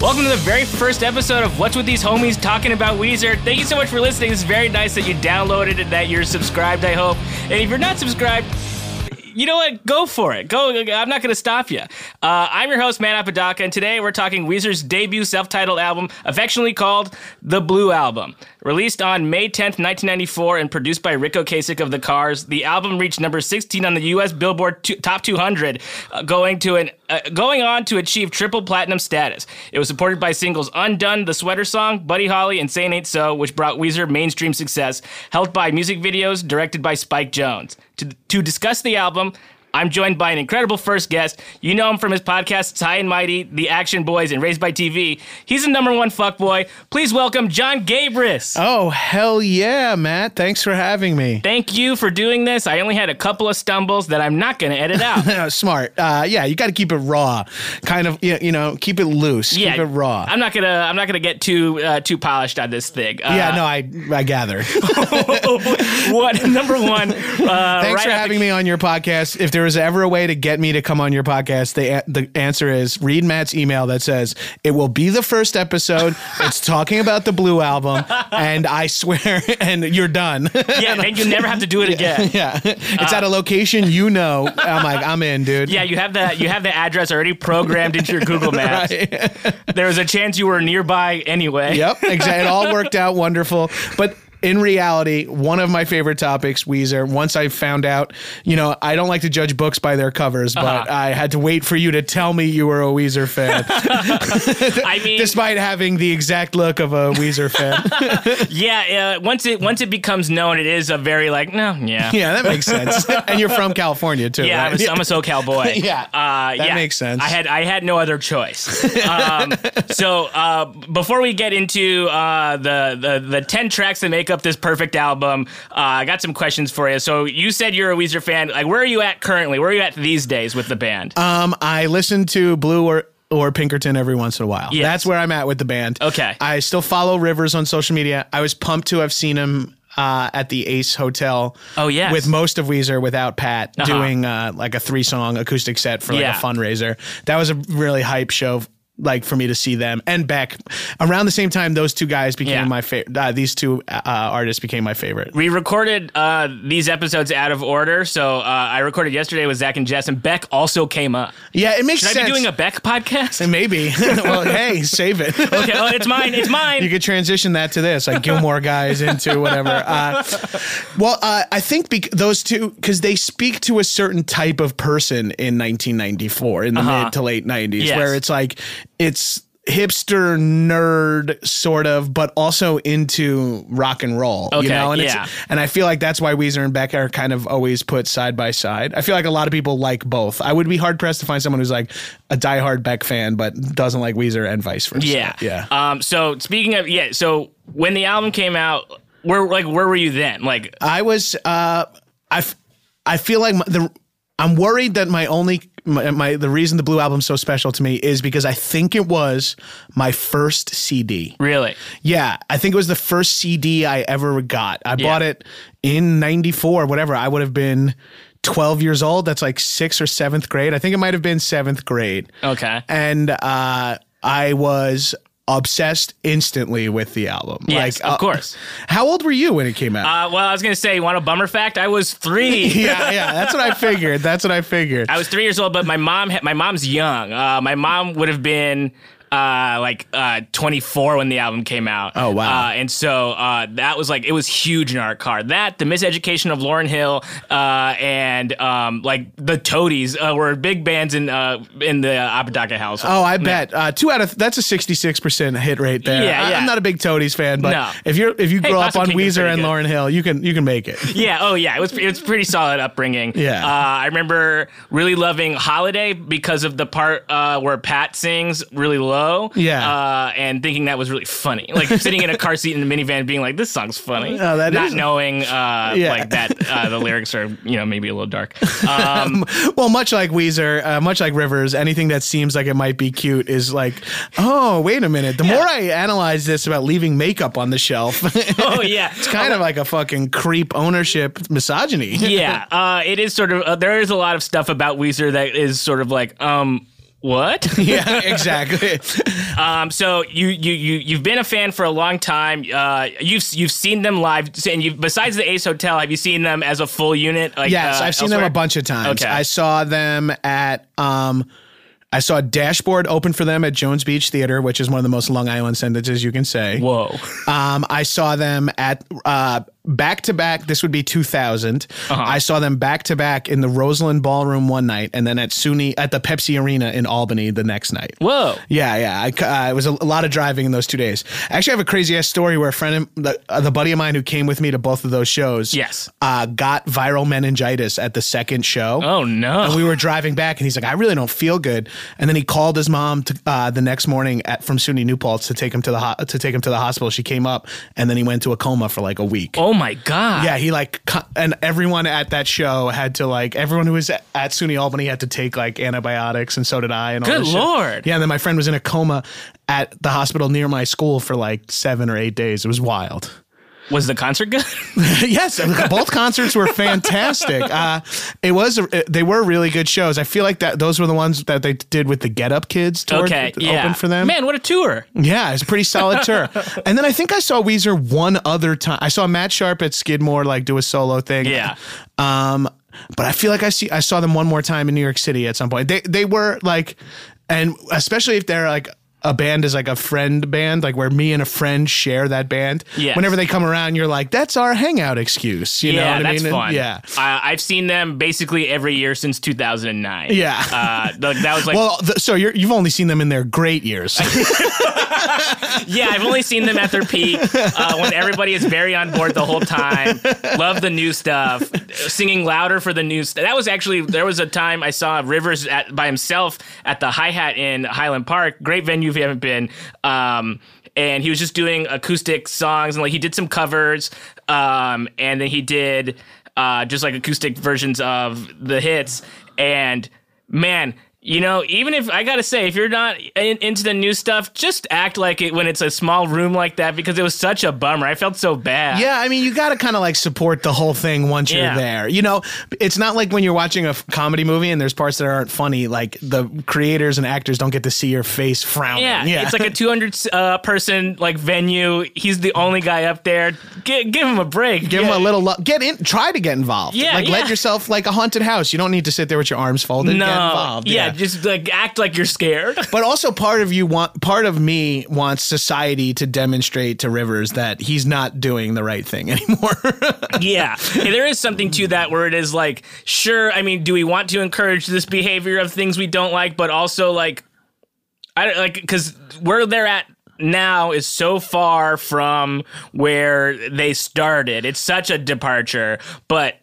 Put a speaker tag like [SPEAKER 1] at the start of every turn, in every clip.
[SPEAKER 1] Welcome to the very first episode of What's With These Homies Talking About Weezer. Thank you so much for listening. It's very nice that you downloaded and that you're subscribed, I hope. And if you're not subscribed, you know what? Go for it. Go. I'm not going to stop you. Uh, I'm your host, Matt Apodaca, and today we're talking Weezer's debut self-titled album, affectionately called The Blue Album. Released on May 10th, 1994, and produced by Rico Kasich of The Cars, the album reached number 16 on the U.S. Billboard two, Top 200, uh, going to an uh, going on to achieve triple platinum status. It was supported by singles Undone, The Sweater Song, Buddy Holly, and Saying Ain't So, which brought Weezer mainstream success, helped by music videos directed by Spike Jones. To, to discuss the album, I'm joined by an incredible first guest. You know him from his podcasts High and Mighty, The Action Boys, and Raised by TV. He's the number one fuckboy. Please welcome John Gabris.
[SPEAKER 2] Oh, hell yeah, Matt. Thanks for having me.
[SPEAKER 1] Thank you for doing this. I only had a couple of stumbles that I'm not going to edit out.
[SPEAKER 2] Uh, smart. Uh, yeah, you got to keep it raw. Kind of, you you know, keep it loose. keep it raw.
[SPEAKER 1] I'm not gonna. I'm not gonna get too uh, too polished on this thing. Uh,
[SPEAKER 2] yeah, no, I I gather. Thanks
[SPEAKER 1] what number one? Uh, Thanks
[SPEAKER 2] for having me on your podcast. If there is ever a way to get me to come on your podcast, the a- the answer is read Matt's email that says it will be the first episode. it's talking about the Blue album, and I swear, and you're done.
[SPEAKER 1] Yeah, and you never have to do it again.
[SPEAKER 2] yeah, it's at a location you know. I'm like, I'm in, dude.
[SPEAKER 1] Yeah, you have that. You have the address already programmed into your Google Maps. There was a chance you were nearby anyway.
[SPEAKER 2] Yep, exactly. It all worked out wonderful. But in reality, one of my favorite topics, Weezer, once I found out, you know, I don't like to judge books by their covers, but
[SPEAKER 1] Uh-huh.
[SPEAKER 2] I had to wait for you to tell me you were a Weezer fan,
[SPEAKER 1] I mean,
[SPEAKER 2] despite having the exact look of a Weezer fan.
[SPEAKER 1] yeah. Uh, once it once it becomes known, it is a very like no, yeah,
[SPEAKER 2] yeah, that makes sense. and you're from California, too.
[SPEAKER 1] Yeah,
[SPEAKER 2] right?
[SPEAKER 1] I'm a, I'm a SoCal boy.
[SPEAKER 2] Yeah.
[SPEAKER 1] uh, that yeah.
[SPEAKER 2] makes sense.
[SPEAKER 1] I had I had no other choice. um, so uh, before we get into uh, the, the the ten tracks that make up this perfect album, uh, I got some questions for you. So you said you're a Weezer fan. Like, where are you at currently? Where are you at these days with the band?
[SPEAKER 2] Um, I listen to Blue or or Pinkerton every once in a while.
[SPEAKER 1] Yes.
[SPEAKER 2] That's where I'm at with the band.
[SPEAKER 1] Okay.
[SPEAKER 2] I still follow Rivers on social media. I was pumped to have seen him uh, at the Ace Hotel.
[SPEAKER 1] Oh, yes. Uh-huh.
[SPEAKER 2] With most of Weezer without Pat doing uh, like a three song acoustic set for like
[SPEAKER 1] Yeah.
[SPEAKER 2] a fundraiser. That was a really hype show. Like for me to see them and Beck around the same time, those two guys became
[SPEAKER 1] Yeah.
[SPEAKER 2] my favorite. Uh, these two uh, artists became my favorite.
[SPEAKER 1] we recorded uh, these episodes out of order, so uh, I recorded yesterday with Zach and Jess, and Beck also came up.
[SPEAKER 2] Yeah, it makes
[SPEAKER 1] Should I
[SPEAKER 2] sense.
[SPEAKER 1] be doing a Beck podcast?
[SPEAKER 2] maybe. well, hey, save it.
[SPEAKER 1] okay, oh, it's mine. It's mine.
[SPEAKER 2] you could transition that to this, like Gilmore guys into whatever. Uh, well, uh, I think bec- those two because they speak to a certain type of person in 1994 in the mid to late 90s,
[SPEAKER 1] Uh-huh. Yes.
[SPEAKER 2] where it's like it's hipster nerd sort of, but also into rock and roll.
[SPEAKER 1] Okay,
[SPEAKER 2] you know, and
[SPEAKER 1] yeah.
[SPEAKER 2] it's and I feel like that's why Weezer and Beck are kind of always put side by side. I feel like a lot of people like both. I would be hard pressed to find someone who's like a diehard Beck fan but doesn't like Weezer and vice versa.
[SPEAKER 1] yeah,
[SPEAKER 2] Yeah.
[SPEAKER 1] Um, so speaking of yeah, so when the album came out, where like where were you then? Like,
[SPEAKER 2] I was uh I f- I feel like my, the I'm worried that my only my, my the reason the blue album's so special to me is because I think it was my first CD.
[SPEAKER 1] really?
[SPEAKER 2] Yeah, I think it was the first CD I ever got. I
[SPEAKER 1] Yeah.
[SPEAKER 2] bought it in 94 whatever. I would have been 12 years old. That's like 6th or 7th grade. I think it might have been 7th grade.
[SPEAKER 1] Okay.
[SPEAKER 2] And uh I was obsessed instantly with the album.
[SPEAKER 1] Yes, of
[SPEAKER 2] uh,
[SPEAKER 1] course.
[SPEAKER 2] How old were you when it came out?
[SPEAKER 1] Uh, well, I was gonna say, you want a bummer fact? I was three.
[SPEAKER 2] yeah, yeah. That's what I figured. That's what I figured.
[SPEAKER 1] I was three years old, but my mom had, my mom's young. Uh, my mom would have been uh, like uh, 24 when the album came out.
[SPEAKER 2] Oh, wow.
[SPEAKER 1] Uh, and so uh, that was like it was huge in our car. That the Miseducation of Lauren Hill uh, and um, like the Toadies uh, were big bands in uh, in the Apodaca household.
[SPEAKER 2] Oh, I bet uh, two out of that's a sixty-six percent hit rate there.
[SPEAKER 1] Yeah,
[SPEAKER 2] I,
[SPEAKER 1] yeah.
[SPEAKER 2] am not a big Toadies fan, but
[SPEAKER 1] No.
[SPEAKER 2] if you're if you
[SPEAKER 1] Hey,
[SPEAKER 2] grow up
[SPEAKER 1] Possum
[SPEAKER 2] on
[SPEAKER 1] Kingdom's
[SPEAKER 2] Weezer
[SPEAKER 1] pretty
[SPEAKER 2] and
[SPEAKER 1] good.
[SPEAKER 2] Lauren Hill, you can you can make it.
[SPEAKER 1] Yeah. Oh, yeah. It was it was pretty solid upbringing.
[SPEAKER 2] Yeah.
[SPEAKER 1] Uh, I remember really loving Holiday because of the part uh, where Pat sings really low.
[SPEAKER 2] Yeah.
[SPEAKER 1] Uh, and thinking that was really funny. Like sitting in a car seat in a minivan, being like, "This song's funny."
[SPEAKER 2] Oh, that
[SPEAKER 1] Not
[SPEAKER 2] is-
[SPEAKER 1] knowing uh,
[SPEAKER 2] Yeah.
[SPEAKER 1] like that uh, the lyrics are you know maybe a little dark. Um,
[SPEAKER 2] Well, much like Weezer, uh, much like Rivers, anything that seems like it might be cute is like, oh, wait a minute. The more I analyze this about leaving makeup on the shelf, it's
[SPEAKER 1] oh yeah.
[SPEAKER 2] kind of like a fucking creep ownership misogyny.
[SPEAKER 1] yeah, uh, it is sort of. Uh, there is a lot of stuff about Weezer that is sort of like, um, what?
[SPEAKER 2] yeah, exactly.
[SPEAKER 1] Um, so you you you you've been a fan for a long time. Uh, you've you've seen them live, and you besides the Ace Hotel, have you seen them as a full unit? Like,
[SPEAKER 2] yes,
[SPEAKER 1] uh,
[SPEAKER 2] I've seen them
[SPEAKER 1] elsewhere?
[SPEAKER 2] a bunch of times.
[SPEAKER 1] Okay.
[SPEAKER 2] I saw them at um I saw Dashboard open for them at Jones Beach Theater, which is one of the most Long Island sentences you can say.
[SPEAKER 1] Whoa,
[SPEAKER 2] Um, I saw them at uh, back to back. This would be 2000.
[SPEAKER 1] Uh-huh.
[SPEAKER 2] I saw them back to back in the Roseland Ballroom one night, and then at SUNY at the Pepsi Arena in Albany the next night.
[SPEAKER 1] whoa.
[SPEAKER 2] Yeah, yeah. I, c- uh, it was a, a lot of driving in those two days. I actually have a crazy ass story where a friend, of, the, uh, the buddy of mine who came with me to both of those shows,
[SPEAKER 1] Yes.
[SPEAKER 2] uh, got viral meningitis at the second show.
[SPEAKER 1] Oh no.
[SPEAKER 2] And we were driving back, and he's like, "I really don't feel good." And then he called his mom to, uh, the next morning at, from SUNY New Paltz to take him to the ho- to take him to the hospital. She came up, and then he went to a coma for like a week.
[SPEAKER 1] oh my god.
[SPEAKER 2] Yeah, he like, cu- and everyone at that show had to like, everyone who was at at SUNY Albany had to take like antibiotics, and so did I. And all
[SPEAKER 1] Good
[SPEAKER 2] this shit.
[SPEAKER 1] lord.
[SPEAKER 2] Yeah, and then my friend was in a coma at the hospital near my school for like seven or eight days. It was wild.
[SPEAKER 1] Was the concert good?
[SPEAKER 2] yes, both concerts were fantastic. Uh, it was they were really good shows. I feel like that those were the ones that they did with the Get Up Kids tour.
[SPEAKER 1] okay.
[SPEAKER 2] that
[SPEAKER 1] Yeah.
[SPEAKER 2] opened for them.
[SPEAKER 1] Man, what a tour.
[SPEAKER 2] Yeah, it's a pretty solid tour. And then I think I saw Weezer one other time. I saw Matt Sharp at Skidmore like do a solo thing.
[SPEAKER 1] Yeah.
[SPEAKER 2] Um, but I feel like I see I saw them one more time in New York City at some point. They they were like, and especially if they're like. A band is like a friend band, like where me and a friend share that band.
[SPEAKER 1] Yes.
[SPEAKER 2] Whenever they come around, you're like, "That's our hangout excuse." You know
[SPEAKER 1] yeah,
[SPEAKER 2] what I
[SPEAKER 1] that's
[SPEAKER 2] mean? And-
[SPEAKER 1] fun.
[SPEAKER 2] Yeah.
[SPEAKER 1] Uh, I've seen them basically every year since 2009.
[SPEAKER 2] Yeah.
[SPEAKER 1] Uh, th- that was like
[SPEAKER 2] Well, th- so you're, you've only seen them in their great years.
[SPEAKER 1] Yeah, I've only seen them at their peak uh, when everybody is very on board the whole time. Love the new stuff, singing louder for the new stuff. That was actually there was a time I saw Rivers at, by himself at the Hi Hat in Highland Park. Great venue if you haven't been. Um, and he was just doing acoustic songs and like he did some covers. Um, and then he did uh, just like acoustic versions of the hits. And man, you know, even if I gotta say, if you're not in, into the new stuff, just act like it when it's a small room like that because it was such a bummer. I felt so bad.
[SPEAKER 2] Yeah, I mean, you got to kind of like support the whole thing once
[SPEAKER 1] Yeah.
[SPEAKER 2] you're there. You know, it's not like when you're watching a f- comedy movie and there's parts that aren't funny. Like the creators and actors don't get to see your face frowning.
[SPEAKER 1] Yeah, it's like a 200 uh, person like venue. He's the only guy up there. Gi- give him a break.
[SPEAKER 2] Give
[SPEAKER 1] yeah.
[SPEAKER 2] them a little love. Get in. Try to get involved.
[SPEAKER 1] Yeah,
[SPEAKER 2] like
[SPEAKER 1] yeah.
[SPEAKER 2] let yourself like a haunted house. You don't need to sit there with your arms folded.
[SPEAKER 1] No,
[SPEAKER 2] Get involved.
[SPEAKER 1] yeah, just like act like you're scared.
[SPEAKER 2] But also part of you want part of me wants society to demonstrate to Rivers that he's not doing the right thing anymore.
[SPEAKER 1] yeah, Yeah, there is something to that where it is like, sure. I mean, do we want to encourage this behavior of things we don't like, but also like, I don't like because where they're at now is so far from where they started. It's such a departure, but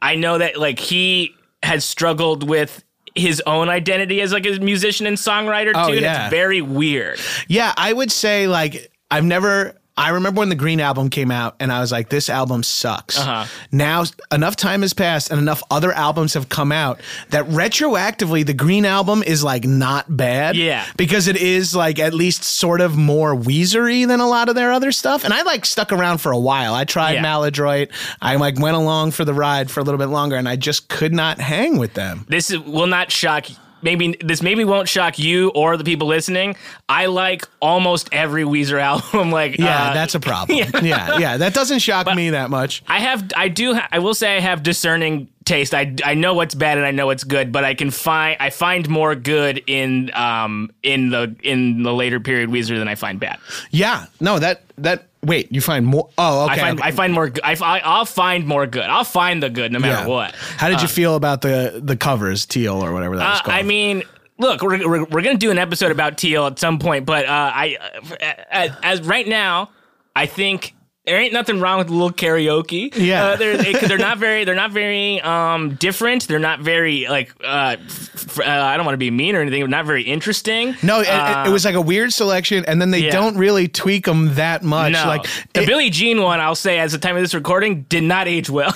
[SPEAKER 1] I know that like he has struggled with his own identity as like a musician and songwriter too. And
[SPEAKER 2] yeah.
[SPEAKER 1] it's very weird.
[SPEAKER 2] Yeah, I would say like I've never. I remember when the Green album came out, and I was like, "This album sucks."
[SPEAKER 1] Uh-huh.
[SPEAKER 2] Now enough time has passed, and enough other albums have come out that retroactively, the Green album is like not bad.
[SPEAKER 1] Yeah.
[SPEAKER 2] because it is like at least sort of more Weezery than a lot of their other stuff. And I like stuck around for a while. I tried
[SPEAKER 1] Yeah.
[SPEAKER 2] Maladroit. I like went along for the ride for a little bit longer, and I just could not hang with them.
[SPEAKER 1] this is, will not shock maybe this maybe won't shock you or the people listening i like almost every weezer album like
[SPEAKER 2] Yeah,
[SPEAKER 1] uh,
[SPEAKER 2] that's a problem. Yeah. yeah, that doesn't shock me that much.
[SPEAKER 1] i have i do ha- i will say i have discerning taste i i know what's bad and i know what's good but i can find i find more good in um in the in the later period weezer than i find bad
[SPEAKER 2] Yeah. No, that that wait, you find more Oh, okay.
[SPEAKER 1] i find
[SPEAKER 2] okay.
[SPEAKER 1] i find more good I, fi- i'll find more good i'll find the good no matter
[SPEAKER 2] Yeah.
[SPEAKER 1] what
[SPEAKER 2] How did you feel about the the covers, teal or whatever that was
[SPEAKER 1] Uh,
[SPEAKER 2] called?
[SPEAKER 1] I mean, look, we're, we're, we're going to do an episode about Teal at some point, but uh, I uh, as, as right now, I think there ain't nothing wrong with a little karaoke.
[SPEAKER 2] Yeah.
[SPEAKER 1] uh, they're, they, are not very they're not very um, different. They're not very like uh, f- uh, I don't want to be mean or anything. But not very interesting. Uh,
[SPEAKER 2] no, it, it- it was like a weird selection, and then they
[SPEAKER 1] yeah.
[SPEAKER 2] don't really tweak them that much.
[SPEAKER 1] No,
[SPEAKER 2] Like,
[SPEAKER 1] the
[SPEAKER 2] it-
[SPEAKER 1] Billie Jean one, I'll say, as the time of this recording, did not age well.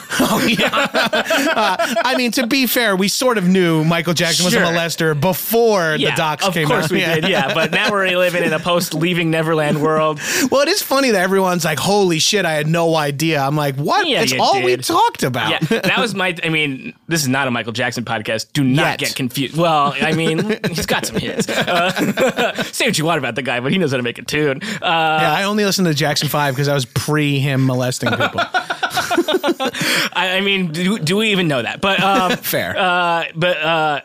[SPEAKER 2] uh, I mean, to be fair, we sort of knew Michael Jackson
[SPEAKER 1] Sure.
[SPEAKER 2] was a molester before the docs
[SPEAKER 1] of
[SPEAKER 2] came out.
[SPEAKER 1] course we did. Yeah, but now we're living in a post-leaving Neverland world.
[SPEAKER 2] Well, it is funny that everyone's like, "Holy shit, I had no idea." I'm like, "What?
[SPEAKER 1] Yeah,
[SPEAKER 2] it's
[SPEAKER 1] you
[SPEAKER 2] all we
[SPEAKER 1] did.
[SPEAKER 2] talked about."
[SPEAKER 1] Yeah, that was my. I mean, this is not a Michael Jackson podcast. Do not
[SPEAKER 2] Yet.
[SPEAKER 1] get confused. you, well, I mean, he's got some hits. Uh, say what you want about the guy, but he knows how to make a tune. Uh,
[SPEAKER 2] Yeah, I only listened to Jackson Five because I was pre him molesting people.
[SPEAKER 1] I, I mean, do, do we even know that? But um,
[SPEAKER 2] Fair.
[SPEAKER 1] Uh, but uh,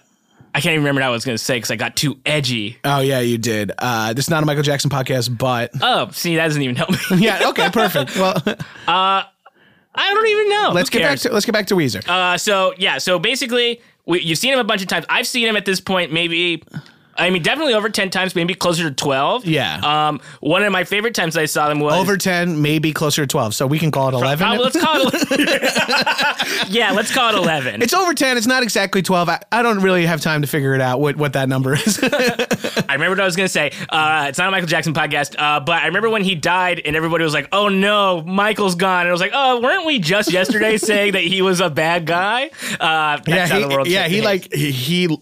[SPEAKER 1] I can't even remember what I was going to say because I got too edgy.
[SPEAKER 2] oh yeah, you did. Uh, this is not a Michael Jackson podcast, but
[SPEAKER 1] Oh, see, that doesn't even help me.
[SPEAKER 2] yeah, okay, perfect. Well,
[SPEAKER 1] I don't even know.
[SPEAKER 2] let's
[SPEAKER 1] Who
[SPEAKER 2] get back
[SPEAKER 1] cares?
[SPEAKER 2] to let's get back to Weezer.
[SPEAKER 1] Uh, so yeah, so basically, we, you've seen him a bunch of times. I've seen him at this point, maybe. I mean, definitely over ten times, maybe closer to twelve.
[SPEAKER 2] Yeah.
[SPEAKER 1] Um, one of my favorite times I saw them was
[SPEAKER 2] Over ten, maybe closer to twelve, so we can call it eleven.
[SPEAKER 1] Oh, let's call it. yeah, let's call it eleven.
[SPEAKER 2] it's over ten. It's not exactly twelve. I, I don't really have time to figure it out what what that number is.
[SPEAKER 1] I remember what I was gonna say. Uh, it's not a Michael Jackson podcast, uh, but I remember when he died, and everybody was like, "Oh no, Michael's gone." And I was like, "Oh, weren't we just yesterday saying that he was a bad guy?" Uh, that's
[SPEAKER 2] yeah,
[SPEAKER 1] how the world
[SPEAKER 2] he, yeah, he
[SPEAKER 1] behaves.
[SPEAKER 2] like he. he-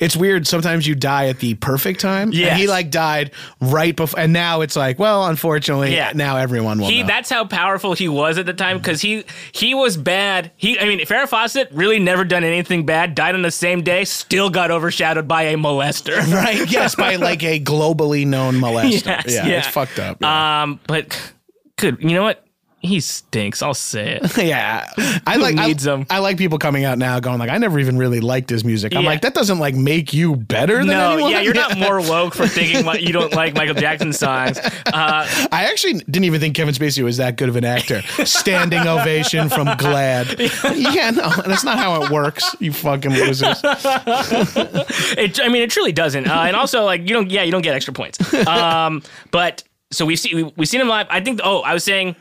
[SPEAKER 2] it's weird. Sometimes you die at the perfect time. Yeah,
[SPEAKER 1] Yes.
[SPEAKER 2] he like died right before, and now it's like, well, unfortunately,
[SPEAKER 1] Yeah.
[SPEAKER 2] now everyone will.
[SPEAKER 1] He,
[SPEAKER 2] know.
[SPEAKER 1] that's how powerful he was at the
[SPEAKER 2] Mm-hmm.
[SPEAKER 1] time because he he was bad. He I mean Farrah Fawcett really never done anything bad. Died on the same day, still got overshadowed by a molester.
[SPEAKER 2] right? Yes, by like a globally known molester.
[SPEAKER 1] Yes,
[SPEAKER 2] yeah, Uh,
[SPEAKER 1] yeah.
[SPEAKER 2] it's fucked up.
[SPEAKER 1] Um, but good. You know what? He stinks. I'll say it.
[SPEAKER 2] yeah, I like
[SPEAKER 1] needs
[SPEAKER 2] I,
[SPEAKER 1] 'em?
[SPEAKER 2] I like people coming out now going like, I never even really liked his music. I'm
[SPEAKER 1] Yeah.
[SPEAKER 2] like, that doesn't like make you better than
[SPEAKER 1] No,
[SPEAKER 2] anyone.
[SPEAKER 1] yeah, you're not more woke for thinking what you don't like Michael Jackson songs. Uh,
[SPEAKER 2] I actually didn't even think Kevin Spacey was that good of an actor. Standing ovation from Glad. yeah, no, that's not how it works. You fucking losers.
[SPEAKER 1] it, I mean, it truly doesn't. Uh, and also, like, you don't, yeah, you don't get extra points. Um, but so we've seen we, we've seen him live. I think. Oh, I was saying.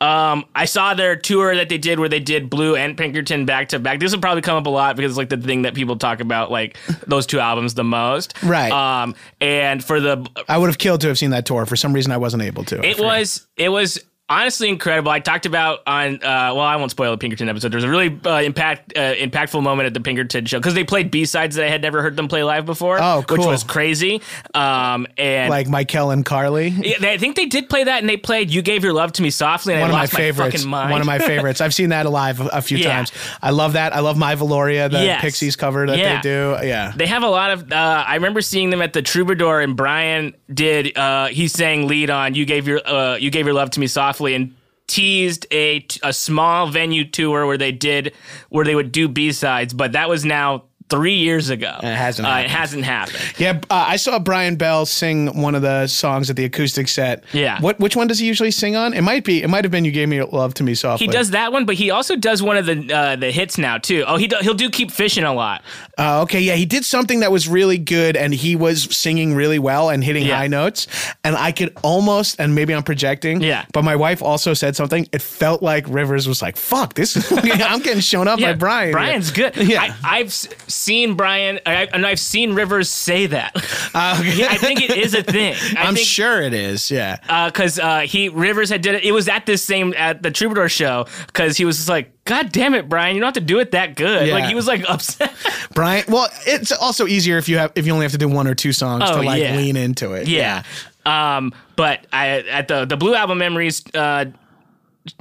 [SPEAKER 1] Um, I saw their tour that they did where they did Blue and Pinkerton back to back. This will probably come up a lot because it's like the thing that people talk about, like those two albums the most.
[SPEAKER 2] Right.
[SPEAKER 1] Um, and for the
[SPEAKER 2] I would have killed to have seen that tour. For some reason, I wasn't able to.
[SPEAKER 1] It was it was honestly incredible. I talked about on uh, well, I won't spoil the Pinkerton episode. There was a really uh, impact uh, impactful moment at the Pinkerton show because they played B sides that I had never heard them play live before.
[SPEAKER 2] Oh,
[SPEAKER 1] which
[SPEAKER 2] cool.
[SPEAKER 1] was crazy. Um, and
[SPEAKER 2] like Michael and Carly.
[SPEAKER 1] Yeah, they- I think they did play that, and they played "You Gave Your Love to Me Softly," and
[SPEAKER 2] one
[SPEAKER 1] I
[SPEAKER 2] of my
[SPEAKER 1] lost my,
[SPEAKER 2] favorites.
[SPEAKER 1] fucking mind.
[SPEAKER 2] One of my favorites. I've seen that alive a, a few
[SPEAKER 1] Yeah.
[SPEAKER 2] times. I love that. I love My Valoria, the
[SPEAKER 1] Yes.
[SPEAKER 2] Pixies cover that
[SPEAKER 1] Yeah.
[SPEAKER 2] they do. Yeah.
[SPEAKER 1] They have a lot of. Uh, I remember seeing them at the Troubadour, and Brian did. Uh, he sang lead on "You Gave Your uh, You Gave Your Love to Me Softly" and teased a a small venue tour where they did where they would do B sides, but that was now three years ago.
[SPEAKER 2] it hasn't
[SPEAKER 1] Uh, it
[SPEAKER 2] happened.
[SPEAKER 1] hasn't happened.
[SPEAKER 2] yeah, uh, I saw Brian Bell sing one of the songs at the acoustic set.
[SPEAKER 1] Yeah.
[SPEAKER 2] What which one does he usually sing on? It might be it might have been You Gave Me Love to Me Softly.
[SPEAKER 1] He does that one, but he also does one of the uh, the hits now too. Oh, he do, he'll do "Keep Fishing" a lot.
[SPEAKER 2] Uh, okay, yeah, he did something that was really good, and he was singing really well and hitting
[SPEAKER 1] Yeah.
[SPEAKER 2] high notes. And I could almost, and maybe I'm projecting,
[SPEAKER 1] Yeah.
[SPEAKER 2] But my wife also said something. It felt like Rivers was like, "Fuck this! I'm getting shown up by Brian." here."
[SPEAKER 1] Brian's good.
[SPEAKER 2] Yeah.
[SPEAKER 1] I, I've s- seen Brian, I, and I've seen Rivers say that.
[SPEAKER 2] Uh, okay.
[SPEAKER 1] I think it is a thing. I
[SPEAKER 2] I'm
[SPEAKER 1] think,
[SPEAKER 2] sure it is. Yeah.
[SPEAKER 1] because uh, he Rivers had did it. It was at this same at the Troubadour show because he was just like, "God damn it, Brian, you don't have to do it that good."
[SPEAKER 2] Yeah.
[SPEAKER 1] Like he was like upset.
[SPEAKER 2] Brian. Well, it's also easier if you have if you only have to do one or two songs
[SPEAKER 1] Oh,
[SPEAKER 2] to like
[SPEAKER 1] yeah.
[SPEAKER 2] lean into it.
[SPEAKER 1] yeah. Um, but I at the the Blue Album Memories uh,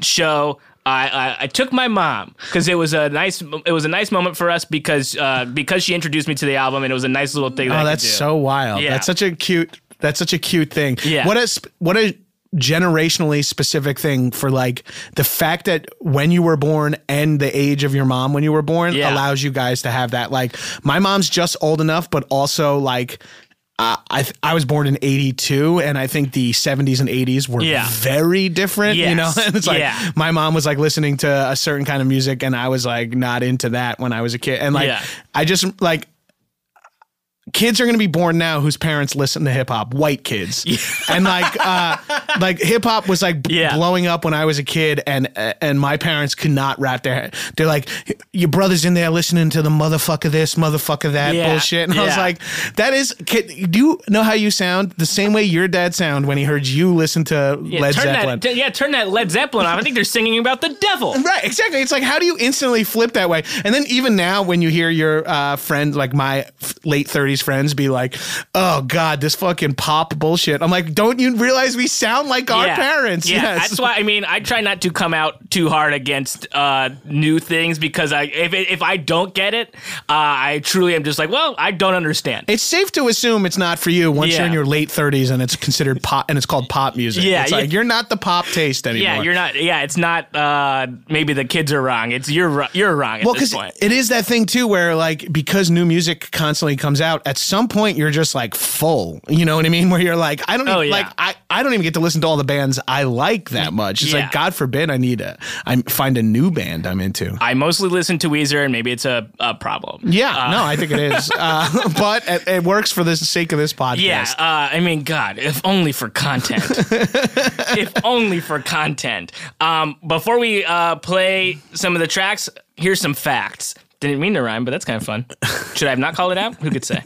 [SPEAKER 1] show. I, I, I took my mom because it was a nice it was a nice moment for us because uh, because she introduced me to the album and it was a nice little thing. That I
[SPEAKER 2] Oh,
[SPEAKER 1] could
[SPEAKER 2] that's
[SPEAKER 1] do.
[SPEAKER 2] so wild.
[SPEAKER 1] Yeah.
[SPEAKER 2] That's such a cute. That's such a cute thing.
[SPEAKER 1] Yeah.
[SPEAKER 2] What a sp- what a generationally specific thing for like the fact that when you were born and the age of your mom when you were born
[SPEAKER 1] Yeah.
[SPEAKER 2] allows you guys to have that. Like my mom's just old enough, but also like. Uh, I th- I was born in '82, and I think the '70s and '80s were
[SPEAKER 1] Yeah.
[SPEAKER 2] very different. You know,
[SPEAKER 1] Yes.
[SPEAKER 2] and it's like
[SPEAKER 1] Yeah.
[SPEAKER 2] my mom was like listening to a certain kind of music, and I was like not into that when I was a kid. And like
[SPEAKER 1] Yeah.
[SPEAKER 2] I just like kids are going to be born now whose parents listen to hip hop, white kids. And like uh like hip hop was like b-
[SPEAKER 1] Yeah.
[SPEAKER 2] blowing up when I was a kid and and my parents could not wrap their head. They're like your brother's in there listening to the motherfucker this, motherfucker that
[SPEAKER 1] Yeah.
[SPEAKER 2] bullshit. And I was
[SPEAKER 1] Yeah.
[SPEAKER 2] like that is kid, do you know how you sound? The same way your dad sound when he heard you listen to
[SPEAKER 1] Yeah,
[SPEAKER 2] Led
[SPEAKER 1] turn
[SPEAKER 2] Zeppelin.
[SPEAKER 1] That, yeah, turn that Led Zeppelin off. I think they're singing about the devil.
[SPEAKER 2] Right, exactly. It's like how do you instantly flip that way? And then even now, when you hear your uh, friend, like my f- late 30s friends be like, oh God, this fucking pop bullshit. I'm like, don't you realize we sound like our
[SPEAKER 1] Yeah.
[SPEAKER 2] parents?
[SPEAKER 1] Yeah,
[SPEAKER 2] Yes.
[SPEAKER 1] that's why. I mean, I try not to come out too hard against uh, new things because I, if it- if I don't get it, uh, I truly am just like, well, I don't understand.
[SPEAKER 2] it's safe to assume it's not for you once
[SPEAKER 1] Yeah.
[SPEAKER 2] you're in your late 30s and it's considered pop and it's called pop music.
[SPEAKER 1] Yeah,
[SPEAKER 2] It's
[SPEAKER 1] yeah.
[SPEAKER 2] like you're not the pop taste anymore.
[SPEAKER 1] yeah, you're not. Yeah, it's not. Uh, maybe the kids are wrong. It's you're ro- you're wrong at
[SPEAKER 2] well,
[SPEAKER 1] this
[SPEAKER 2] because
[SPEAKER 1] point.
[SPEAKER 2] it is that thing too, where like because new music constantly comes out, at some point you're just like full. You know what I mean? Where you're like, I don't
[SPEAKER 1] Oh,
[SPEAKER 2] even,
[SPEAKER 1] yeah.
[SPEAKER 2] like I, I don't even get to listen to all the bands I like that much. It's
[SPEAKER 1] Yeah.
[SPEAKER 2] like God forbid I need a I find a new band I'm into.
[SPEAKER 1] I mostly listen to Weezer, and maybe it's a, a problem.
[SPEAKER 2] Yeah, no, I think it is, uh, but it, it works for the sake of this podcast.
[SPEAKER 1] Yeah, uh, I mean, God, if only for content. if only for content. Um, before we uh, play some of the tracks, here's some facts. Didn't mean to rhyme, but that's kind of fun. Should I have not called it out? Who could say?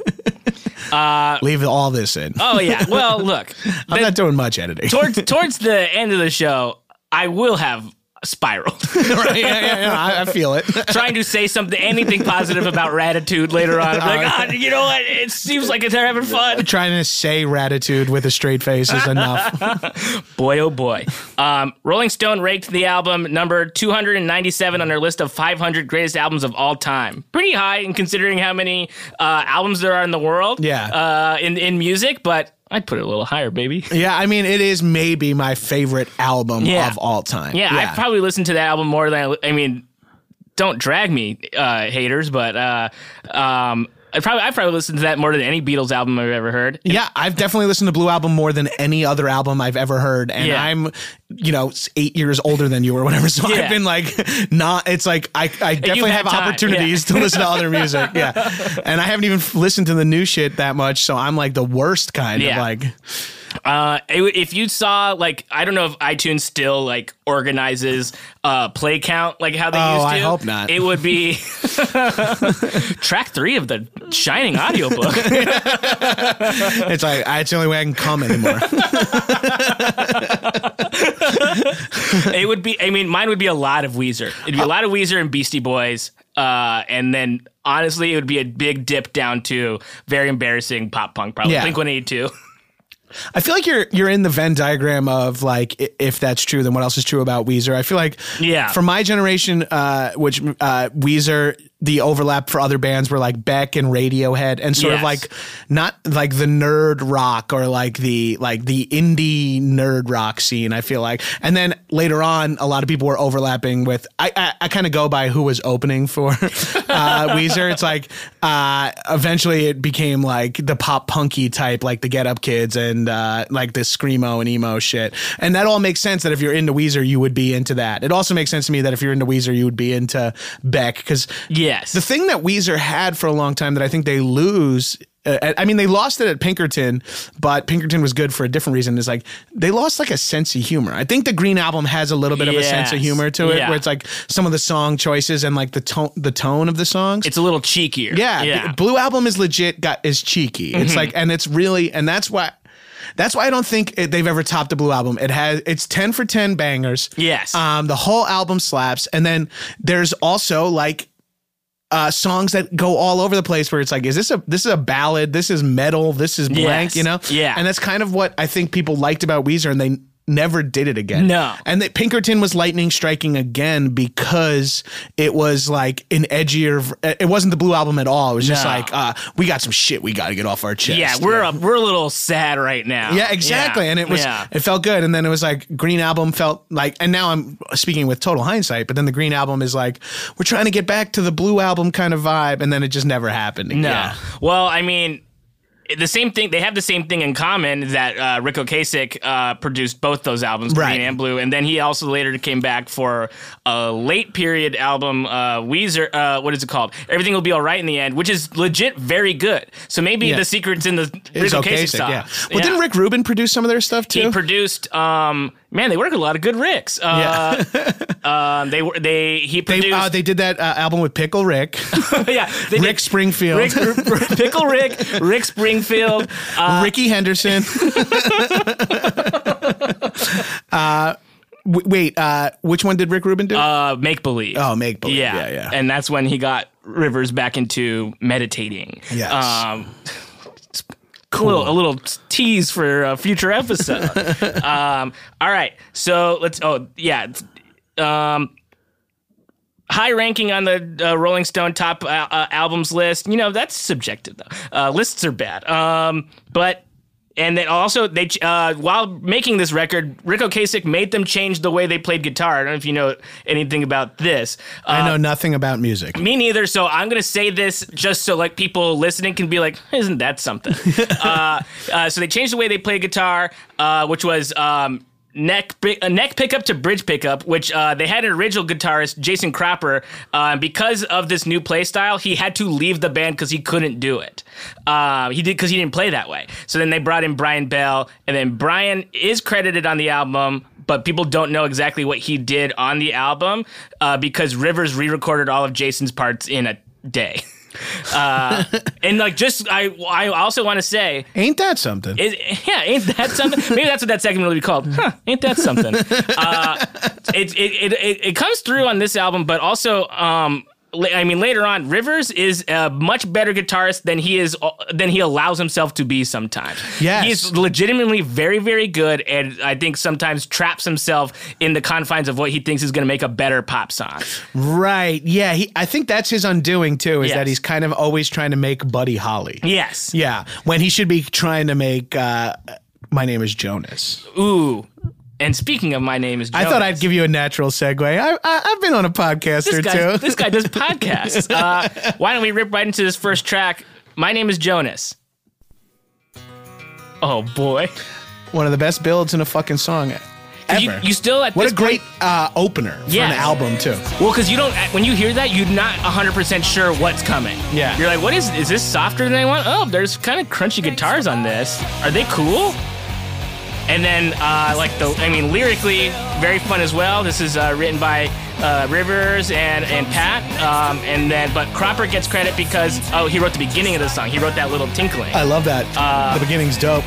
[SPEAKER 1] uh,
[SPEAKER 2] leave all this in.
[SPEAKER 1] Oh yeah. Well, look.
[SPEAKER 2] I'm not doing much editing.
[SPEAKER 1] Towards towards the end of the show, I will have spiraled.
[SPEAKER 2] right? Yeah, yeah, yeah. I, I feel it.
[SPEAKER 1] Trying to say something, anything positive about Ratitude later on. I'm like, God, you know what? It seems like they're having fun.
[SPEAKER 2] Trying to say gratitude with a straight face is enough.
[SPEAKER 1] Boy, oh boy. Um, Rolling Stone ranked the album number 297 on their list of 500 greatest albums of all time. Pretty high, and considering how many uh, albums there are in the world.
[SPEAKER 2] Yeah.
[SPEAKER 1] Uh, in in music, but I'd put it a little higher, baby.
[SPEAKER 2] yeah, I mean, it is maybe my favorite album
[SPEAKER 1] Yeah.
[SPEAKER 2] of all time.
[SPEAKER 1] Yeah, I probably listened to that album more than I, I mean. Don't drag me, uh, haters, but uh, um, I probably I probably listened to that more than any Beatles album I've ever heard.
[SPEAKER 2] Yeah, I've definitely listened to Blue Album more than any other album I've ever heard, and
[SPEAKER 1] Yeah.
[SPEAKER 2] I'm, you know, s- eight years older than you or whatever. So
[SPEAKER 1] Yeah.
[SPEAKER 2] I've been like, not. It's like I, I definitely
[SPEAKER 1] had
[SPEAKER 2] have
[SPEAKER 1] time,
[SPEAKER 2] opportunities to listen to other music. Yeah, and I haven't even f- listened to the new shit that much, so I'm like the worst kind
[SPEAKER 1] Yeah.
[SPEAKER 2] of like.
[SPEAKER 1] Uh, it- if you saw like I don't know if iTunes still like organizes uh play count like how they
[SPEAKER 2] Oh,
[SPEAKER 1] used to.
[SPEAKER 2] I hope not.
[SPEAKER 1] It would be track three of the Shining audiobook.
[SPEAKER 2] It's like I, it's the only way I can come anymore.
[SPEAKER 1] it would be. I mean, mine would be a lot of Weezer. It'd be a lot of Weezer and Beastie Boys. Uh, and then honestly, it would be a big dip down to very embarrassing pop punk. Probably
[SPEAKER 2] Yeah.
[SPEAKER 1] Blink One Eighty Two.
[SPEAKER 2] I feel like you're you're in the Venn diagram of like i- if that's true, then what else is true about Weezer? I feel like
[SPEAKER 1] Yeah.
[SPEAKER 2] for my generation, uh, which uh, Weezer, the overlap for other bands were like Beck and Radiohead, and sort
[SPEAKER 1] Yes.
[SPEAKER 2] of like not like the nerd rock or like the like the indie nerd rock scene. I feel like, and then later on, a lot of people were overlapping with. I I, I kind of go by who was opening for uh, Weezer. It's like uh, eventually it became like the pop punky type, like the Get Up Kids and uh, like the screamo and emo shit. And that all makes sense that if you're into Weezer, you would be into that. It also makes sense to me that if you're into Weezer, you would be into Beck because
[SPEAKER 1] Yes.
[SPEAKER 2] the thing that Weezer had for a long time that I think they lose. Uh, I mean, they lost it at Pinkerton, but Pinkerton was good for a different reason. Is like they lost like a sense of humor. I think the Green album has a little bit of a sense of
[SPEAKER 1] Yes.
[SPEAKER 2] humor to it,
[SPEAKER 1] Yeah.
[SPEAKER 2] where it's like some of the song choices and like the tone, the tone of the songs.
[SPEAKER 1] it's a little cheekier.
[SPEAKER 2] Yeah, B- Blue Album is legit. Got is cheeky. It's
[SPEAKER 1] Mm-hmm.
[SPEAKER 2] like, and it's really, and that's why, that's why I don't think it, they've ever topped a Blue Album. It has, it's ten for ten bangers.
[SPEAKER 1] Yes.
[SPEAKER 2] um, the whole album slaps, and then there's also like. Uh, songs that go all over the place where it's like, is this a this is a ballad? This is metal. This is blank.
[SPEAKER 1] Yes.
[SPEAKER 2] You know,
[SPEAKER 1] Yeah.
[SPEAKER 2] And that's kind of what I think people liked about Weezer, and they never did it again.
[SPEAKER 1] No.
[SPEAKER 2] And that Pinkerton was lightning striking again because it was like an edgier. v- It wasn't the Blue Album at all. It was just
[SPEAKER 1] No.
[SPEAKER 2] like uh, we got some shit we got to get off our chest.
[SPEAKER 1] yeah, we're A, we're a little sad right now.
[SPEAKER 2] Yeah, exactly. And it was
[SPEAKER 1] Yeah.
[SPEAKER 2] it felt good. And then it was like Green Album felt like and now I'm speaking with total hindsight, but then the Green Album is like, we're trying to get back to the blue album kind of vibe, and then it just never happened.
[SPEAKER 1] No.
[SPEAKER 2] again.
[SPEAKER 1] Well, I mean, the same thing. They have the same thing in common is that uh, Rick Ocasek uh, produced both those albums,
[SPEAKER 2] Right.
[SPEAKER 1] Green and Blue, and then he also later came back for a late period album, uh, Weezer. Uh, what is it called? Everything will be all right in the end, which is legit very good. So maybe
[SPEAKER 2] Yeah.
[SPEAKER 1] the secret's in the
[SPEAKER 2] It
[SPEAKER 1] Rick
[SPEAKER 2] was okay.
[SPEAKER 1] Ocasek
[SPEAKER 2] sick, Yeah.
[SPEAKER 1] songs.
[SPEAKER 2] Well, didn't Rick Rubin produce some of their stuff too?
[SPEAKER 1] He produced. Um, man, they work with a lot of good Ricks. Uh, uh, they were they he
[SPEAKER 2] They-
[SPEAKER 1] produced.
[SPEAKER 2] uh, they did that uh, album with Pickle Rick,
[SPEAKER 1] yeah, they did
[SPEAKER 2] Rick Springfield,
[SPEAKER 1] Rick, Pickle Rick, Rick Springfield. Uh,
[SPEAKER 2] Ricky Henderson. uh, W- wait, uh, which one did Rick Rubin do?
[SPEAKER 1] Uh, make believe.
[SPEAKER 2] Oh, Make Believe.
[SPEAKER 1] Yeah.
[SPEAKER 2] Yeah, yeah.
[SPEAKER 1] And that's when he got Rivers back into meditating.
[SPEAKER 2] Yes.
[SPEAKER 1] Um, cool. A little, a little tease for a future episode. um, all right. So let's. Oh yeah. it's- Um, high ranking on the uh, Rolling Stone top uh, uh, albums list. You know that's subjective though. Uh, lists are bad. Um, but. And then also, they ch- uh, while making this record, Rick Ocasek made them change the way they played guitar. I don't know if you know anything about this. Uh,
[SPEAKER 2] I know nothing about music.
[SPEAKER 1] me neither. So I'm gonna say this just so like people listening can be like, isn't that something? uh, uh, so they changed the way they play guitar, uh, which was. Um, Neck, bi- uh, neck pickup to bridge pickup, which uh, they had an original guitarist, Jason Cropper. Uh, because of this new play style, he had to leave the band because he couldn't do it. Uh, he did because he didn't play that way. So then they brought in Brian Bell, and then Brian is credited on the album but people don't know exactly what he did on the album uh, because Rivers re-recorded all of Jason's parts in a day. Uh, and like, just I, I also want to say,
[SPEAKER 2] Ain't that something?
[SPEAKER 1] is, yeah, ain't that something? Maybe that's what that segment will be called. Huh, ain't that something? Uh, it, it, it, it, it comes through on this album, but also, um, la- I mean, later on, Rivers is a much better guitarist than he is uh, than he allows himself to be. Sometimes,
[SPEAKER 2] Yes.
[SPEAKER 1] he's legitimately very, very good, and I think sometimes traps himself in the confines of what he thinks is going to make a better pop song.
[SPEAKER 2] right. Yeah. He, I think that's his undoing too. Is
[SPEAKER 1] Yes.
[SPEAKER 2] that he's kind of always trying to make Buddy Holly.
[SPEAKER 1] Yes.
[SPEAKER 2] Yeah, when he should be trying to make. Uh, my name is Jonas.
[SPEAKER 1] Ooh. And speaking of my name is,
[SPEAKER 2] I
[SPEAKER 1] Jonas.
[SPEAKER 2] thought I'd give you a natural segue. I, I, I've been on a podcast or
[SPEAKER 1] this guy,
[SPEAKER 2] two.
[SPEAKER 1] this guy does podcasts. Uh, why don't we rip right into this first track? My name is Jonas. Oh boy,
[SPEAKER 2] One of the best builds in a fucking song e- ever.
[SPEAKER 1] you, you still at
[SPEAKER 2] what
[SPEAKER 1] this
[SPEAKER 2] a great uh, opener for
[SPEAKER 1] Yes.
[SPEAKER 2] an album too.
[SPEAKER 1] point- well, because you don't when you hear that, you're not 100 percent sure what's coming.
[SPEAKER 2] Yeah.
[SPEAKER 1] you're like, what is is this softer than I want? Oh, there's kind of crunchy guitars on this. Are they cool? And then uh, like the I mean lyrically very fun as well. This is uh, written by. Uh, Rivers and and Pat, um, and then but Cropper gets credit because oh he wrote the beginning of the song. He wrote that little tinkling.
[SPEAKER 2] I love that.
[SPEAKER 1] Uh,
[SPEAKER 2] the beginning's dope.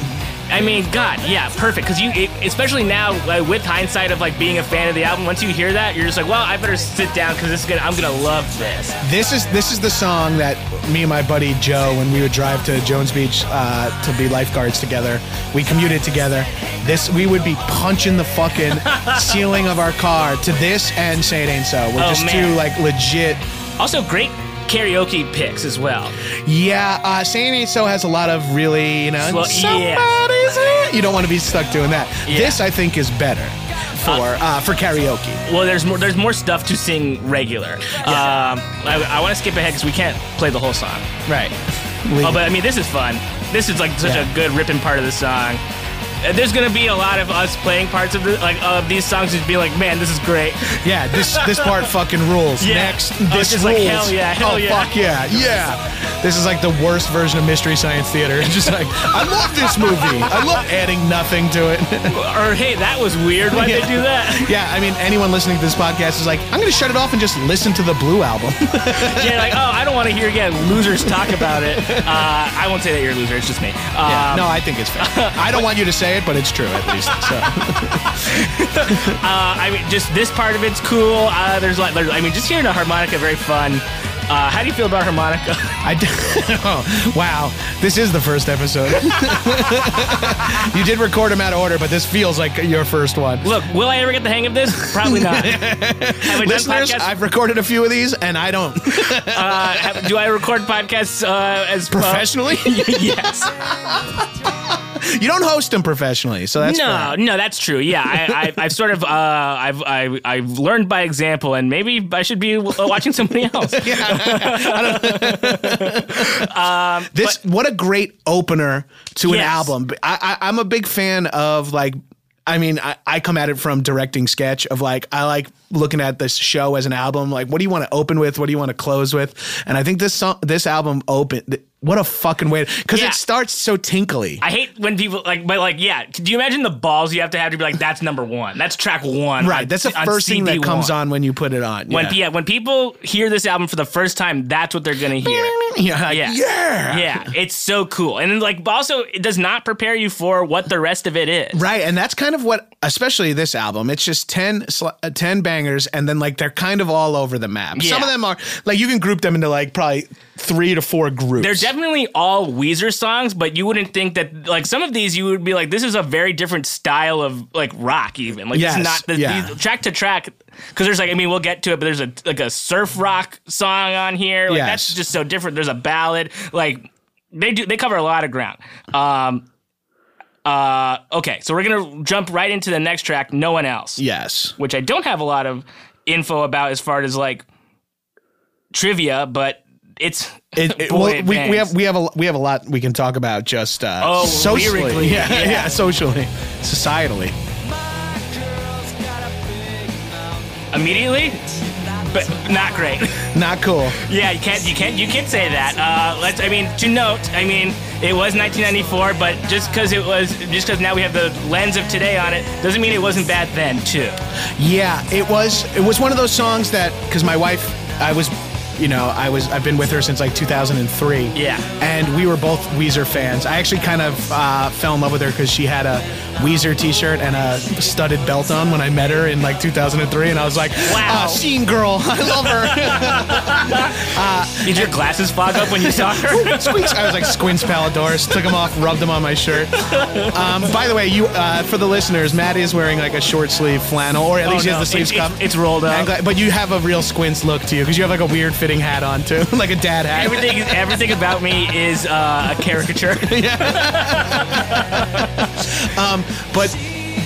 [SPEAKER 1] I mean, God, yeah, perfect. Because you, it, especially now uh, with hindsight of like being a fan of the album, once you hear that, you're just like, well, I better sit down because this is gonna, I'm gonna love this.
[SPEAKER 2] This is this is the song that me and my buddy Joe, when we would drive to Jones Beach uh, to be lifeguards together, we commuted together. This we would be punching the fucking ceiling of our car to this and say it ain't so. We're
[SPEAKER 1] Oh,
[SPEAKER 2] just
[SPEAKER 1] man.
[SPEAKER 2] two like legit
[SPEAKER 1] Also, great karaoke picks as well.
[SPEAKER 2] Yeah, uh, saying ain't so has a lot of really, you know,
[SPEAKER 1] Slow-
[SPEAKER 2] somebody's here. You don't want to be stuck doing that.
[SPEAKER 1] Yeah.
[SPEAKER 2] This I think is better for uh, for karaoke.
[SPEAKER 1] Well, there's more, there's more stuff to sing regular. Um, I, I want to skip ahead because we can't play the whole song.
[SPEAKER 2] Right.
[SPEAKER 1] Oh, but I mean, this is fun. This is like such
[SPEAKER 2] Yeah.
[SPEAKER 1] a good ripping part of the song. Uh, There's gonna be a lot of us playing parts of the like of these songs and be like, man, this is great.
[SPEAKER 2] yeah, this this part fucking rules.
[SPEAKER 1] Yeah.
[SPEAKER 2] Next,
[SPEAKER 1] I was
[SPEAKER 2] this
[SPEAKER 1] just like,
[SPEAKER 2] rules.
[SPEAKER 1] hell yeah, hell
[SPEAKER 2] oh,
[SPEAKER 1] yeah.
[SPEAKER 2] fuck yeah, yeah. This is like the worst version of Mystery Science Theater. It's just like, I love this movie. I love adding nothing to it.
[SPEAKER 1] or hey, that was weird. Why'd
[SPEAKER 2] Yeah.
[SPEAKER 1] they do that?
[SPEAKER 2] yeah, I mean, anyone listening to this podcast is like, I'm going to shut it off and just listen to the Blue album.
[SPEAKER 1] yeah, like, oh, I don't want to hear again losers talk about it. Uh, I won't say that you're a loser. It's just me. Um,
[SPEAKER 2] no, I think it's fair. I don't want you to say it, but it's true at least. So.
[SPEAKER 1] uh, I mean, just this part of it's cool. Uh, there's like, there's, I mean, just hearing a harmonica, very fun. Uh, how do you feel about harmonica?
[SPEAKER 2] I d- oh, wow, this is the first episode. you did record them out of order, but this feels like your first one.
[SPEAKER 1] Look, will I ever get the hang of this? Probably not. Have I done
[SPEAKER 2] Listeners,
[SPEAKER 1] podcasts?
[SPEAKER 2] I've recorded a few of these, and I don't
[SPEAKER 1] Uh, have- do I record podcasts uh, as well?
[SPEAKER 2] professionally. you
[SPEAKER 1] yes.
[SPEAKER 2] don't host them professionally, so that's
[SPEAKER 1] no,
[SPEAKER 2] fair.
[SPEAKER 1] no, that's true. Yeah, I, I, I've sort of, uh, I've, I, I've learned by example, and maybe I should be w- watching somebody else.
[SPEAKER 2] This what a great opener to an
[SPEAKER 1] Yes.
[SPEAKER 2] album. B- I, I, I'm a big fan of like. I mean, I, I come at it from directing sketch of like I like looking at this show as an album. Like, what do you want to open with? What do you want to close with? And I think this song, this album open th- What a fucking way! Because
[SPEAKER 1] Yeah.
[SPEAKER 2] it starts so tinkly.
[SPEAKER 1] I hate when people like, but like, yeah. Do you imagine the balls you have to have to be like, that's number one, that's track one,
[SPEAKER 2] right,
[SPEAKER 1] on-
[SPEAKER 2] that's the
[SPEAKER 1] on
[SPEAKER 2] first thing that
[SPEAKER 1] CD1.
[SPEAKER 2] comes on when you put it on.
[SPEAKER 1] When
[SPEAKER 2] yeah.
[SPEAKER 1] yeah, when people hear this album for the first time, that's what they're gonna hear.
[SPEAKER 2] Yeah, like,
[SPEAKER 1] Yeah.
[SPEAKER 2] yeah,
[SPEAKER 1] yeah, it's so cool, and then like, but also it does not prepare you for what the rest of it is.
[SPEAKER 2] Right, and that's kind of what, especially this album, it's just 10, sl- uh, 10 bangers, and then like they're kind of all over the map. Some
[SPEAKER 1] Yeah.
[SPEAKER 2] of them are like you can group them into like probably three to four groups.
[SPEAKER 1] They're definitely all Weezer songs, but you wouldn't think that like some of these you would be like, this is a very different style of like rock even. Like
[SPEAKER 2] Yes,
[SPEAKER 1] it's not the,
[SPEAKER 2] yeah.
[SPEAKER 1] these- track to track because there's like I mean we'll get to it, but there's a like a surf rock song on here. Like
[SPEAKER 2] Yes.
[SPEAKER 1] that's just so different. There's a ballad. Like they do they cover a lot of ground. Um uh okay, so we're gonna jump right into the next track, No One Else
[SPEAKER 2] yes,
[SPEAKER 1] which I don't have a lot of info about as far as like trivia, but it's
[SPEAKER 2] It- it-
[SPEAKER 1] boy,
[SPEAKER 2] well,
[SPEAKER 1] it
[SPEAKER 2] we, we
[SPEAKER 1] bangs.
[SPEAKER 2] have we have a we have a lot we can talk about just uh,
[SPEAKER 1] Oh,
[SPEAKER 2] socially,
[SPEAKER 1] lyrically,
[SPEAKER 2] yeah, yeah,
[SPEAKER 1] yeah.
[SPEAKER 2] socially, societally.
[SPEAKER 1] immediately, but not great.
[SPEAKER 2] Not cool.
[SPEAKER 1] yeah, you can't you can't you can't say that. Uh, let's I mean to note, I mean it was 1994, but just because it was just because now we have the lens of today on it doesn't mean it wasn't bad then too.
[SPEAKER 2] Yeah, it was it was one of those songs that because my wife, I was, you know, I was I've been with her since like 2003.
[SPEAKER 1] Yeah.
[SPEAKER 2] and we were both Weezer fans. I actually kind of uh, fell in love with her because she had a Weezer T-shirt and a studded belt on when I met her in like 2003, and I was like,
[SPEAKER 1] Wow.
[SPEAKER 2] ah, scene girl, I love her."
[SPEAKER 1] Did your glasses fog up when you saw her?
[SPEAKER 2] Squeaks. I was like, "Squints Palidors." Took them off, rubbed them on my shirt. Um, by the way, you uh, for the listeners, Matt is wearing like a short sleeve flannel, or at least he
[SPEAKER 1] Oh, no,
[SPEAKER 2] has the sleeves
[SPEAKER 1] it's-
[SPEAKER 2] cuffed.
[SPEAKER 1] it's- it's rolled up.
[SPEAKER 2] I'm glad- but you have a real squints look to you because you have like a weird fitting hat on too, like a dad hat.
[SPEAKER 1] everything is- everything about me is uh, a caricature.
[SPEAKER 2] But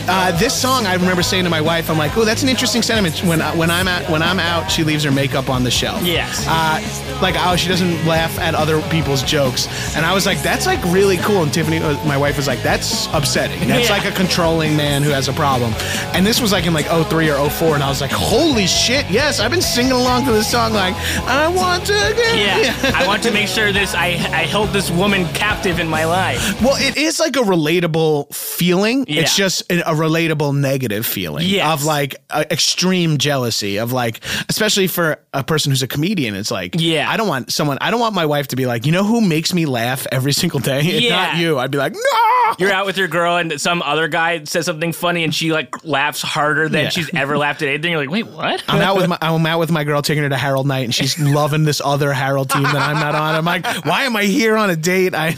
[SPEAKER 2] uh, this song, I remember saying to my wife, "I'm like, oh, that's an interesting sentiment." When I, when I'm out, when I'm out, she leaves her makeup on the shelf.
[SPEAKER 1] Yes.
[SPEAKER 2] Uh, like, oh, she doesn't laugh at other people's jokes, and I was like, "That's like really cool." And Tiffany, uh, my wife, was like, "That's upsetting. That's
[SPEAKER 1] Yeah.
[SPEAKER 2] like a controlling man who has a problem." And this was like in like 03 or 04, and I was like, "Holy shit! Yes, I've been singing along to this song. Like, I want to get
[SPEAKER 1] Yeah, I want to make sure this. I I held this woman captive in my life.
[SPEAKER 2] Well, it is like a relatable feeling.
[SPEAKER 1] Yeah.
[SPEAKER 2] It's just a, a relatable negative feeling
[SPEAKER 1] Yes.
[SPEAKER 2] of like uh, extreme jealousy of like, especially for a person who's a comedian. It's like,
[SPEAKER 1] Yeah.
[SPEAKER 2] I don't want someone. I don't want my wife to be like, you know, who makes me laugh every single day? It's not
[SPEAKER 1] Yeah.
[SPEAKER 2] you. I'd be like, no.
[SPEAKER 1] You're out with your girl, and some other guy says something funny, and she like laughs harder than
[SPEAKER 2] Yeah.
[SPEAKER 1] she's ever laughed at anything. You're like, wait, what?
[SPEAKER 2] I'm out with my I'm out with my girl taking her to Harold Knight and she's loving this other Harold team that I'm not on. I'm like, why am I here on a date? I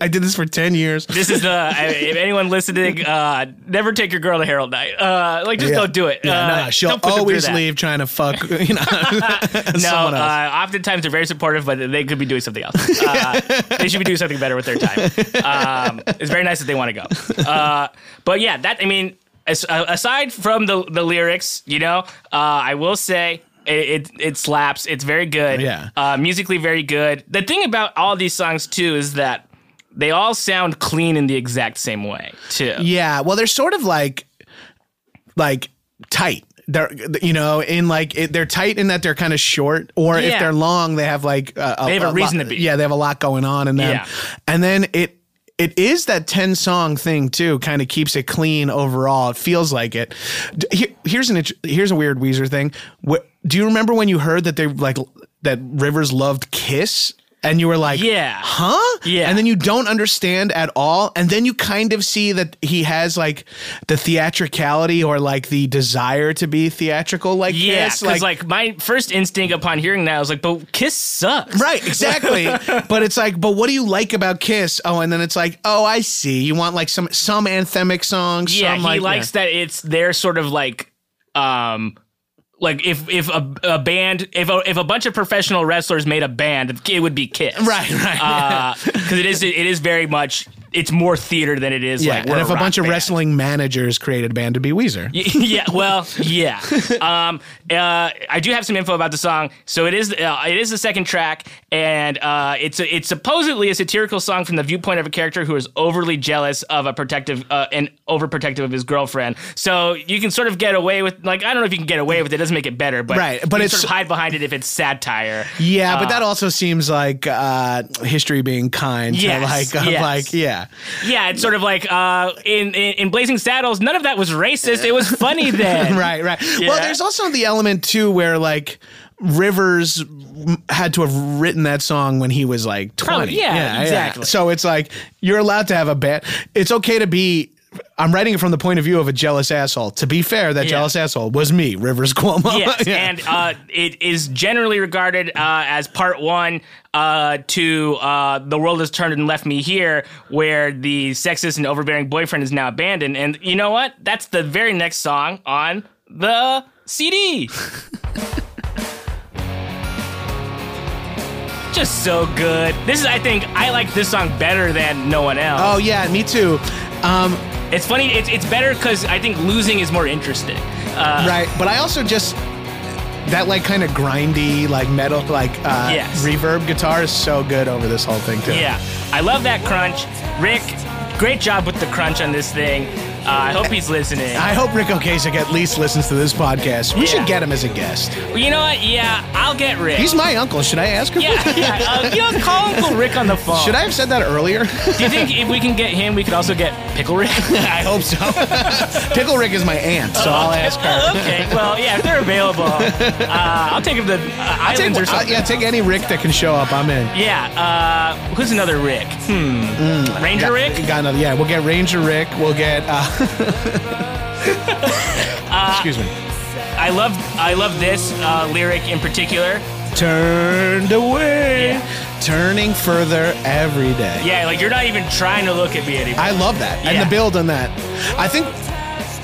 [SPEAKER 2] I did this for ten years.
[SPEAKER 1] This is the. I, if anyone listening, uh, never take your girl to Harold Night. Uh, like, just
[SPEAKER 2] Yeah.
[SPEAKER 1] don't do it.
[SPEAKER 2] Yeah,
[SPEAKER 1] uh,
[SPEAKER 2] nah, she'll
[SPEAKER 1] don't put them through
[SPEAKER 2] always
[SPEAKER 1] that.
[SPEAKER 2] leave trying to fuck. You know,
[SPEAKER 1] No,
[SPEAKER 2] someone else.
[SPEAKER 1] uh, oftentimes they're very supportive, but they could be doing something else. Uh, they should be doing something better with their time. Um, it's very nice that they want to go. Uh, but yeah, that I mean, as, uh, aside from the the lyrics, you know, uh, I will say. It, it it slaps. It's very good.
[SPEAKER 2] Yeah.
[SPEAKER 1] Uh, musically very good. The thing about all these songs too is that they all sound clean in the exact same way too.
[SPEAKER 2] Yeah, well, they're sort of like, like tight. They're you know in like it, they're tight in that they're kind of short, or if
[SPEAKER 1] Yeah.
[SPEAKER 2] they're long, they have like a,
[SPEAKER 1] They have a
[SPEAKER 2] lot-
[SPEAKER 1] reason to be.
[SPEAKER 2] Yeah, they have a lot going on in them.
[SPEAKER 1] Yeah.
[SPEAKER 2] And then it it is that ten song thing too. Kind of keeps it clean overall. It feels like it. D- Here, here's an int- here's a weird Weezer thing. What, do you remember when you heard that they like l- that Rivers loved Kiss? And you were like,
[SPEAKER 1] Yeah.
[SPEAKER 2] huh?
[SPEAKER 1] Yeah.
[SPEAKER 2] And then you don't understand at all. And then you kind of see that he has like the theatricality or like the desire to be theatrical like
[SPEAKER 1] Yeah,
[SPEAKER 2] this.
[SPEAKER 1] because like, my first instinct upon hearing that, I was like, "But Kiss sucks."
[SPEAKER 2] Right, exactly. but it's like, but what do you like about Kiss? Oh, and then it's like, oh, I see. You want like some some anthemic songs.
[SPEAKER 1] yeah
[SPEAKER 2] some,
[SPEAKER 1] he
[SPEAKER 2] like,
[SPEAKER 1] likes that it's their sort of like um like if if a, a band if a, if a bunch of professional wrestlers made a band it would be kiss
[SPEAKER 2] Right, right.
[SPEAKER 1] because it is it is very much it's more theater than it is
[SPEAKER 2] Yeah,
[SPEAKER 1] like. we're
[SPEAKER 2] and if a
[SPEAKER 1] rock
[SPEAKER 2] bunch of
[SPEAKER 1] band.
[SPEAKER 2] wrestling managers created a band to be Weezer.
[SPEAKER 1] yeah, well, yeah. Um, uh, I do have some info about the song. So it is uh, it is the second track, and uh, it's a, it's supposedly a satirical song from the viewpoint of a character who is overly jealous of a protective uh, and overprotective of his girlfriend. So you can sort of get away with like I don't know if you can get away with it. it doesn't make it better, but
[SPEAKER 2] Right,
[SPEAKER 1] you
[SPEAKER 2] but
[SPEAKER 1] can
[SPEAKER 2] it's-
[SPEAKER 1] sort of hide behind it if it's satire.
[SPEAKER 2] Yeah,
[SPEAKER 1] Uh,
[SPEAKER 2] but that also seems like uh, history being kind. Yeah,
[SPEAKER 1] Yes,
[SPEAKER 2] like, of
[SPEAKER 1] yes.
[SPEAKER 2] like, yeah,
[SPEAKER 1] Yeah, it's sort of like uh, in, in in Blazing Saddles, none of that was racist. It was funny then.
[SPEAKER 2] right, right. Well,
[SPEAKER 1] Yeah.
[SPEAKER 2] there's also the element too where like Rivers had to have written that song when he was like 20.
[SPEAKER 1] Probably, yeah, exactly.
[SPEAKER 2] So it's like you're allowed to have a bad. It's okay to be. I'm writing it from the point of view of a jealous asshole. To be fair, that
[SPEAKER 1] Yeah.
[SPEAKER 2] jealous asshole was me, Rivers Cuomo.
[SPEAKER 1] Yes,
[SPEAKER 2] Yeah.
[SPEAKER 1] and uh, it is generally regarded uh, as part one uh, to uh, "The World Has Turned and Left Me Here," where the sexist and overbearing boyfriend is now abandoned. And you know what? That's the very next song on the CD. Just so good. This is, I think, I like this song better than no one else.
[SPEAKER 2] Oh yeah, me too. Um,
[SPEAKER 1] It's funny. It's it's better because I think losing is more interesting. Uh,
[SPEAKER 2] right, but I also just that like kind of grindy, like metal, like uh,
[SPEAKER 1] Yes.
[SPEAKER 2] reverb guitar is so good over this whole thing too.
[SPEAKER 1] Yeah, I love that crunch. Rick, great job with the crunch on this thing. Uh, I hope he's listening.
[SPEAKER 2] I hope Rick Ocasek at least listens to this podcast. We should
[SPEAKER 1] Yeah.
[SPEAKER 2] get him as a guest.
[SPEAKER 1] You know what? Yeah, I'll get Rick.
[SPEAKER 2] He's my uncle. Should I ask him?
[SPEAKER 1] yeah, yeah. Uh, you know, call Uncle Rick on the phone.
[SPEAKER 2] Should I have said that earlier?
[SPEAKER 1] Do you think if we can get him, we could also get Pickle Rick? I hope so.
[SPEAKER 2] Pickle Rick is my aunt, so I'll ask her.
[SPEAKER 1] okay. Well, yeah, if they're available, uh, I'll take him to uh,
[SPEAKER 2] Take,
[SPEAKER 1] Islands or
[SPEAKER 2] uh,
[SPEAKER 1] something.
[SPEAKER 2] yeah, take any Rick that can show up. I'm in.
[SPEAKER 1] yeah. uh, who's another Rick? Hmm. Ranger Rick.
[SPEAKER 2] Mm, Got another, yeah, we'll get Ranger Rick. We'll get. Uh,
[SPEAKER 1] Uh,
[SPEAKER 2] excuse me.
[SPEAKER 1] I love I love this uh, lyric in particular.
[SPEAKER 2] Turned away, turning further every day.
[SPEAKER 1] Yeah, like you're not even trying to look at me anymore.
[SPEAKER 2] I love that. And
[SPEAKER 1] Yeah.
[SPEAKER 2] the build on that. I think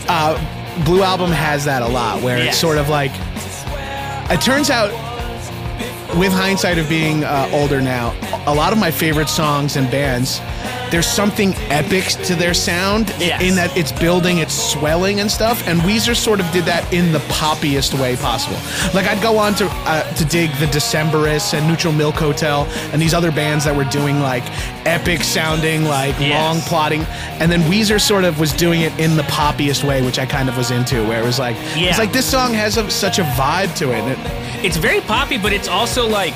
[SPEAKER 2] uh, Blue Album has that a lot where it's
[SPEAKER 1] Yes.
[SPEAKER 2] sort of like it turns out with hindsight of being uh, older now, a lot of my favorite songs and bands there's something epic to their sound i-
[SPEAKER 1] Yes.
[SPEAKER 2] in that it's building, it's swelling and stuff. And Weezer sort of did that in the poppiest way possible. Like I'd go on to uh, to dig the Decemberists and Neutral Milk Hotel and these other bands that were doing like epic sounding, like
[SPEAKER 1] Yes.
[SPEAKER 2] long plotting. And then Weezer sort of was doing it in the poppiest way, which I kind of was into, where it was like,
[SPEAKER 1] Yeah.
[SPEAKER 2] it's like this song has a, such a vibe to it. And it
[SPEAKER 1] it's very poppy, but it's also like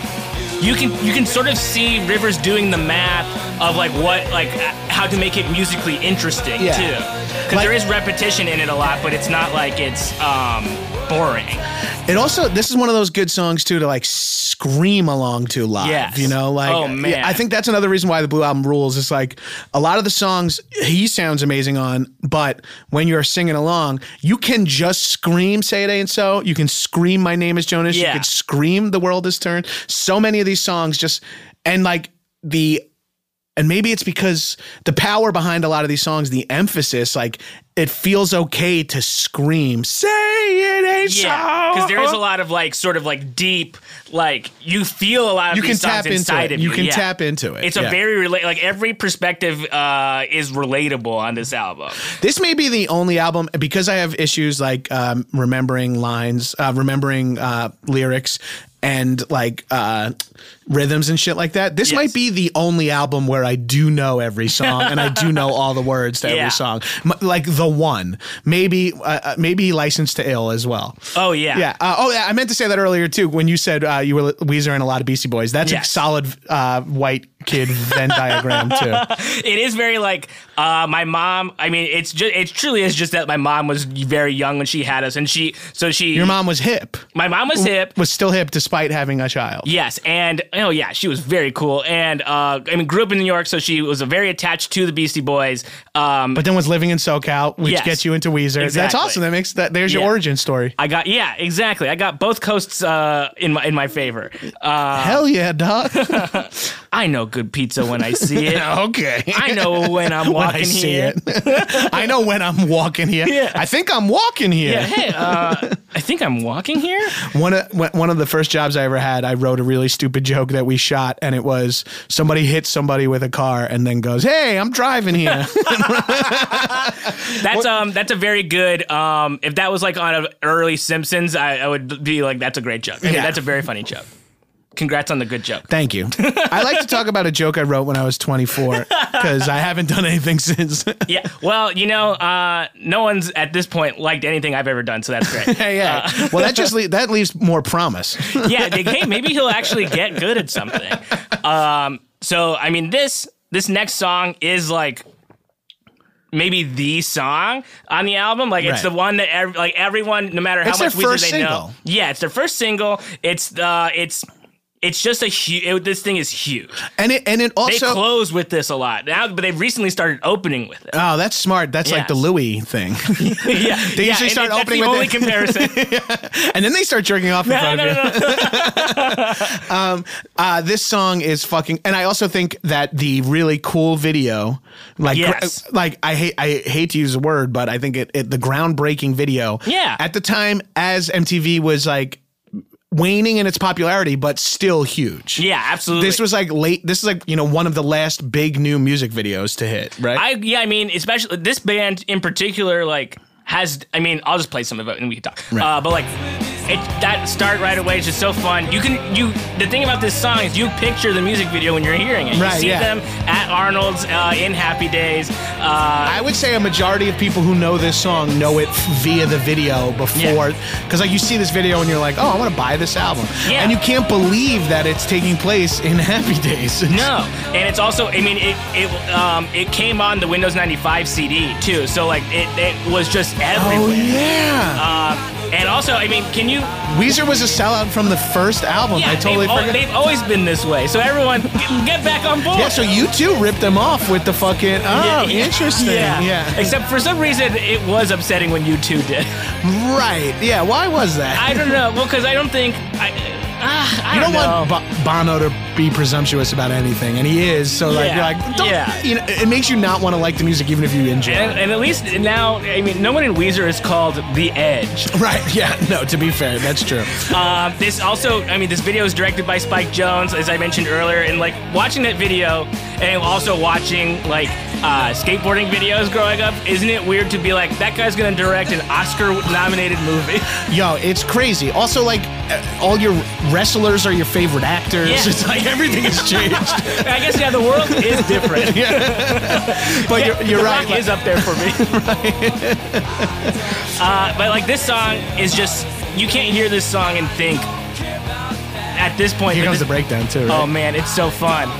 [SPEAKER 1] you can you can sort of see Rivers doing the math of like what like uh, how to make it musically interesting
[SPEAKER 2] Yeah.
[SPEAKER 1] too. Because
[SPEAKER 2] Like-
[SPEAKER 1] there is repetition in it a lot, but it's not like it's um, boring.
[SPEAKER 2] It also this is one of those good songs too to like scream along to live.
[SPEAKER 1] Yes.
[SPEAKER 2] You know, like
[SPEAKER 1] Oh, man.
[SPEAKER 2] I think that's another reason why the Blue Album rules. It's like a lot of the songs he sounds amazing on, but when you're singing along, you can just scream "Say It Ain't So." You can scream "My Name Is Jonas."
[SPEAKER 1] Yeah.
[SPEAKER 2] You could scream "The World Is Turned." So many of these songs just and like the and maybe it's because the power behind a lot of these songs, the emphasis, like it feels okay to scream, say it ain't
[SPEAKER 1] Yeah,
[SPEAKER 2] so.
[SPEAKER 1] because there is a lot of like sort of like deep like you feel a lot of
[SPEAKER 2] You can
[SPEAKER 1] these songs
[SPEAKER 2] tap into
[SPEAKER 1] inside
[SPEAKER 2] it.
[SPEAKER 1] of
[SPEAKER 2] You
[SPEAKER 1] you.
[SPEAKER 2] can
[SPEAKER 1] yeah.
[SPEAKER 2] tap into it.
[SPEAKER 1] It's
[SPEAKER 2] yeah.
[SPEAKER 1] a very rela- like every perspective uh, is relatable on this album.
[SPEAKER 2] This may be the only album because I have issues like um, remembering lines, uh, remembering uh, lyrics, and like uh, rhythms and shit like that. This
[SPEAKER 1] Yes.
[SPEAKER 2] might be the only album where I do know every song and I do know all the words to
[SPEAKER 1] Yeah.
[SPEAKER 2] every song. M- like the one, maybe uh, uh, maybe "License to Ill" as well.
[SPEAKER 1] Oh yeah,
[SPEAKER 2] Yeah. Uh, oh, yeah. I meant to say that earlier too. When you said uh, you were Weezer and a lot of Beastie Boys, that's
[SPEAKER 1] Yes.
[SPEAKER 2] a solid uh, white kid Venn diagram too.
[SPEAKER 1] it is very like uh, my mom. I mean, it's just it truly is just that my mom was very young when she had us, and she so she
[SPEAKER 2] Your mom Oh. was hip,
[SPEAKER 1] my mom was hip.
[SPEAKER 2] was still hip despite having a child.
[SPEAKER 1] Yes, and oh yeah, she was very cool, and uh, I mean, grew up in New York, so she was uh, very attached to the Beastie Boys. Um,
[SPEAKER 2] But then was living in SoCal, which
[SPEAKER 1] Yes.
[SPEAKER 2] gets you into Weezer. That's
[SPEAKER 1] Exactly.
[SPEAKER 2] awesome. That makes that. There's your
[SPEAKER 1] Yeah.
[SPEAKER 2] origin story.
[SPEAKER 1] I got yeah, exactly. I got both coasts uh, in my in my favor. Uh,
[SPEAKER 2] Hell yeah, dog.
[SPEAKER 1] I know good pizza when I see it.
[SPEAKER 2] okay.
[SPEAKER 1] I know when I'm
[SPEAKER 2] When
[SPEAKER 1] walking
[SPEAKER 2] I see
[SPEAKER 1] here.
[SPEAKER 2] it, I know when I'm walking here.
[SPEAKER 1] Yeah.
[SPEAKER 2] I think I'm walking here.
[SPEAKER 1] Yeah, hey, uh, I think I'm walking here.
[SPEAKER 2] One of one- one of the first jobs I ever had, I wrote a really stupid joke that we shot, and it was somebody hits somebody with a car and then goes, "Hey, I'm driving here."
[SPEAKER 1] That's um that's a very good um if that was like on an early Simpsons, I, I would be like, that's a great joke. I mean,
[SPEAKER 2] Yeah.
[SPEAKER 1] that's a very funny joke. Congrats on the good joke.
[SPEAKER 2] Thank you. I like to talk about a joke I wrote when I was 24 because I haven't done anything since.
[SPEAKER 1] Yeah. Well, you know, uh, no one's at this point liked anything I've ever done, so that's great.
[SPEAKER 2] hey, yeah. well, that just le- that leaves more promise.
[SPEAKER 1] yeah. Like, hey, maybe he'll actually get good at something. Um. So I mean, this this next song is like maybe the song on the album. Like it's
[SPEAKER 2] Right.
[SPEAKER 1] the one that ev- like everyone, no matter how
[SPEAKER 2] It's
[SPEAKER 1] much
[SPEAKER 2] their
[SPEAKER 1] Weezer
[SPEAKER 2] first
[SPEAKER 1] they know.
[SPEAKER 2] single.
[SPEAKER 1] Yeah, it's their first single. It's uh, it's. It's just a huge. This thing is huge.
[SPEAKER 2] And it and it
[SPEAKER 1] They
[SPEAKER 2] also
[SPEAKER 1] close with this a lot now, but they've recently started opening with it.
[SPEAKER 2] Oh, that's smart. That's
[SPEAKER 1] Yeah.
[SPEAKER 2] like the Louis thing.
[SPEAKER 1] yeah,
[SPEAKER 2] They
[SPEAKER 1] yeah,
[SPEAKER 2] usually
[SPEAKER 1] and
[SPEAKER 2] start
[SPEAKER 1] that's
[SPEAKER 2] opening
[SPEAKER 1] the
[SPEAKER 2] with
[SPEAKER 1] only
[SPEAKER 2] it.
[SPEAKER 1] comparison.
[SPEAKER 2] and then they start jerking off in
[SPEAKER 1] no,
[SPEAKER 2] front of
[SPEAKER 1] no,
[SPEAKER 2] you.
[SPEAKER 1] no, no.
[SPEAKER 2] Uh, this song is fucking, and I also think that the really cool video, like,
[SPEAKER 1] Yes.
[SPEAKER 2] gr- like I hate, I hate to use the word, but I think it, it the groundbreaking video.
[SPEAKER 1] Yeah.
[SPEAKER 2] At the time, as MTV was like waning in its popularity, but still huge.
[SPEAKER 1] Yeah, absolutely.
[SPEAKER 2] This was like late. This is like you know one of the last big new music videos to hit, right?
[SPEAKER 1] I yeah, I mean, especially this band in particular, like has. I mean, I'll just play some of it and we can talk. Uh, but like, it that start right away is just so fun. You can you the thing about this song is you picture the music video when you're hearing it. You
[SPEAKER 2] Right,
[SPEAKER 1] see
[SPEAKER 2] yeah.
[SPEAKER 1] them at Arnold's uh, in Happy Days. Uh,
[SPEAKER 2] I would say a majority of people who know this song know it via the video before, because like you see this video and you're like, oh, I want to buy this album,
[SPEAKER 1] Yeah.
[SPEAKER 2] and you can't believe that it's taking place in Happy Days.
[SPEAKER 1] No, and it's also. I mean, it it um it came on the Windows 95 CD too. So like it it was just
[SPEAKER 2] Oh
[SPEAKER 1] everywhere.
[SPEAKER 2] yeah, Oh.
[SPEAKER 1] Uh, and also, I mean, can you
[SPEAKER 2] Weezer was a sellout from the first album.
[SPEAKER 1] Yeah,
[SPEAKER 2] I totally
[SPEAKER 1] they've, al-
[SPEAKER 2] forgot.
[SPEAKER 1] they've always been this way. So everyone, g- get back on board.
[SPEAKER 2] Yeah, so you too ripped them off with the fucking. Oh, interesting. Yeah.
[SPEAKER 1] Except for some reason, it was upsetting when you two did.
[SPEAKER 2] right. Yeah. Why was that?
[SPEAKER 1] I don't know. Well, because I don't think I. Uh, I
[SPEAKER 2] you
[SPEAKER 1] don't,
[SPEAKER 2] don't
[SPEAKER 1] know.
[SPEAKER 2] want Bo- Bono to be presumptuous about anything, and he is. So like,
[SPEAKER 1] Yeah.
[SPEAKER 2] you're like, don't,
[SPEAKER 1] Yeah.
[SPEAKER 2] you know, it makes you not want to like the music, even if you enjoy. it.
[SPEAKER 1] and, and at least now, I mean, no one in Weezer is called the Edge.
[SPEAKER 2] Right. Yeah. No. To be fair, that's true.
[SPEAKER 1] Uh, this also, I mean, this video is directed by Spike Jones, as I mentioned earlier, and like watching that video, and also watching like uh, skateboarding videos growing up, isn't it weird to be like that guy's gonna direct an Oscar-nominated movie?
[SPEAKER 2] Yo, it's crazy. Also, like, uh, all your wrestlers are your favorite actors.
[SPEAKER 1] Yeah.
[SPEAKER 2] It's like everything has changed.
[SPEAKER 1] I guess yeah, the world is different.
[SPEAKER 2] but you're, you're
[SPEAKER 1] the
[SPEAKER 2] right.
[SPEAKER 1] Rock
[SPEAKER 2] like-
[SPEAKER 1] is up there for me. uh, but like this song is just you can't hear this song and think at this point.
[SPEAKER 2] here
[SPEAKER 1] that
[SPEAKER 2] comes the
[SPEAKER 1] this-
[SPEAKER 2] breakdown too. Right?
[SPEAKER 1] Oh man, it's so fun.
[SPEAKER 2] Um,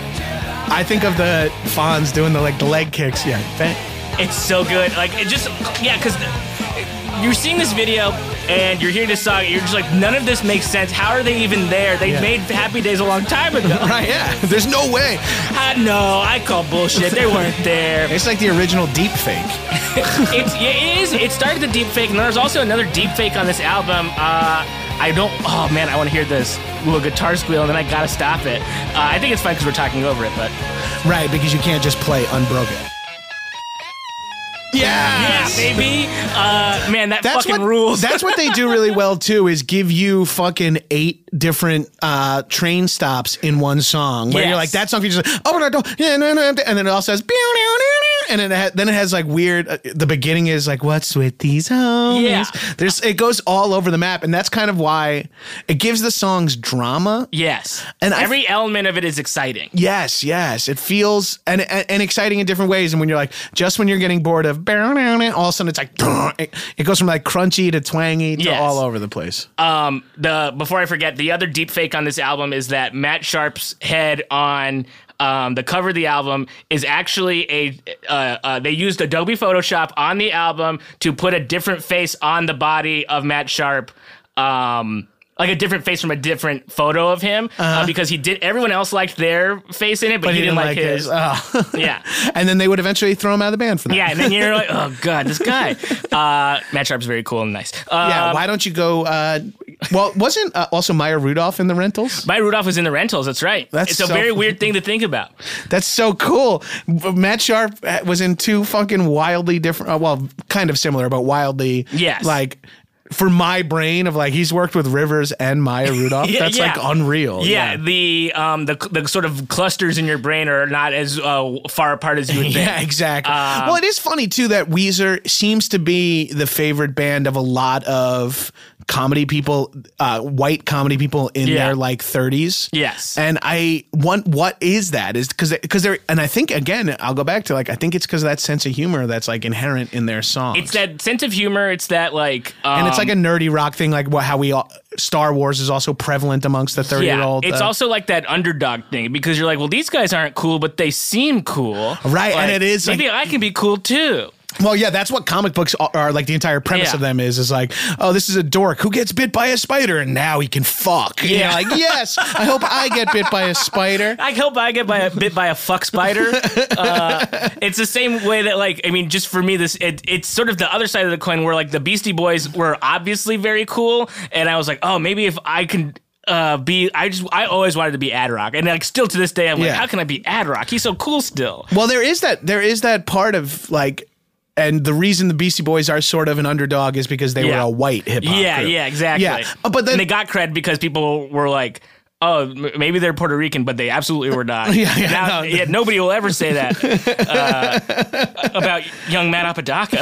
[SPEAKER 2] I think of the Fonz doing the like the leg kicks. Yeah. Fa-
[SPEAKER 1] It's so good. Like it just yeah, because you're seeing this video and you're hearing this song. And you're just like none of this makes sense. How are they even there? They
[SPEAKER 2] Yeah.
[SPEAKER 1] made Happy Days a long time ago.
[SPEAKER 2] Right. Yeah. There's no way.
[SPEAKER 1] I know. I call bullshit. They weren't there.
[SPEAKER 2] It's like the original deep fake.
[SPEAKER 1] it's yeah, it is. It started the deep fake, and there's also another deep fake on this album. Uh, I don't. Oh man, I want to hear this little guitar squeal, and then I gotta stop it. Uh, I think it's fine because we're talking over it, but
[SPEAKER 2] Right. Because you can't just play unbroken.
[SPEAKER 1] yeah,
[SPEAKER 2] Yes.
[SPEAKER 1] baby. Uh, man, that
[SPEAKER 2] That's
[SPEAKER 1] fucking
[SPEAKER 2] what
[SPEAKER 1] rules.
[SPEAKER 2] That's what they do really well too. Is give you fucking eight different uh, train stops in one song where
[SPEAKER 1] Yes.
[SPEAKER 2] you're like that song features like, oh no no yeah, no no and then it all says "Pew, pew, pew, pew," and then it ha- then it has like weird. Uh, the beginning is like what's with these homies?
[SPEAKER 1] Yeah.
[SPEAKER 2] There's it goes all over the map, and that's kind of why it gives the songs drama.
[SPEAKER 1] yes, and
[SPEAKER 2] And I-
[SPEAKER 1] every element of it is exciting.
[SPEAKER 2] Yes, yes, it feels and, and and exciting in different ways. And when you're like, just when you're getting bored of, all of a sudden it's like, it, it goes from like crunchy to twangy to
[SPEAKER 1] Yes.
[SPEAKER 2] all over the place.
[SPEAKER 1] Um, the before I forget, the other deep fake on this album is that Matt Sharp's head on um, the cover of the album is actually a uh, uh, they used Adobe Photoshop on the album to put a different face on the body of Matt Sharp. Um, like a different face from a different photo of him uh because he did everyone else liked their face in it but, he, didn't, like his,
[SPEAKER 2] Oh.
[SPEAKER 1] yeah
[SPEAKER 2] and then they would eventually throw him out of the band for that.
[SPEAKER 1] yeah and then you're like oh god this guy uh matt sharp's very cool and nice uh
[SPEAKER 2] Yeah, why don't you go? Uh, well, wasn't uh, also Maya Rudolph in the rentals?
[SPEAKER 1] my rudolph was in the rentals that's right
[SPEAKER 2] That's
[SPEAKER 1] it's a
[SPEAKER 2] so-
[SPEAKER 1] very weird thing to think about
[SPEAKER 2] That's so cool. Matt Sharp uh, was in two fucking wildly different, uh, well, kind of similar, but wildly
[SPEAKER 1] Yes.
[SPEAKER 2] like for my brain of like he's worked with Rivers and Maya Rudolph.
[SPEAKER 1] Yeah,
[SPEAKER 2] that's
[SPEAKER 1] yeah.
[SPEAKER 2] like unreal.
[SPEAKER 1] Yeah, the um the the sort of clusters in your brain are not as uh, far apart as you would think.
[SPEAKER 2] Yeah, exactly.
[SPEAKER 1] Um,
[SPEAKER 2] well, it is funny too that Weezer seems to be the favorite band of a lot of comedy people, uh, white comedy people in
[SPEAKER 1] Yeah.
[SPEAKER 2] their like 30s.
[SPEAKER 1] Yes.
[SPEAKER 2] And I want what is that? Is because because they're and I think again I'll go back to like I think it's because that sense of humor that's like inherent in their songs.
[SPEAKER 1] It's that sense of humor. It's that like um,
[SPEAKER 2] and it's like a nerdy rock thing, like what, how we all, Star Wars is also prevalent amongst the uh, thirty year old.
[SPEAKER 1] It's also like that underdog thing because you're like, well, these guys aren't cool, but they seem cool,
[SPEAKER 2] Right, and
[SPEAKER 1] Like,
[SPEAKER 2] it is,
[SPEAKER 1] Maybe I can be cool too.
[SPEAKER 2] Well, yeah, that's what comic books are, are like. The entire premise
[SPEAKER 1] Yeah.
[SPEAKER 2] of them is is like, oh, this is a dork who gets bit by a spider and now he can fuck. You
[SPEAKER 1] Yeah.
[SPEAKER 2] know, like yes, I hope I get bit by a spider.
[SPEAKER 1] I hope I get by a bit by a fuck spider. Uh, it's the same way that like I mean, just for me, this it, it's sort of the other side of the coin where like the Beastie Boys were obviously very cool, and I was like, oh, maybe if I can. Uh, be I just I always wanted to be Ad Rock, and like still to this day I'm like,
[SPEAKER 2] Yeah.
[SPEAKER 1] how can I be Ad Rock? He's so cool still.
[SPEAKER 2] Well, there is that. There is that part of like. And the reason the Beastie Boys are sort of an underdog is because they
[SPEAKER 1] Yeah.
[SPEAKER 2] were a white hip hop.
[SPEAKER 1] Yeah,
[SPEAKER 2] group.
[SPEAKER 1] yeah, exactly.
[SPEAKER 2] Yeah, uh, but then
[SPEAKER 1] and they got cred because people were like, "Oh, m- maybe they're Puerto Rican, but they absolutely were not."
[SPEAKER 2] Yeah, yeah,
[SPEAKER 1] Now-
[SPEAKER 2] no.
[SPEAKER 1] yeah, Nobody will ever say that uh, about young Matt Apodaca,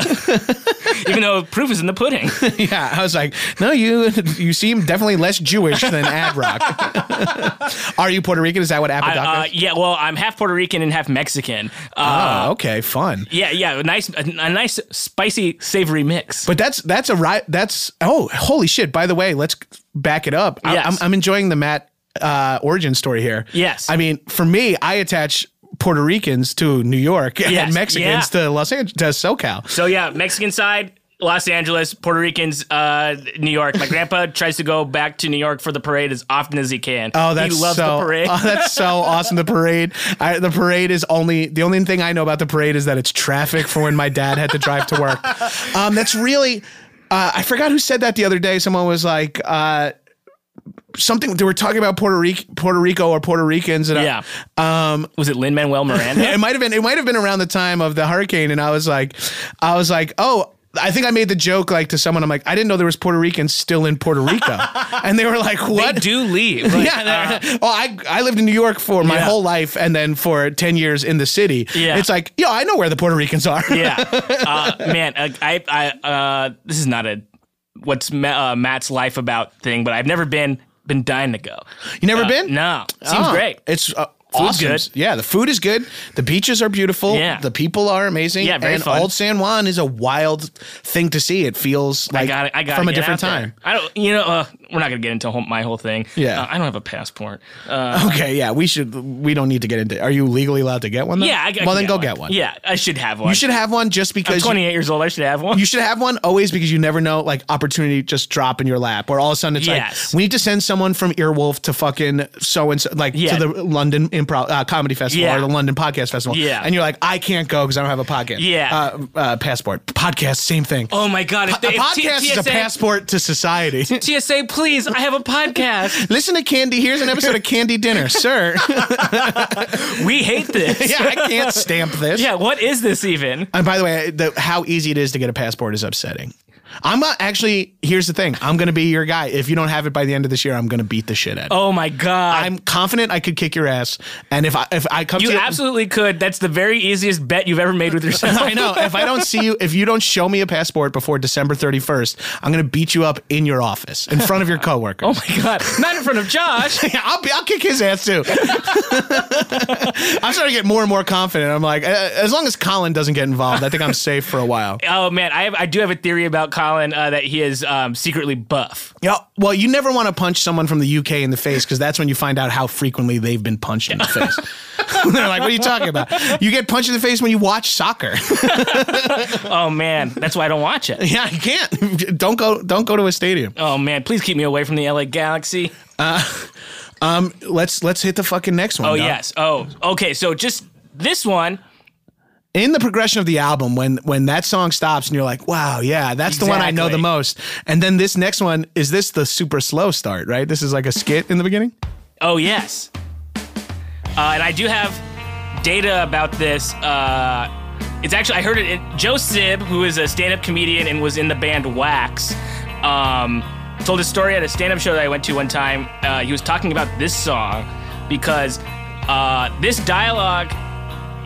[SPEAKER 1] even though proof is in the pudding.
[SPEAKER 2] Yeah, I was like, no, you you seem definitely less Jewish than Ad Rock. Are you Puerto Rican? Is that what Apodaca?
[SPEAKER 1] Uh,
[SPEAKER 2] is?
[SPEAKER 1] yeah, well, I'm half Puerto Rican and half Mexican. Uh,
[SPEAKER 2] oh, okay, fun.
[SPEAKER 1] yeah, yeah, a nice, a, a nice spicy, savory mix.
[SPEAKER 2] But that's that's a right. That's oh, holy shit! By the way, let's back it up. I,
[SPEAKER 1] Yes.
[SPEAKER 2] I'm, I'm enjoying the Matt uh, origin story here.
[SPEAKER 1] Yes.
[SPEAKER 2] I mean, for me, I attach Puerto Ricans to New York
[SPEAKER 1] Yes,
[SPEAKER 2] and Mexicans
[SPEAKER 1] yeah.
[SPEAKER 2] to Los Angeles to SoCal.
[SPEAKER 1] So yeah, Mexican side, Los Angeles, Puerto Ricans, uh, New York. My grandpa tries to go back to New York for the parade as often as he can.
[SPEAKER 2] Oh, that's
[SPEAKER 1] he loves
[SPEAKER 2] so
[SPEAKER 1] the parade.
[SPEAKER 2] oh, that's so awesome. The parade, I, the parade is only the only thing I know about the parade is that it's traffic for when my dad had to drive to work. Um, that's really. Uh, I forgot who said that the other day. Someone was like, uh, something they were talking about Puerto Rico, Puerto Rico or Puerto Ricans, and I-
[SPEAKER 1] yeah. Um, was it Lin Manuel Miranda?
[SPEAKER 2] it might have been it might have been around the time of the hurricane and i was like i was like oh I think I made the joke like to someone. I'm like, I didn't know there was Puerto Ricans still in Puerto Rico, and they were like,
[SPEAKER 1] they
[SPEAKER 2] "What?"
[SPEAKER 1] do leave. Like,
[SPEAKER 2] yeah. they're- well, I I lived in New York for my
[SPEAKER 1] Uh, Yeah.
[SPEAKER 2] whole life, and then for ten years in the city.
[SPEAKER 1] Yeah.
[SPEAKER 2] It's like, yo, I know where the Puerto Ricans are.
[SPEAKER 1] yeah. Uh, man, uh, I, I, uh, this is not a what's Ma- uh, Matt's life about thing, but I've never been been dying to go.
[SPEAKER 2] You never
[SPEAKER 1] Uh,
[SPEAKER 2] been?
[SPEAKER 1] No, seems
[SPEAKER 2] Oh,
[SPEAKER 1] great.
[SPEAKER 2] It's uh,
[SPEAKER 1] Food's
[SPEAKER 2] awesome.
[SPEAKER 1] good.
[SPEAKER 2] Yeah, the food is good. The beaches are beautiful.
[SPEAKER 1] Yeah.
[SPEAKER 2] The people are amazing.
[SPEAKER 1] Yeah, very
[SPEAKER 2] and
[SPEAKER 1] fun.
[SPEAKER 2] Old San Juan is a wild thing to see. It feels like
[SPEAKER 1] I got it. I got
[SPEAKER 2] from a
[SPEAKER 1] get
[SPEAKER 2] different
[SPEAKER 1] out there.
[SPEAKER 2] time.
[SPEAKER 1] I don't. You know, uh, we're not gonna get into whole, my whole thing.
[SPEAKER 2] Yeah.
[SPEAKER 1] Uh, I don't have a passport. Uh,
[SPEAKER 2] Okay, yeah, we should. We don't need to get into. Are you legally allowed to get one? Though?
[SPEAKER 1] Yeah, I, I can
[SPEAKER 2] well, then go
[SPEAKER 1] one.
[SPEAKER 2] get one.
[SPEAKER 1] Yeah, I should have one.
[SPEAKER 2] you should have one just
[SPEAKER 1] I'm
[SPEAKER 2] because. You,
[SPEAKER 1] 28 years old. I should have one.
[SPEAKER 2] you should have one always because you never know, like opportunity just drop in your lap, or all of a sudden it's
[SPEAKER 1] Yes.
[SPEAKER 2] like we need to send someone from Earwolf to fucking so and so, like
[SPEAKER 1] Yeah.
[SPEAKER 2] to the London Improv uh, Comedy Festival
[SPEAKER 1] Yeah.
[SPEAKER 2] or the London Podcast Festival.
[SPEAKER 1] Yeah.
[SPEAKER 2] and you're like, I can't go because I don't have a podcast.
[SPEAKER 1] Yeah.
[SPEAKER 2] uh, uh, passport, podcast, same thing.
[SPEAKER 1] oh my god! If
[SPEAKER 2] a
[SPEAKER 1] they, if T-
[SPEAKER 2] podcast is a
[SPEAKER 1] TSA
[SPEAKER 2] passport to society.
[SPEAKER 1] TSA, please! I have a podcast.
[SPEAKER 2] Listen to Candy. Here's an episode of Candy Dinner, sir.
[SPEAKER 1] we hate this.
[SPEAKER 2] yeah, I can't stamp this.
[SPEAKER 1] Yeah, What is this even?
[SPEAKER 2] And by the way, the, how easy it is to get a passport is upsetting. I'm not actually. Here's the thing. I'm going to be your guy. If you don't have it by the end of this year, I'm going to beat the shit out. of you.
[SPEAKER 1] Oh my god!
[SPEAKER 2] I'm confident I could kick your ass. And if I if I come
[SPEAKER 1] you
[SPEAKER 2] to
[SPEAKER 1] absolutely could. That's the very easiest bet you've ever made with yourself.
[SPEAKER 2] I know if I don't see you, if you don't show me a passport before December 31st, I'm going to beat you up in your office in front of your coworkers.
[SPEAKER 1] Oh my god! Not in front of Josh.
[SPEAKER 2] Yeah, I'll, be, I'll kick his ass too. I'm starting to get more and more confident. I'm like, uh, as long as Colin doesn't get involved, I think I'm safe for a while.
[SPEAKER 1] Oh man, I have, I do have a theory about Colin uh, that he is um, secretly buff.
[SPEAKER 2] Yeah. Well, you never want to punch someone from the UK in the face because that's when you find out how frequently they've been punched in the face. They're like, what are you talking about? You get punched in the face when you watch soccer.
[SPEAKER 1] Oh man, that's why I don't watch it.
[SPEAKER 2] yeah, you can't. Don't go don't go to a stadium. Uh,
[SPEAKER 1] Oh man, please keep me away from the LA Galaxy.
[SPEAKER 2] um, Let's let's hit the fucking next one.
[SPEAKER 1] Oh
[SPEAKER 2] dog.
[SPEAKER 1] yes. Oh okay. So just this one.
[SPEAKER 2] In the progression of the album, when when that song stops and you're like, wow, yeah, that's the one I know the
[SPEAKER 1] Exactly.
[SPEAKER 2] most. And then this next one, is this the super slow start, right? This is like a skit in the beginning?
[SPEAKER 1] Oh yes. Uh, and I do have data about this. Uh, it's actually I heard it. it Joe Sib, who is a stand-up comedian and was in the band Wax, um, told a story at a stand-up show that I went to one time. Uh, he was talking about this song because uh, this dialogue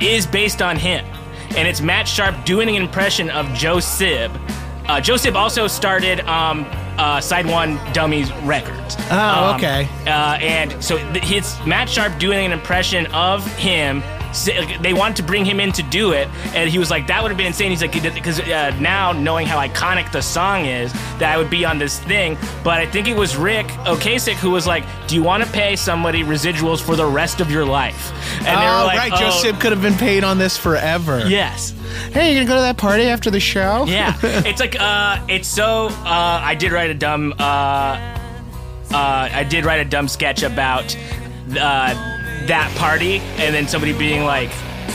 [SPEAKER 1] is based on him, and it's Matt Sharp doing an impression of Joe Sib. Uh, Joe Sib also started um, uh, Side One Dummies Records.
[SPEAKER 2] Oh,
[SPEAKER 1] Um,
[SPEAKER 2] okay.
[SPEAKER 1] uh, and so th- it's Matt Sharp doing an impression of him. S- like, They wanted to bring him in to do it, and he was like, "That would have been insane." He's like, "Because uh, now knowing how iconic the song is, that I would be on this thing." But I think it was Rick Ocasek who was like, "Do you want to pay somebody residuals for the rest of your life?" And
[SPEAKER 2] oh, right.
[SPEAKER 1] "Oh,
[SPEAKER 2] Joe Sib could have been paid on this forever.
[SPEAKER 1] Yes.
[SPEAKER 2] Hey, you gonna go to that party after the show?
[SPEAKER 1] Yeah. it's like uh it's so uh I did write a dumb uh uh I did write a dumb sketch about uh that party and then somebody being like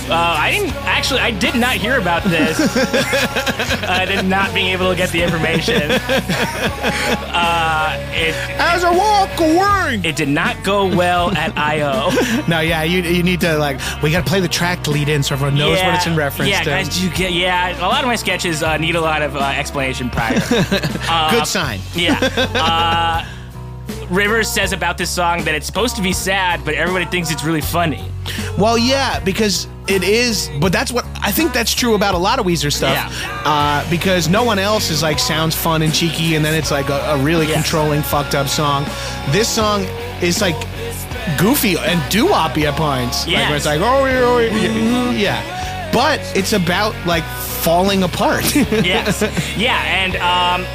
[SPEAKER 1] uh, I didn't actually. I did not hear about this. I did not being able to get the information. Uh, it
[SPEAKER 2] As a walk away.
[SPEAKER 1] it did not go well at IO.
[SPEAKER 2] No, yeah, you you need to like we gotta play the track lead in so everyone knows what it's in reference
[SPEAKER 1] yeah,
[SPEAKER 2] to.
[SPEAKER 1] guys, you get, yeah, a lot of my sketches uh, need a lot of uh, explanation prior.
[SPEAKER 2] Good sign.
[SPEAKER 1] Yeah. Uh, Rivers says about this song that it's supposed to be sad, but everybody thinks it's really funny.
[SPEAKER 2] Well, yeah, because it is, but that's what I think that's true about a lot of Weezer stuff.
[SPEAKER 1] Yeah.
[SPEAKER 2] Uh, because no one else is like sounds fun and cheeky, and then it's like a, a really
[SPEAKER 1] Yeah.
[SPEAKER 2] controlling, fucked up song. This song is like goofy and doo woppy at points. Like, where
[SPEAKER 1] Yes.
[SPEAKER 2] it's like, oh, yeah, oh, yeah, yeah. But it's about like falling apart.
[SPEAKER 1] Yes. yeah, and um,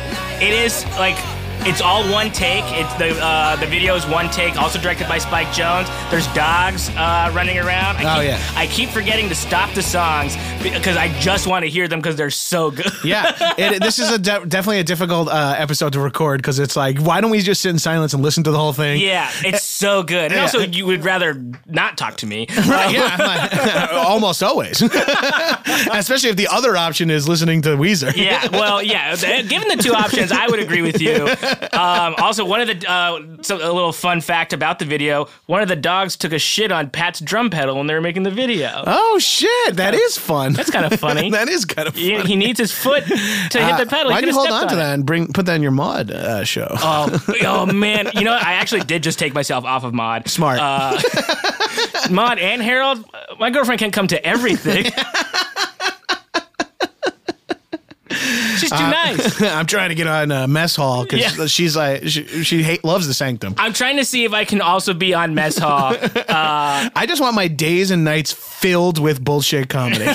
[SPEAKER 1] it is like it's all one take. It's the uh, the video is one take. Also directed by Spike Jones. There's dogs uh, running around. I
[SPEAKER 2] Oh,
[SPEAKER 1] keep,
[SPEAKER 2] yeah.
[SPEAKER 1] I keep forgetting to stop the songs because I just want to hear them because they're so good.
[SPEAKER 2] yeah, it, this is a de- definitely a difficult uh, episode to record because it's like, why don't we just sit in silence and listen to the whole thing?
[SPEAKER 1] Yeah, it's so good. And
[SPEAKER 2] Yeah.
[SPEAKER 1] also, you would rather not talk to me. Uh,
[SPEAKER 2] Right, yeah, I'm like, almost always. Especially if the other option is listening to Weezer.
[SPEAKER 1] yeah, well, yeah. th- Given the two options, I would agree with you. Um, also, one of the uh, so a little fun fact about the video: one of the dogs took a shit on Pat's drum pedal when they were making the video.
[SPEAKER 2] Oh shit, that is fun.
[SPEAKER 1] That's kind of funny.
[SPEAKER 2] that is kind of fun.
[SPEAKER 1] he, he needs his foot to hit the pedal. He
[SPEAKER 2] Why do Uh, you
[SPEAKER 1] could've
[SPEAKER 2] hold
[SPEAKER 1] stepped
[SPEAKER 2] on to
[SPEAKER 1] it.
[SPEAKER 2] that and bring put that in your mod uh, show?
[SPEAKER 1] Oh, oh man, you know what? I actually did just take myself off of mod.
[SPEAKER 2] Smart.
[SPEAKER 1] Uh, mod and Harold. uh, My girlfriend can come to everything. She's too
[SPEAKER 2] Uh,
[SPEAKER 1] nice.
[SPEAKER 2] I'm trying to get on uh, mess hall because
[SPEAKER 1] Yeah.
[SPEAKER 2] she's like she, she hate, loves the sanctum.
[SPEAKER 1] I'm trying to see if I can also be on mess hall.
[SPEAKER 2] I just want my days and nights filled with bullshit comedy.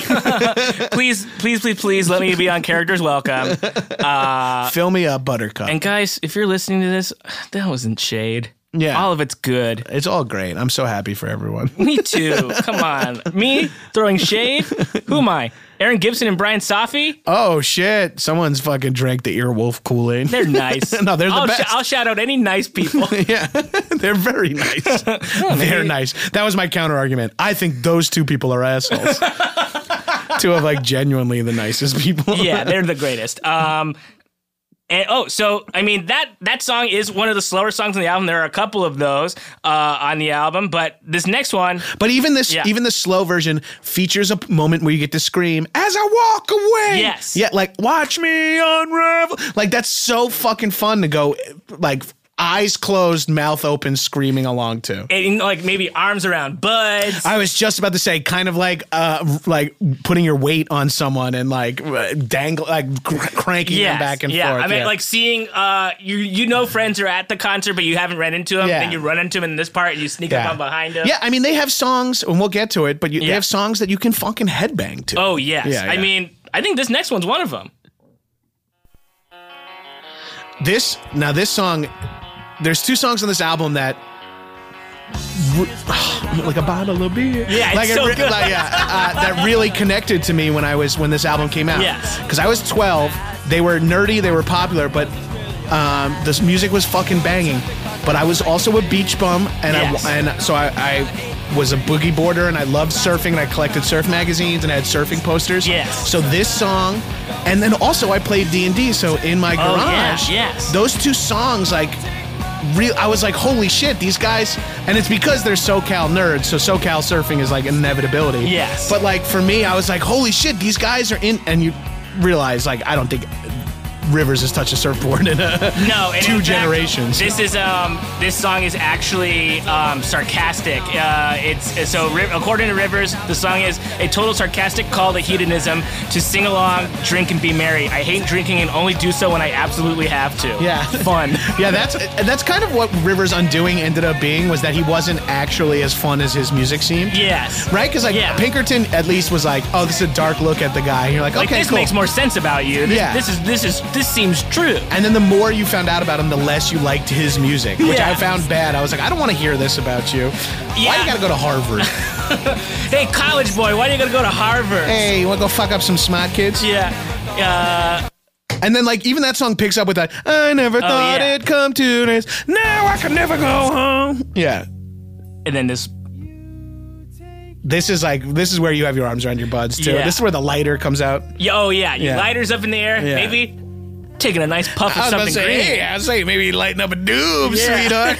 [SPEAKER 1] please, please, please, please let me be on characters welcome. Uh,
[SPEAKER 2] Fill me up, Buttercup.
[SPEAKER 1] And guys, if you're listening to this, that wasn't shade.
[SPEAKER 2] Yeah.
[SPEAKER 1] All of it's good.
[SPEAKER 2] it's all great. I'm so happy for everyone.
[SPEAKER 1] Me too. Come on. Me throwing shade? Who am I? Aaron Gibson and Brian Safi?
[SPEAKER 2] Oh shit! Someone's fucking drank the earwolf Kool Aid.
[SPEAKER 1] They're nice.
[SPEAKER 2] No, they're the
[SPEAKER 1] I'll
[SPEAKER 2] best.
[SPEAKER 1] I'll shout out any nice people.
[SPEAKER 2] Yeah, they're very nice. they're nice. That was my counter argument. I think those two people are assholes. two of like genuinely the nicest people.
[SPEAKER 1] yeah, they're the greatest. Um, and oh, so I mean that that song is one of the slower songs on the album. There are a couple of those uh, on the album, but this next one,
[SPEAKER 2] But even this,
[SPEAKER 1] Yeah.
[SPEAKER 2] even the slow version features a p- moment where you get to scream as I walk away.
[SPEAKER 1] Yes.
[SPEAKER 2] Yeah, like watch me unravel. Like that's so fucking fun to go like eyes closed, mouth open, screaming along to.
[SPEAKER 1] and, like maybe arms around buds.
[SPEAKER 2] I was just about to say, kind of like, uh, like putting your weight on someone and like uh, dangle, like cr- cranking them back and
[SPEAKER 1] yeah.
[SPEAKER 2] forth.
[SPEAKER 1] I mean, like seeing uh, you you know friends are at the concert, but you haven't run into them.
[SPEAKER 2] Yeah.
[SPEAKER 1] Then you run into them in this part, and you sneak up on behind them.
[SPEAKER 2] Yeah, I mean, they have songs, and we'll get to it, but you, they
[SPEAKER 1] Yeah.
[SPEAKER 2] have songs that you can fucking headbang to.
[SPEAKER 1] Oh yes.
[SPEAKER 2] Yeah,
[SPEAKER 1] I
[SPEAKER 2] yeah.
[SPEAKER 1] mean, I think this next one's one of them.
[SPEAKER 2] This now, this song. There's two songs on this album that. re- like a bottle of beer.
[SPEAKER 1] Yeah, it's
[SPEAKER 2] like it
[SPEAKER 1] so
[SPEAKER 2] re-
[SPEAKER 1] good.
[SPEAKER 2] like, yeah, uh, that really connected to me when I was when this album came out.
[SPEAKER 1] Yes.
[SPEAKER 2] because I was 12. They were nerdy. They were popular, but um, this music was fucking banging. But I was also a beach bum, and
[SPEAKER 1] Yes.
[SPEAKER 2] I and so I, I was a boogie boarder, and I loved surfing, and I collected surf magazines, and I had surfing posters.
[SPEAKER 1] Yes.
[SPEAKER 2] So this song, and then also I played D and D. So in my
[SPEAKER 1] Oh,
[SPEAKER 2] garage,
[SPEAKER 1] yeah, yes.
[SPEAKER 2] those two songs like. Real, I was like, holy shit, these guys, and it's because they're SoCal nerds, so SoCal surfing is like inevitability.
[SPEAKER 1] Yes.
[SPEAKER 2] But like for me, I was like, holy shit, these guys are in, and you realize like I don't think Rivers has touched a surfboard in a
[SPEAKER 1] No, and
[SPEAKER 2] two
[SPEAKER 1] in fact,
[SPEAKER 2] generations.
[SPEAKER 1] This is um, this song is actually um, sarcastic. Uh, it's so Ri- according to Rivers, the song is a total sarcastic call to hedonism to sing along, drink, and be merry. I hate drinking and only do so when I absolutely have to.
[SPEAKER 2] Yeah.
[SPEAKER 1] fun.
[SPEAKER 2] yeah, that's that's kind of what Rivers Undoing ended up being was that he wasn't actually as fun as his music seemed.
[SPEAKER 1] yes,
[SPEAKER 2] Right? Because like
[SPEAKER 1] Yeah.
[SPEAKER 2] Pinkerton at least was like, oh, this is a dark look at the guy. And you're like,
[SPEAKER 1] Like
[SPEAKER 2] okay,
[SPEAKER 1] this
[SPEAKER 2] cool.
[SPEAKER 1] makes more sense about you. This,
[SPEAKER 2] Yeah.
[SPEAKER 1] this is this is this seems true.
[SPEAKER 2] and then the more you found out about him, the less you liked his music, which
[SPEAKER 1] Yeah.
[SPEAKER 2] I found bad. I was like, I don't want to hear this about you. Why
[SPEAKER 1] Yeah.
[SPEAKER 2] you gotta go to Harvard?
[SPEAKER 1] Hey, college boy, why are you gonna go to Harvard?
[SPEAKER 2] hey, you wanna go fuck up some smart kids?
[SPEAKER 1] Yeah. Uh,
[SPEAKER 2] And then like even that song picks up with that, I never thought
[SPEAKER 1] Oh, yeah.
[SPEAKER 2] it'd come to this. Now I can never go home. Yeah.
[SPEAKER 1] and then this
[SPEAKER 2] This is like this is where you have your arms around your buds too.
[SPEAKER 1] Yeah.
[SPEAKER 2] This is where the lighter comes out.
[SPEAKER 1] Yeah, Oh yeah, your
[SPEAKER 2] Yeah.
[SPEAKER 1] lighter's up in the air,
[SPEAKER 2] Yeah.
[SPEAKER 1] maybe taking a nice puff of something green.
[SPEAKER 2] I was saying maybe lighten up a doob,
[SPEAKER 1] Yeah.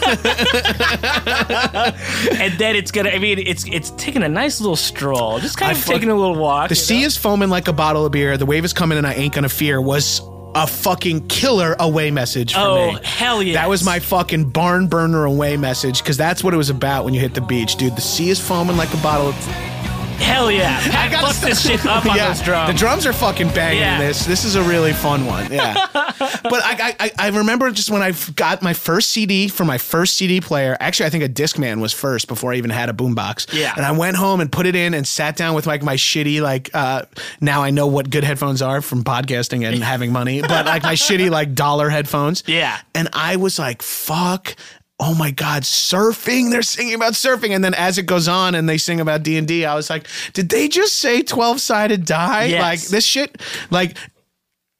[SPEAKER 1] and then it's gonna. I mean, it's it's taking a nice little stroll, just kind
[SPEAKER 2] I
[SPEAKER 1] of
[SPEAKER 2] fuck-
[SPEAKER 1] taking a little walk.
[SPEAKER 2] the sea is foaming like a bottle of beer. The wave is coming, and I ain't gonna fear. Was a fucking killer away message for
[SPEAKER 1] oh
[SPEAKER 2] me.
[SPEAKER 1] hell yeah!
[SPEAKER 2] That was my fucking barn burner away message because that's what it was about when you hit the beach, dude. The sea is foaming like a bottle. Of-
[SPEAKER 1] hell yeah. I
[SPEAKER 2] gotta
[SPEAKER 1] got this
[SPEAKER 2] stop-
[SPEAKER 1] shit up on
[SPEAKER 2] Yeah,
[SPEAKER 1] those drums.
[SPEAKER 2] The drums are fucking banging.
[SPEAKER 1] Yeah.
[SPEAKER 2] This this is a really fun one. Yeah, but I, I I remember just when I got my first CD for my first CD player. Actually, I think a Discman was first before I even had a boombox.
[SPEAKER 1] Yeah.
[SPEAKER 2] and I went home and put it in and sat down with like my shitty like uh, now I know what good headphones are from podcasting and having money, but like my shitty like dollar headphones.
[SPEAKER 1] Yeah.
[SPEAKER 2] and I was like, fuck. Oh my God, surfing! They're singing about surfing, and then as it goes on, and they sing about D and D, I was like, did they just say twelve sided die?
[SPEAKER 1] Yes.
[SPEAKER 2] Like this shit, like.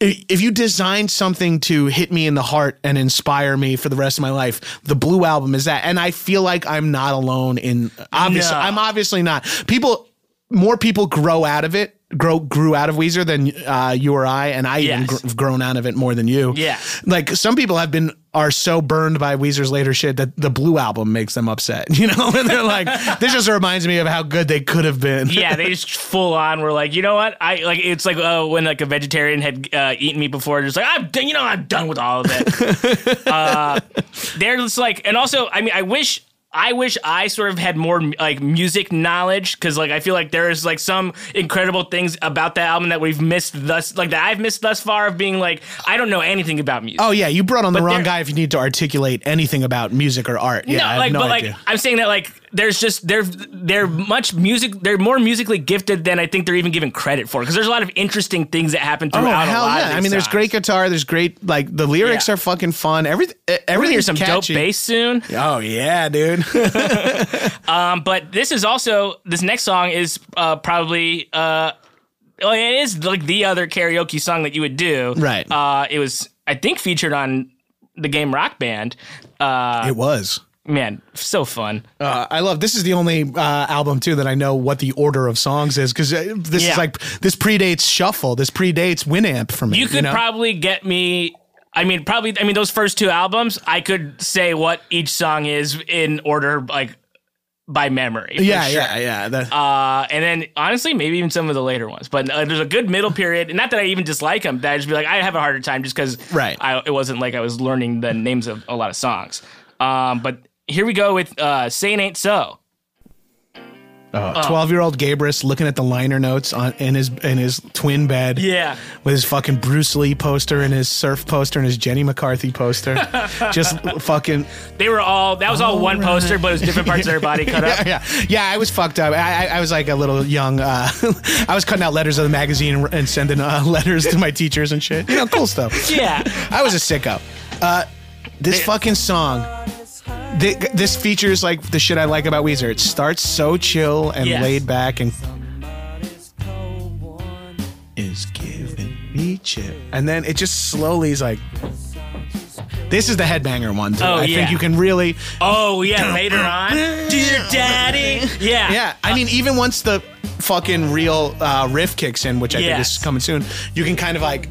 [SPEAKER 2] i- If you design something to hit me in the heart and inspire me for the rest of my life, the Blue Album is that, and I feel like I'm not alone in. Obviously,
[SPEAKER 1] No.
[SPEAKER 2] I'm obviously not. People, more people grow out of it, grow grew out of Weezer than uh, you or I, and I even
[SPEAKER 1] Yes.
[SPEAKER 2] gr- grown out of it more than you.
[SPEAKER 1] Yeah.
[SPEAKER 2] Like some people have been are so burned by Weezer's later shit that the Blue album makes them upset. You know, and they're like, this just reminds me of how good they could have been.
[SPEAKER 1] yeah, they just full on were like, you know what? I like it's like uh, when like a vegetarian had uh, eaten meat before, just like I'm done. You know, I'm done with all of it. uh, they're just like, and also, I mean, I wish. I wish I sort of had more like music knowledge because like I feel like there is like some incredible things about that album that we've missed thus like that I've missed thus far of being like I don't know anything about music.
[SPEAKER 2] Oh yeah, you brought on the wrong
[SPEAKER 1] they're-
[SPEAKER 2] guy if you need to articulate anything about music or art. Yeah,
[SPEAKER 1] no,
[SPEAKER 2] I have
[SPEAKER 1] like,
[SPEAKER 2] no
[SPEAKER 1] but
[SPEAKER 2] idea.
[SPEAKER 1] like, I'm saying that like, there's just they're they're much music. They're more musically gifted than I think they're even given credit for. Because there's a lot of interesting things that happen
[SPEAKER 2] Oh
[SPEAKER 1] throughout. a
[SPEAKER 2] hell
[SPEAKER 1] lot
[SPEAKER 2] yeah!
[SPEAKER 1] Of these
[SPEAKER 2] I mean, there's
[SPEAKER 1] songs.
[SPEAKER 2] great guitar. There's great like the lyrics
[SPEAKER 1] Yeah.
[SPEAKER 2] are fucking fun. Everything,
[SPEAKER 1] We're gonna
[SPEAKER 2] everything.
[SPEAKER 1] hear some dope bass Uh, soon.
[SPEAKER 2] Oh yeah, dude.
[SPEAKER 1] Um, but this is also this next song is uh, probably uh, well, it is like the other karaoke song that you would do.
[SPEAKER 2] Right.
[SPEAKER 1] Uh, it was I think featured on the game Rock Band. Uh,
[SPEAKER 2] it was.
[SPEAKER 1] man, so fun.
[SPEAKER 2] Uh, I love this is the only uh, album too that I know what the order of songs is because this
[SPEAKER 1] Yeah.
[SPEAKER 2] is like this predates Shuffle, this predates Winamp for me.
[SPEAKER 1] You could
[SPEAKER 2] know?
[SPEAKER 1] probably get me. I mean, probably. I mean, those first two albums, I could say what each song is in order, like by memory. for
[SPEAKER 2] yeah,
[SPEAKER 1] sure.
[SPEAKER 2] yeah, yeah, that-
[SPEAKER 1] Uh, and then honestly, maybe even some of the later ones. But uh, there's a good middle period. and Not that I even dislike them. That I just be like, I have a harder time just because
[SPEAKER 2] Right.
[SPEAKER 1] I, it wasn't like I was learning the names of a lot of songs. Um, but here we go with uh, "Saying Ain't So." uh,
[SPEAKER 2] Twelve-year-old Gabris looking at the liner notes on in his in his twin bed.
[SPEAKER 1] Yeah.
[SPEAKER 2] with his fucking Bruce Lee poster and his surf poster and his Jenny McCarthy poster, just fucking
[SPEAKER 1] They were all. That was all one poster, but it was different parts of their body cut up.
[SPEAKER 2] yeah, yeah, yeah. I was fucked up. I, I, I was like a little young. Uh, I was cutting out letters of the magazine and, and sending uh, letters to my teachers and shit. You know, cool stuff.
[SPEAKER 1] Yeah.
[SPEAKER 2] I was a sicko. Uh, this fucking song. thi- this features like the shit I like about Weezer. It starts so chill and
[SPEAKER 1] Yes.
[SPEAKER 2] laid back and is giving me chip, and then it just slowly is like. This is the headbanger one. Too.
[SPEAKER 1] Oh,
[SPEAKER 2] I
[SPEAKER 1] yeah.
[SPEAKER 2] think you can really
[SPEAKER 1] Oh yeah, later on. Dear Daddy. Yeah.
[SPEAKER 2] Yeah, I mean, even once the fucking real uh, riff kicks in, which I think
[SPEAKER 1] Yes.
[SPEAKER 2] is coming soon, you can kind of like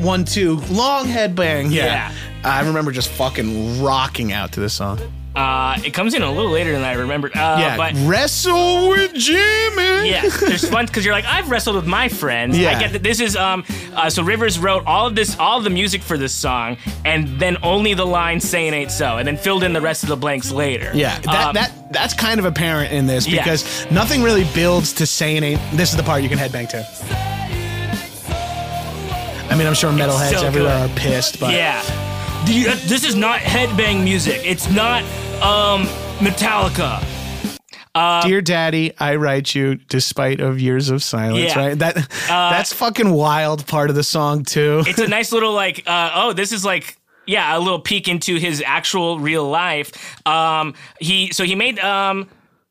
[SPEAKER 2] one, two, long headbang.
[SPEAKER 1] Yeah.
[SPEAKER 2] I remember just fucking rocking out to this song.
[SPEAKER 1] Uh, it comes in a little later than I remembered. Uh,
[SPEAKER 2] yeah,
[SPEAKER 1] But
[SPEAKER 2] wrestle with Jimmy.
[SPEAKER 1] yeah, there's fun because you're like I've wrestled with my friends. I
[SPEAKER 2] Yeah.
[SPEAKER 1] get that this is um. Uh, so Rivers wrote all of this, all of the music for this song, and then only the line "Saying Ain't So," and then filled in the rest of the blanks later.
[SPEAKER 2] Yeah, that,
[SPEAKER 1] Um,
[SPEAKER 2] that that's kind of apparent in this
[SPEAKER 1] Yeah.
[SPEAKER 2] because nothing really builds to saying ain't. This is the part you can headbang to. I mean, I'm sure metalheads
[SPEAKER 1] so
[SPEAKER 2] everywhere
[SPEAKER 1] good.
[SPEAKER 2] are pissed, but
[SPEAKER 1] yeah. Do you- this is not headbang music. It's not um Metallica.
[SPEAKER 2] dear daddy, I write you despite of years of silence.
[SPEAKER 1] Yeah. Uh,
[SPEAKER 2] Right? That that's fucking wild part of the song too.
[SPEAKER 1] It's a nice little like uh, oh this is like yeah a little peek into his actual real life. Um he so he made um.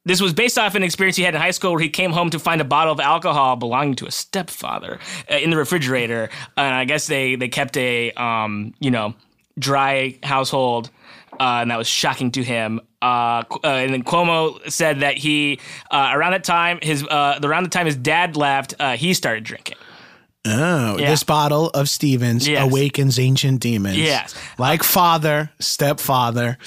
[SPEAKER 1] This was based off an experience he had in high school where he came home to find a bottle of alcohol belonging to a stepfather uh, in the refrigerator. And I guess they, they kept a, um, you know, dry household uh, and that was shocking to him. Uh, Qu- uh, and then Cuomo said that he uh, around that time his uh, around the time his dad left, uh, he started drinking.
[SPEAKER 2] Oh,
[SPEAKER 1] Yeah.
[SPEAKER 2] this bottle of Stevens
[SPEAKER 1] Yes.
[SPEAKER 2] awakens ancient demons.
[SPEAKER 1] Yes.
[SPEAKER 2] Like father, stepfather.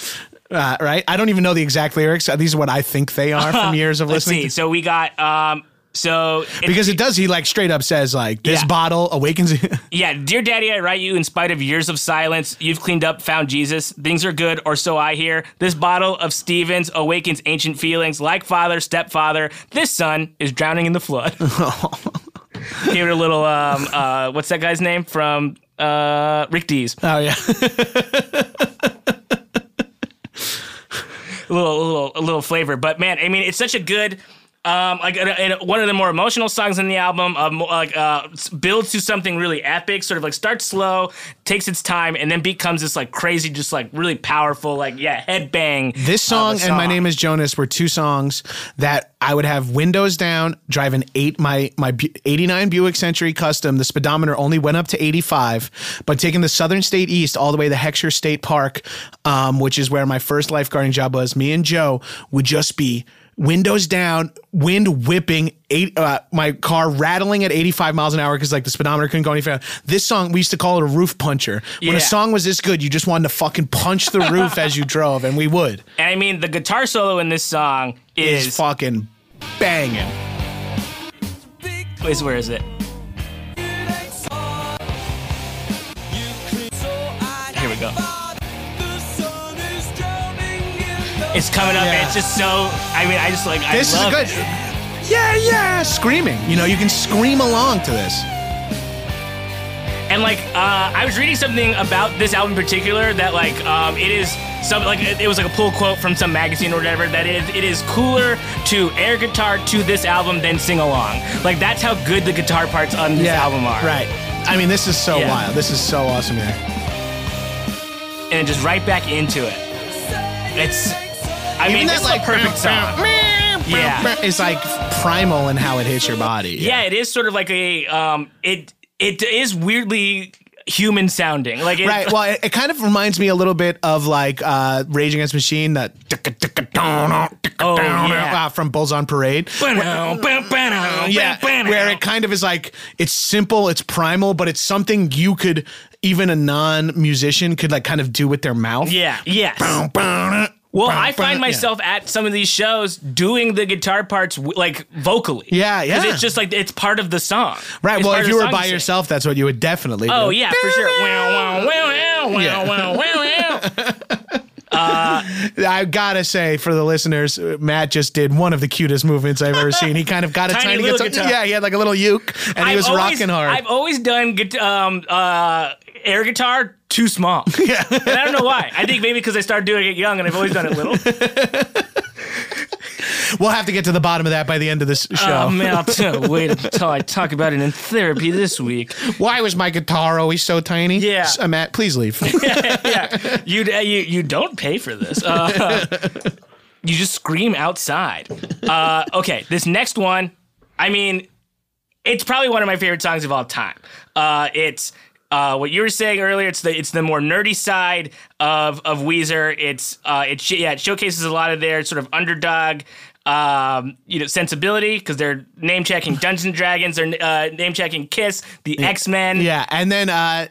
[SPEAKER 2] Uh, right? I don't even know the exact lyrics. Uh, These are what I think they are from years of
[SPEAKER 1] Let's
[SPEAKER 2] listening.
[SPEAKER 1] see.
[SPEAKER 2] to-
[SPEAKER 1] So we got um, so it-
[SPEAKER 2] because it does, he like straight up says, like, this
[SPEAKER 1] Yeah.
[SPEAKER 2] bottle awakens.
[SPEAKER 1] yeah, dear daddy, I write you in spite of years of silence. You've cleaned up, found Jesus. Things are good, or so I hear. This bottle of Stevens awakens ancient feelings like father, stepfather. This son is drowning in the flood. Gave it a little um, uh, what's that guy's name from uh, Rick Dees.
[SPEAKER 2] oh, yeah.
[SPEAKER 1] a little, a little, a little flavor. But man, I mean, it's such a good. Um, like and- and one of the more emotional songs in the album, um, like uh, s- builds to something really epic. Sort of like starts slow, takes its time, and then becomes this like crazy, just like really powerful, like yeah, headbang.
[SPEAKER 2] This
[SPEAKER 1] of
[SPEAKER 2] song,
[SPEAKER 1] a
[SPEAKER 2] and My Name is Jonas were two songs that I would have windows down, drive an eight my my Bu- 89 Buick Century Custom. The speedometer only went up to 85, but taking the Southern State East all the way to Heckscher State Park, um, which is where my first lifeguarding job was, me and Joe would just be windows down, wind whipping, eight, uh, my car rattling at 85 miles an hour because like the speedometer couldn't go any faster. This song, we used to call it a roof puncher. When
[SPEAKER 1] Yeah.
[SPEAKER 2] a song was this good, you just wanted to fucking punch the roof as you drove, and we would
[SPEAKER 1] And I mean, the guitar solo in this song is
[SPEAKER 2] is fucking banging.
[SPEAKER 1] is where is it? Here we go. It's coming up. And
[SPEAKER 2] Yeah.
[SPEAKER 1] it's just so. I mean, I just like.
[SPEAKER 2] This
[SPEAKER 1] I
[SPEAKER 2] is
[SPEAKER 1] love
[SPEAKER 2] good.
[SPEAKER 1] It.
[SPEAKER 2] Yeah, yeah, screaming. You know, you can scream along to this.
[SPEAKER 1] And like, uh, I was reading something about this album in particular that like, um, it is some like it it was like a pull quote from some magazine or whatever that it, it is cooler to air guitar to this album than sing along. Like that's how good the guitar parts on this album are.
[SPEAKER 2] right. I mean, this is so
[SPEAKER 1] Yeah.
[SPEAKER 2] wild. This is so awesome. Yeah.
[SPEAKER 1] And just right back into it. It's. I mean,
[SPEAKER 2] Even
[SPEAKER 1] this is
[SPEAKER 2] that like
[SPEAKER 1] a perfect song. Yeah.
[SPEAKER 2] It's like primal in how it hits your body.
[SPEAKER 1] Yeah, it is sort of like a. Um, it it is weirdly human sounding. Like it,
[SPEAKER 2] Right. Well, it, it kind of reminds me a little bit of like uh, Rage Against the Machine, that
[SPEAKER 1] Oh, yeah.
[SPEAKER 2] uh, from Bulls on Parade. yeah, where it kind of is like it's simple, it's primal, but it's something you could even a non-musician could like kind of do with their mouth.
[SPEAKER 1] Yeah. Yes. Well, I find myself at some of these shows doing the guitar parts w- like vocally.
[SPEAKER 2] Yeah,
[SPEAKER 1] 'Cause
[SPEAKER 2] yeah.
[SPEAKER 1] it's just like it's part of the song.
[SPEAKER 2] Right.
[SPEAKER 1] It's
[SPEAKER 2] Well,
[SPEAKER 1] part
[SPEAKER 2] if
[SPEAKER 1] of
[SPEAKER 2] you
[SPEAKER 1] the
[SPEAKER 2] were
[SPEAKER 1] song
[SPEAKER 2] by
[SPEAKER 1] sing.
[SPEAKER 2] yourself, that's what you would definitely do.
[SPEAKER 1] Oh yeah, for sure. Wow, wow, wow, wow, wow,
[SPEAKER 2] Yeah.
[SPEAKER 1] wow, wow, wow.
[SPEAKER 2] I gotta say, for the listeners, uh, Matt just did one of the cutest movements I've ever seen. He kind of got a
[SPEAKER 1] Tiny
[SPEAKER 2] tiny,
[SPEAKER 1] little
[SPEAKER 2] guitar.
[SPEAKER 1] guitar.
[SPEAKER 2] Yeah, he had like a little uke, and he
[SPEAKER 1] I've
[SPEAKER 2] was
[SPEAKER 1] always-
[SPEAKER 2] rocking hard.
[SPEAKER 1] I've always done guit- um, uh, air guitar too small. Yeah, and I don't know why. I think maybe because I started doing it young, and I've always done it little.
[SPEAKER 2] we'll have to get to the bottom of that by the end of this show.
[SPEAKER 1] Oh man, I'll t- wait until I talk about it in therapy this week.
[SPEAKER 2] Why was my guitar always so tiny?
[SPEAKER 1] uh, Yeah.
[SPEAKER 2] S- uh, Matt, please leave.
[SPEAKER 1] yeah, you uh, you you don't pay for this. Uh, you just scream outside. Uh, okay, this next one, I mean, it's probably one of my favorite songs of all time. Uh, it's uh, what you were saying earlier. It's the it's the more nerdy side of of Weezer. It's uh, it sh- yeah, it showcases a lot of their sort of underdog. Um, you know, sensibility because they're name checking Dungeons and Dragons, they're uh, name checking Kiss, the X Men,
[SPEAKER 2] Yeah, and then uh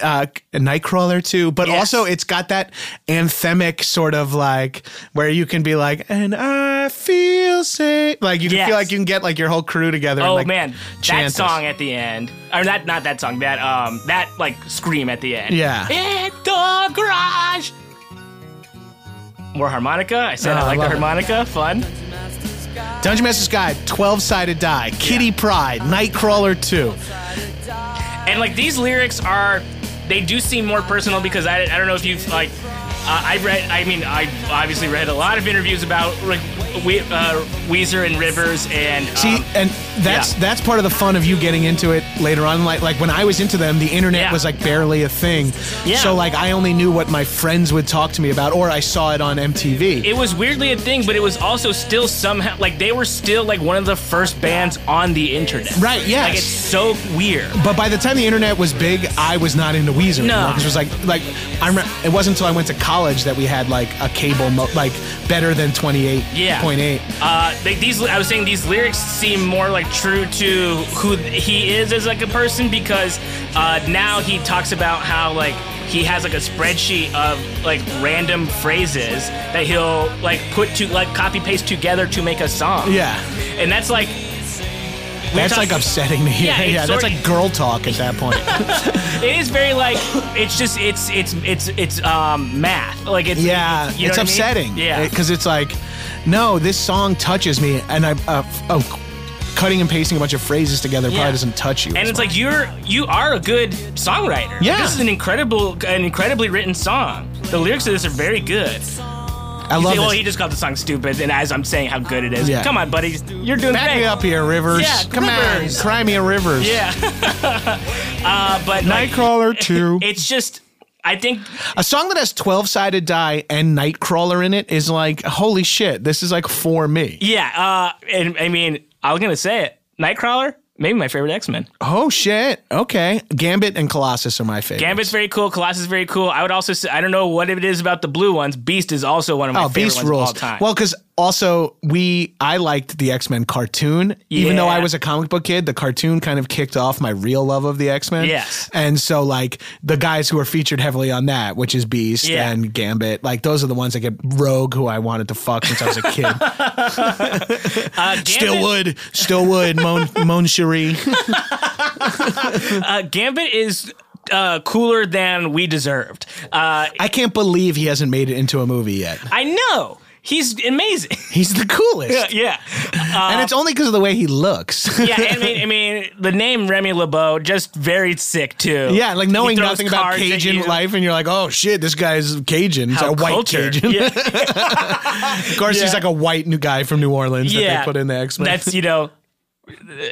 [SPEAKER 2] uh, Nightcrawler too, but
[SPEAKER 1] Yes.
[SPEAKER 2] also it's got that anthemic sort of like where you can be like, and I feel safe. Like you can
[SPEAKER 1] Yes.
[SPEAKER 2] feel like you can get like your whole crew together. and,
[SPEAKER 1] Oh
[SPEAKER 2] like,
[SPEAKER 1] man, that
[SPEAKER 2] chant this.
[SPEAKER 1] song at the end, or that not that song, that um that like scream at the end.
[SPEAKER 2] Yeah.
[SPEAKER 1] In the garage. More harmonica. I said I
[SPEAKER 2] Oh, I
[SPEAKER 1] like the
[SPEAKER 2] love it.
[SPEAKER 1] harmonica. Fun.
[SPEAKER 2] Dungeon Master's Guide, 12 sided die, Kitty Pride, Nightcrawler 2.
[SPEAKER 1] And like these lyrics are, they do seem more personal because I, I don't know if you've like, uh, I read, I mean, I obviously read a lot of interviews about like, we, uh, Weezer and Rivers and. um,
[SPEAKER 2] See, and that's
[SPEAKER 1] yeah.
[SPEAKER 2] that's part of the fun of you getting into it later on. Like like when I was into them, the internet
[SPEAKER 1] Yeah.
[SPEAKER 2] was like barely a thing.
[SPEAKER 1] Yeah.
[SPEAKER 2] So like I only knew what my friends would talk to me about, or I saw it on MTV.
[SPEAKER 1] it was weirdly a thing, but it was also still somehow like they were still like one of the first bands on the internet.
[SPEAKER 2] Right, yes.
[SPEAKER 1] Like it's so weird.
[SPEAKER 2] but by the time the internet was big, I was not into Weezer
[SPEAKER 1] No.
[SPEAKER 2] anymore. 'cause it was like like I remember, it wasn't until I went to college that we had like a cable mo- like better than twenty eight
[SPEAKER 1] Yeah.
[SPEAKER 2] point eight.
[SPEAKER 1] Uh, they, these I was saying these lyrics seem more like true to who he is as like a person because uh, now he talks about how like he has like a spreadsheet of like random phrases that he'll like put to like copy paste together to make a song.
[SPEAKER 2] Yeah.
[SPEAKER 1] and that's like we
[SPEAKER 2] That's
[SPEAKER 1] talked-
[SPEAKER 2] like upsetting me.
[SPEAKER 1] Yeah,
[SPEAKER 2] Yeah,
[SPEAKER 1] it's
[SPEAKER 2] yeah,
[SPEAKER 1] sort-
[SPEAKER 2] that's like girl talk at that point.
[SPEAKER 1] It is very like it's just it's it's it's it's um math like it's
[SPEAKER 2] Yeah,
[SPEAKER 1] you know what I
[SPEAKER 2] it's
[SPEAKER 1] mean?
[SPEAKER 2] upsetting.
[SPEAKER 1] Yeah,
[SPEAKER 2] because it's like, no, this song touches me, and I, uh, oh, cutting and pasting a bunch of phrases together
[SPEAKER 1] Yeah.
[SPEAKER 2] probably doesn't touch you.
[SPEAKER 1] and
[SPEAKER 2] as
[SPEAKER 1] it's
[SPEAKER 2] much.
[SPEAKER 1] like you're you are a good songwriter.
[SPEAKER 2] Yeah.
[SPEAKER 1] this is an incredible, an incredibly written song. The lyrics of this are very good.
[SPEAKER 2] I love
[SPEAKER 1] well,
[SPEAKER 2] this.
[SPEAKER 1] he just called the song stupid, and as I'm saying how good it is,
[SPEAKER 2] Yeah.
[SPEAKER 1] come on, buddy, you're doing
[SPEAKER 2] Back me
[SPEAKER 1] great.
[SPEAKER 2] up here, Rivers.
[SPEAKER 1] Yeah,
[SPEAKER 2] Come
[SPEAKER 1] Rivers.
[SPEAKER 2] on, cry me a Rivers.
[SPEAKER 1] Yeah, uh, but like,
[SPEAKER 2] Nightcrawler two.
[SPEAKER 1] it's just I think
[SPEAKER 2] a song that has twelve sided die and Nightcrawler in it is like holy shit. This is like for me.
[SPEAKER 1] yeah, uh, and I mean I was gonna say it, Nightcrawler, maybe my favorite X Men.
[SPEAKER 2] Oh shit. Okay, Gambit and Colossus are my favorite.
[SPEAKER 1] Gambit's very cool. Colossus is very cool. I would also say I don't know what it is about the blue ones. Beast is also one of my
[SPEAKER 2] Oh,
[SPEAKER 1] favorite
[SPEAKER 2] Beast
[SPEAKER 1] ones
[SPEAKER 2] rules.
[SPEAKER 1] of all time.
[SPEAKER 2] Well, because also we, I liked the X Men cartoon, even though
[SPEAKER 1] Yeah.
[SPEAKER 2] I was a comic book kid. The cartoon kind of kicked off my real love of the X Men.
[SPEAKER 1] Yes.
[SPEAKER 2] and so like the guys who are featured heavily on that, which is Beast
[SPEAKER 1] Yeah.
[SPEAKER 2] and Gambit, like those are the ones that get Rogue, who I wanted to fuck since I was a kid.
[SPEAKER 1] uh, Gambit,
[SPEAKER 2] still would, still would. Mon, Mon Cherie.
[SPEAKER 1] uh, Gambit is uh, cooler than we deserved. Uh,
[SPEAKER 2] I can't believe he hasn't made it into a movie yet.
[SPEAKER 1] I know he's amazing.
[SPEAKER 2] He's the coolest,
[SPEAKER 1] yeah,
[SPEAKER 2] and it's only because of the way he looks.
[SPEAKER 1] yeah. I mean, I mean, the name Remy LeBeau just very sick too.
[SPEAKER 2] Yeah, like
[SPEAKER 1] He
[SPEAKER 2] knowing
[SPEAKER 1] throws
[SPEAKER 2] nothing about
[SPEAKER 1] cards at
[SPEAKER 2] Cajun
[SPEAKER 1] you.
[SPEAKER 2] life, and you're like, oh shit, this guy's Cajun. He's
[SPEAKER 1] How
[SPEAKER 2] a white
[SPEAKER 1] cultured.
[SPEAKER 2] Cajun.
[SPEAKER 1] Yeah.
[SPEAKER 2] Of course,
[SPEAKER 1] Yeah.
[SPEAKER 2] he's like a white new guy from New Orleans that
[SPEAKER 1] yeah.
[SPEAKER 2] they put in the X Men.
[SPEAKER 1] That's you know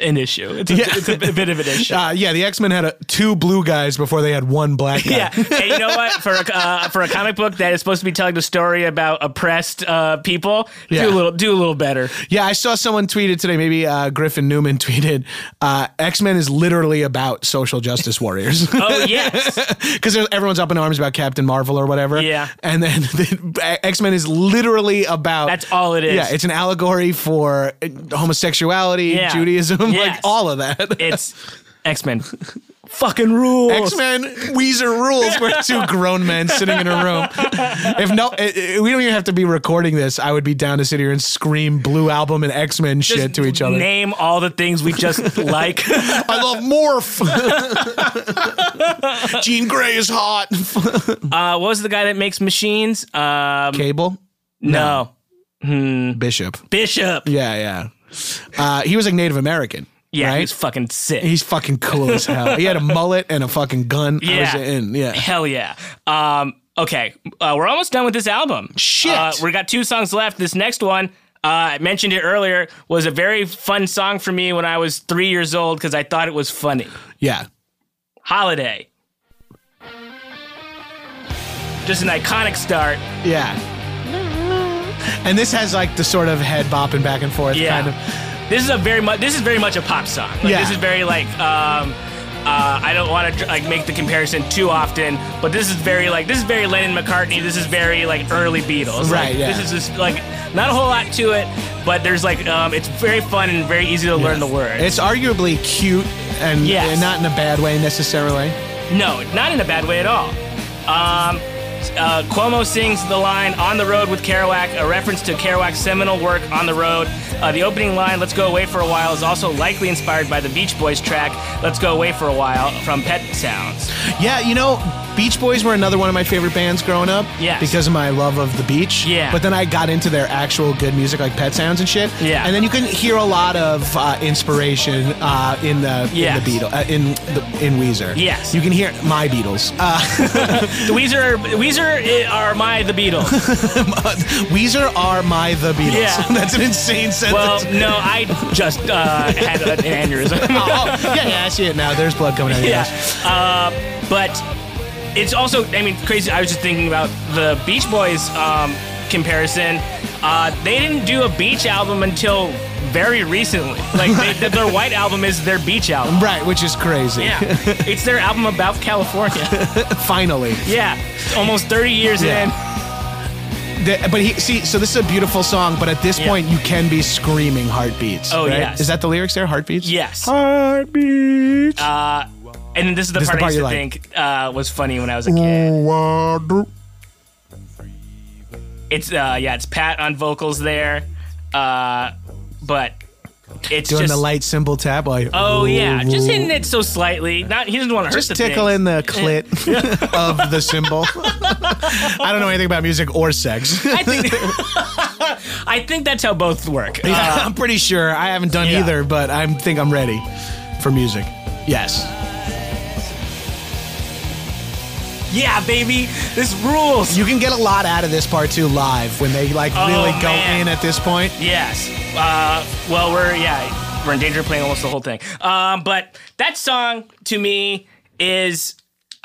[SPEAKER 1] an issue. It's a,
[SPEAKER 2] Yeah.
[SPEAKER 1] it's a bit of an issue.
[SPEAKER 2] Uh, yeah, the X Men had a, two blue guys before they had one black guy.
[SPEAKER 1] Yeah, and you know what? For a, uh, for a comic book that is supposed to be telling the story about oppressed uh, people,
[SPEAKER 2] Yeah.
[SPEAKER 1] do a little do a little better.
[SPEAKER 2] Yeah, I saw someone tweeted today. Maybe uh, Griffin Newman tweeted, uh, "X Men is literally about social justice warriors."
[SPEAKER 1] Oh yes,
[SPEAKER 2] because everyone's up in arms about Captain Marvel or whatever.
[SPEAKER 1] Yeah.
[SPEAKER 2] and then the, X Men is literally about
[SPEAKER 1] That's all it is.
[SPEAKER 2] Yeah, it's an allegory for uh, homosexuality,
[SPEAKER 1] Yeah.
[SPEAKER 2] Judaism,
[SPEAKER 1] Yes.
[SPEAKER 2] like all of that.
[SPEAKER 1] it's X Men. Fucking rules.
[SPEAKER 2] X Men Weezer rules. We're two grown men sitting in a room. If no, i i- we don't even have to be recording this. I would be down to sit here and scream Blue Album and X Men
[SPEAKER 1] Just
[SPEAKER 2] shit to each other.
[SPEAKER 1] Name all the things we just like.
[SPEAKER 2] I love Morph. Jean Grey is hot.
[SPEAKER 1] Uh, what was the guy that makes machines? Um,
[SPEAKER 2] Cable
[SPEAKER 1] no.
[SPEAKER 2] Bishop.
[SPEAKER 1] Bishop.
[SPEAKER 2] Yeah, yeah. Uh, he was like Native American.
[SPEAKER 1] Yeah,
[SPEAKER 2] right?
[SPEAKER 1] he's fucking sick.
[SPEAKER 2] He's fucking cool as hell. He had a mullet and a fucking gun. I
[SPEAKER 1] Yeah.
[SPEAKER 2] was in. Yeah.
[SPEAKER 1] Hell yeah. Um, okay, uh, we're almost done with this album.
[SPEAKER 2] Shit.
[SPEAKER 1] Uh, we got two songs left. This next one, uh, I mentioned it earlier, was a very fun song for me when I was three years old because I thought it was funny.
[SPEAKER 2] Yeah.
[SPEAKER 1] Holiday. Just an iconic start.
[SPEAKER 2] Yeah. And this has like the sort of head bopping back and forth
[SPEAKER 1] Yeah.
[SPEAKER 2] kind of.
[SPEAKER 1] This is a very much. This is very much a pop song. Like,
[SPEAKER 2] Yeah.
[SPEAKER 1] This is very like. Um, uh, I don't want to like make the comparison too often, but this is very like this is very Lennon McCartney. This is very like early Beatles. Like,
[SPEAKER 2] Right, yeah.
[SPEAKER 1] This is just like not a whole lot to it, but there's like um, it's very fun and very easy to learn the words.
[SPEAKER 2] It's arguably cute and,
[SPEAKER 1] Yes.
[SPEAKER 2] and not in a bad way necessarily.
[SPEAKER 1] No, not in a bad way at all. Um, uh, Cuomo sings the line "On the Road with Kerouac," a reference to Kerouac's seminal work "On the Road." Uh, the opening line "Let's Go Away for a While" is also likely inspired by the Beach Boys track "Let's Go Away for a While" from Pet Sounds.
[SPEAKER 2] Yeah, you know, Beach Boys were another one of my favorite bands growing up.
[SPEAKER 1] Yes.
[SPEAKER 2] Because of my love of the beach.
[SPEAKER 1] Yeah.
[SPEAKER 2] But then I got into their actual good music, like Pet Sounds and shit.
[SPEAKER 1] Yeah.
[SPEAKER 2] And then you can hear a lot of uh, inspiration uh, in the
[SPEAKER 1] Yes.
[SPEAKER 2] in the Beatles uh, in the in Weezer.
[SPEAKER 1] Yes.
[SPEAKER 2] You can hear my Beatles. Uh,
[SPEAKER 1] The Weezer, Weezer i- are my the Beatles.
[SPEAKER 2] Weezer are my the Beatles.
[SPEAKER 1] Yeah.
[SPEAKER 2] That's an insane
[SPEAKER 1] Well,
[SPEAKER 2] sentence.
[SPEAKER 1] no, I just uh, had an aneurysm.
[SPEAKER 2] oh, yeah, yeah, I see it now. There's blood coming out of your
[SPEAKER 1] Yeah.
[SPEAKER 2] eyes.
[SPEAKER 1] Uh, but it's also, I mean, crazy. I was just thinking about the Beach Boys um, comparison. Uh, they didn't do a beach album until very recently. Like, they, th- their white album is their beach album.
[SPEAKER 2] Right, which is crazy.
[SPEAKER 1] Yeah. It's their album about California.
[SPEAKER 2] Finally.
[SPEAKER 1] Yeah. Almost 30 years
[SPEAKER 2] Yeah.
[SPEAKER 1] in.
[SPEAKER 2] The- but he see, so this is a beautiful song, but at this
[SPEAKER 1] Yeah.
[SPEAKER 2] point you can be screaming heartbeats.
[SPEAKER 1] Oh,
[SPEAKER 2] right?
[SPEAKER 1] yes.
[SPEAKER 2] Is that the lyrics there? Heartbeats?
[SPEAKER 1] Yes.
[SPEAKER 2] Heartbeats.
[SPEAKER 1] Uh, and then this is the
[SPEAKER 2] This is
[SPEAKER 1] part
[SPEAKER 2] the
[SPEAKER 1] I used to
[SPEAKER 2] part you Mm.
[SPEAKER 1] think uh, was funny when I was a kid. It's, uh, yeah, it's Pat on vocals there. Uh, but it's
[SPEAKER 2] Doing
[SPEAKER 1] just
[SPEAKER 2] the light cymbal tap while you
[SPEAKER 1] Oh yeah, just hitting it so slightly. Not he doesn't want to hurt
[SPEAKER 2] Just
[SPEAKER 1] the thing.
[SPEAKER 2] tickling the clit of the cymbal. I don't know anything about music or sex.
[SPEAKER 1] I think, I think that's how both work. Uh,
[SPEAKER 2] I'm pretty sure I haven't done
[SPEAKER 1] Yeah.
[SPEAKER 2] either, but I think I'm ready for music. Yes.
[SPEAKER 1] yeah, baby, this rules.
[SPEAKER 2] You can get a lot out of this part too live when they like
[SPEAKER 1] Oh,
[SPEAKER 2] really go
[SPEAKER 1] man.
[SPEAKER 2] in at this point.
[SPEAKER 1] yes. Uh, well, we're yeah, we're in danger of playing almost the whole thing. Um, but that song to me is.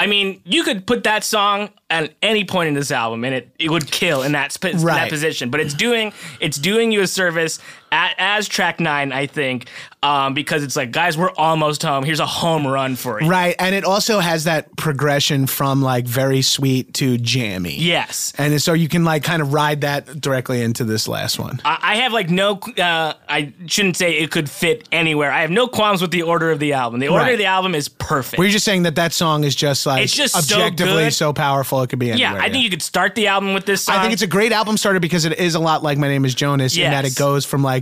[SPEAKER 1] I mean, you could put that song at any point in this album, and it, it would kill in that, sp- that
[SPEAKER 2] Right.
[SPEAKER 1] position. But it's doing it's doing you a service at, as track nine, I think, um, because it's like, guys, we're almost home. Here's a home run for you.
[SPEAKER 2] Right. And it also has that progression from like very sweet to jammy.
[SPEAKER 1] Yes.
[SPEAKER 2] And so you can like kind of ride that directly into this last one.
[SPEAKER 1] I I have like no, uh, I shouldn't say it could fit anywhere. I have no qualms with the order of the album. The order
[SPEAKER 2] Right.
[SPEAKER 1] of the album is perfect.
[SPEAKER 2] Were you just saying that that song is just like
[SPEAKER 1] It's just so
[SPEAKER 2] objectively so,
[SPEAKER 1] good.
[SPEAKER 2] powerful it could be anywhere?
[SPEAKER 1] yeah, I think uh, you could start the album with this song.
[SPEAKER 2] I think it's a great album starter because it is a lot like My Name Is Jonas in that
[SPEAKER 1] Yes.
[SPEAKER 2] it goes from like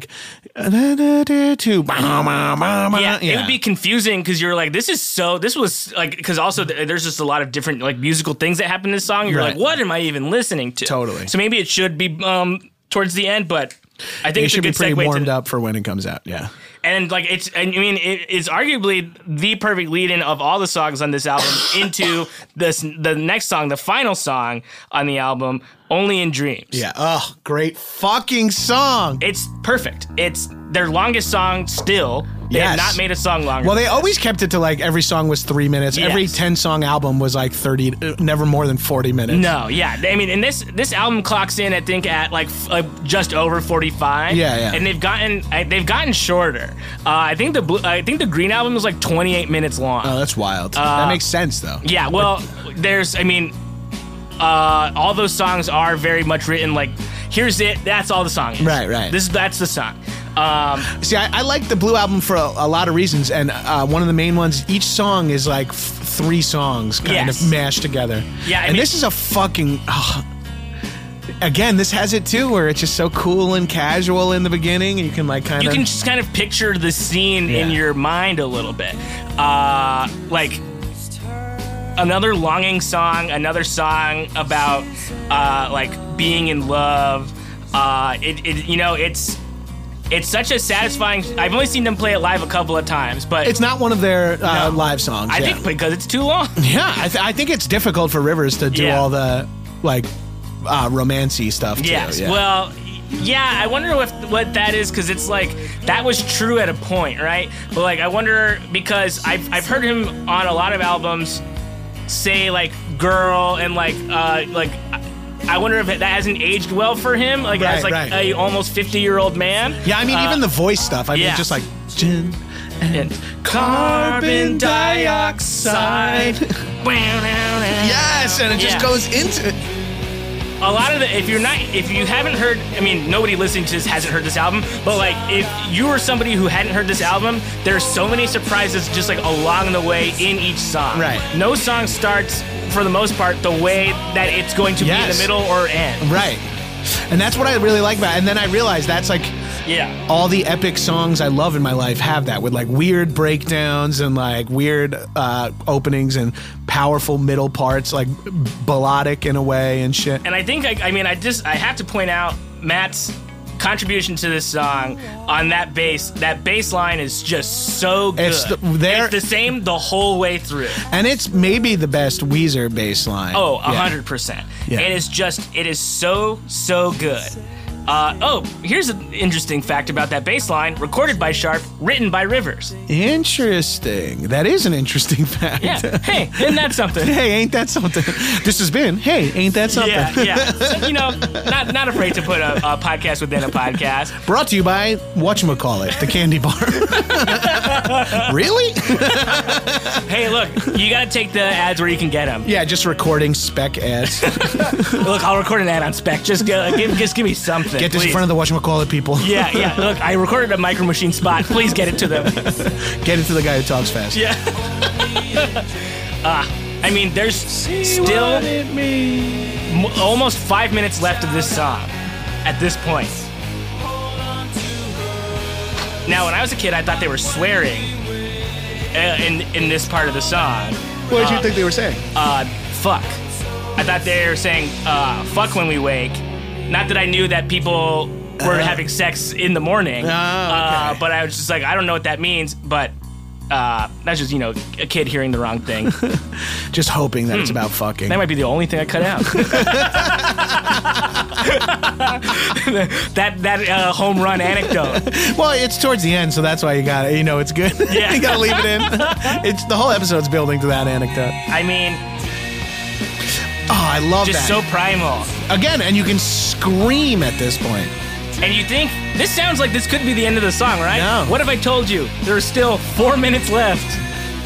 [SPEAKER 2] da-da-da to
[SPEAKER 1] yeah,
[SPEAKER 2] uh, yeah,
[SPEAKER 1] it would be confusing because you're like, this is so. This was like because also th- there's just a lot of different like musical things that happen in this song. You're
[SPEAKER 2] Right.
[SPEAKER 1] like, what am I even listening to?
[SPEAKER 2] Totally.
[SPEAKER 1] So maybe it should be um towards the end, but I think
[SPEAKER 2] it
[SPEAKER 1] it's
[SPEAKER 2] should
[SPEAKER 1] a
[SPEAKER 2] be
[SPEAKER 1] good
[SPEAKER 2] pretty
[SPEAKER 1] segue to
[SPEAKER 2] warmed up for when it comes out. Yeah.
[SPEAKER 1] and like it's i mean it is arguably the perfect lead-in of all the songs on this album into this the next song the final song on the album only in dreams
[SPEAKER 2] Yeah. Oh, great fucking song.
[SPEAKER 1] it's perfect it's their longest song still they have
[SPEAKER 2] Yes.
[SPEAKER 1] not made a song longer
[SPEAKER 2] Well, they always kept it to like every song was three minutes. Every
[SPEAKER 1] Yes.
[SPEAKER 2] ten song album was like thirty, uh, never more than forty minutes.
[SPEAKER 1] no yeah i mean and this this album clocks in i think at like f- uh, just over 45
[SPEAKER 2] Yeah, yeah.
[SPEAKER 1] and they've gotten I, they've gotten shorter uh, i think the blue, i think the green album is like 28 minutes long
[SPEAKER 2] Oh, that's
[SPEAKER 1] Uh,
[SPEAKER 2] wild. that makes sense though.
[SPEAKER 1] Yeah, well, there's, I mean, uh, all those songs are very much written like, here's it, that's all the song is.
[SPEAKER 2] Right, right.
[SPEAKER 1] This that's the song. Um,
[SPEAKER 2] See, I, I like the Blue album for a, a lot of reasons, and uh, one of the main ones, each song is like f- three songs kind
[SPEAKER 1] Yes.
[SPEAKER 2] of mashed together.
[SPEAKER 1] Yeah, I
[SPEAKER 2] and
[SPEAKER 1] mean-
[SPEAKER 2] this is a fucking. ah. Again, this has it too, where it's just so cool and casual in the beginning, and you can like kind
[SPEAKER 1] you
[SPEAKER 2] of
[SPEAKER 1] can just kind of picture the scene in
[SPEAKER 2] Yeah.
[SPEAKER 1] your mind a little bit. Uh, like another longing song, another song about uh, like being in love. Uh, it, it, you know, it's it's such a satisfying. I've only seen them play it live a couple of times, but
[SPEAKER 2] it's not one of their
[SPEAKER 1] No.
[SPEAKER 2] uh, live songs.
[SPEAKER 1] I
[SPEAKER 2] yeah.
[SPEAKER 1] think because it's too long.
[SPEAKER 2] Yeah, I, th- I think it's difficult for Rivers to do
[SPEAKER 1] Yeah.
[SPEAKER 2] all the like uh, romancy stuff. Too.
[SPEAKER 1] Yes.
[SPEAKER 2] yeah.
[SPEAKER 1] Well, yeah. I wonder if what that is because it's like that was true at a point, right? But like, I wonder because I've I've heard him on a lot of albums say like "girl" and like uh like. I wonder if that hasn't aged well for him, like as
[SPEAKER 2] Right,
[SPEAKER 1] like
[SPEAKER 2] right.
[SPEAKER 1] a almost fifty year old man.
[SPEAKER 2] yeah. I mean,
[SPEAKER 1] Uh,
[SPEAKER 2] even the voice stuff. I mean,
[SPEAKER 1] yeah.
[SPEAKER 2] just like gin and
[SPEAKER 1] and-
[SPEAKER 2] carbon dioxide.
[SPEAKER 1] Wow, wow, wow.
[SPEAKER 2] Yes, and it just
[SPEAKER 1] Yeah.
[SPEAKER 2] goes into it.
[SPEAKER 1] a lot of the if you're not if you haven't heard I mean nobody listening to this hasn't heard this album but like if you were somebody who hadn't heard this album there's so many surprises just like along the way in each song
[SPEAKER 2] Right.
[SPEAKER 1] no song starts for the most part the way that it's going to be in
[SPEAKER 2] Yes.
[SPEAKER 1] the middle or end
[SPEAKER 2] Right. And that's what I really like about it. And then I realized that's like
[SPEAKER 1] yeah
[SPEAKER 2] all the epic songs I love in my life have that with like weird breakdowns and like weird uh, openings and powerful middle parts, like balladic in a way and shit.
[SPEAKER 1] and I think I, I mean I just I have to point out Matt's contribution to this song on that bass that bass line is just so good
[SPEAKER 2] It's the- there-
[SPEAKER 1] it's the same the whole way through
[SPEAKER 2] And it's maybe the best Weezer bass line.
[SPEAKER 1] Oh, a
[SPEAKER 2] Yeah.
[SPEAKER 1] hundred percent.
[SPEAKER 2] Yeah.
[SPEAKER 1] It is just, it is so, so good. Uh, oh, here's an interesting fact about that bass line: recorded by Sharp, written by Rivers.
[SPEAKER 2] Interesting. That is an interesting fact.
[SPEAKER 1] Yeah. hey, isn't that something?
[SPEAKER 2] hey, ain't that something? This has been, hey, ain't that something?
[SPEAKER 1] Yeah, yeah. So, you know, not not afraid to put a, a podcast within a podcast.
[SPEAKER 2] Brought to you by whatchamacallit, the candy bar. really?
[SPEAKER 1] Hey, look, you gotta take the ads where you can get them.
[SPEAKER 2] yeah, just recording spec ads.
[SPEAKER 1] Look, I'll record an ad on spec. Just go, give, just give me something.
[SPEAKER 2] Get this
[SPEAKER 1] please.
[SPEAKER 2] in front of the whatchamacallit people.
[SPEAKER 1] yeah, yeah. Look, I recorded a micro machine spot. Please get it to them.
[SPEAKER 2] Get it to the guy who talks fast.
[SPEAKER 1] Yeah. Ah, I mean, there's still m- almost five minutes left of this song at this point. Now, when I was a kid, I thought they were swearing uh, in in this part of the song.
[SPEAKER 2] What did you think they were saying?
[SPEAKER 1] Uh, fuck. I thought they were saying uh, "fuck" when we wake. Not that I knew that people were having sex in the morning.
[SPEAKER 2] Oh,
[SPEAKER 1] Uh,
[SPEAKER 2] okay.
[SPEAKER 1] but I was just like, I don't know what that means. But uh, that's just you know a kid hearing the wrong thing.
[SPEAKER 2] Just hoping that it's
[SPEAKER 1] Hmm.
[SPEAKER 2] about fucking.
[SPEAKER 1] That might be the only thing I cut out. that that uh, home run anecdote.
[SPEAKER 2] Well, it's towards the end, so that's why you got it. You know, it's good.
[SPEAKER 1] Yeah.
[SPEAKER 2] you got to leave it in. It's the whole episode's building to that anecdote.
[SPEAKER 1] I mean,
[SPEAKER 2] Oh, I love
[SPEAKER 1] just so
[SPEAKER 2] that.
[SPEAKER 1] primal.
[SPEAKER 2] Again, and you can scream at this point.
[SPEAKER 1] And you think this sounds like this could be the end of the song, right?
[SPEAKER 2] No.
[SPEAKER 1] What if I told you there's still four minutes left?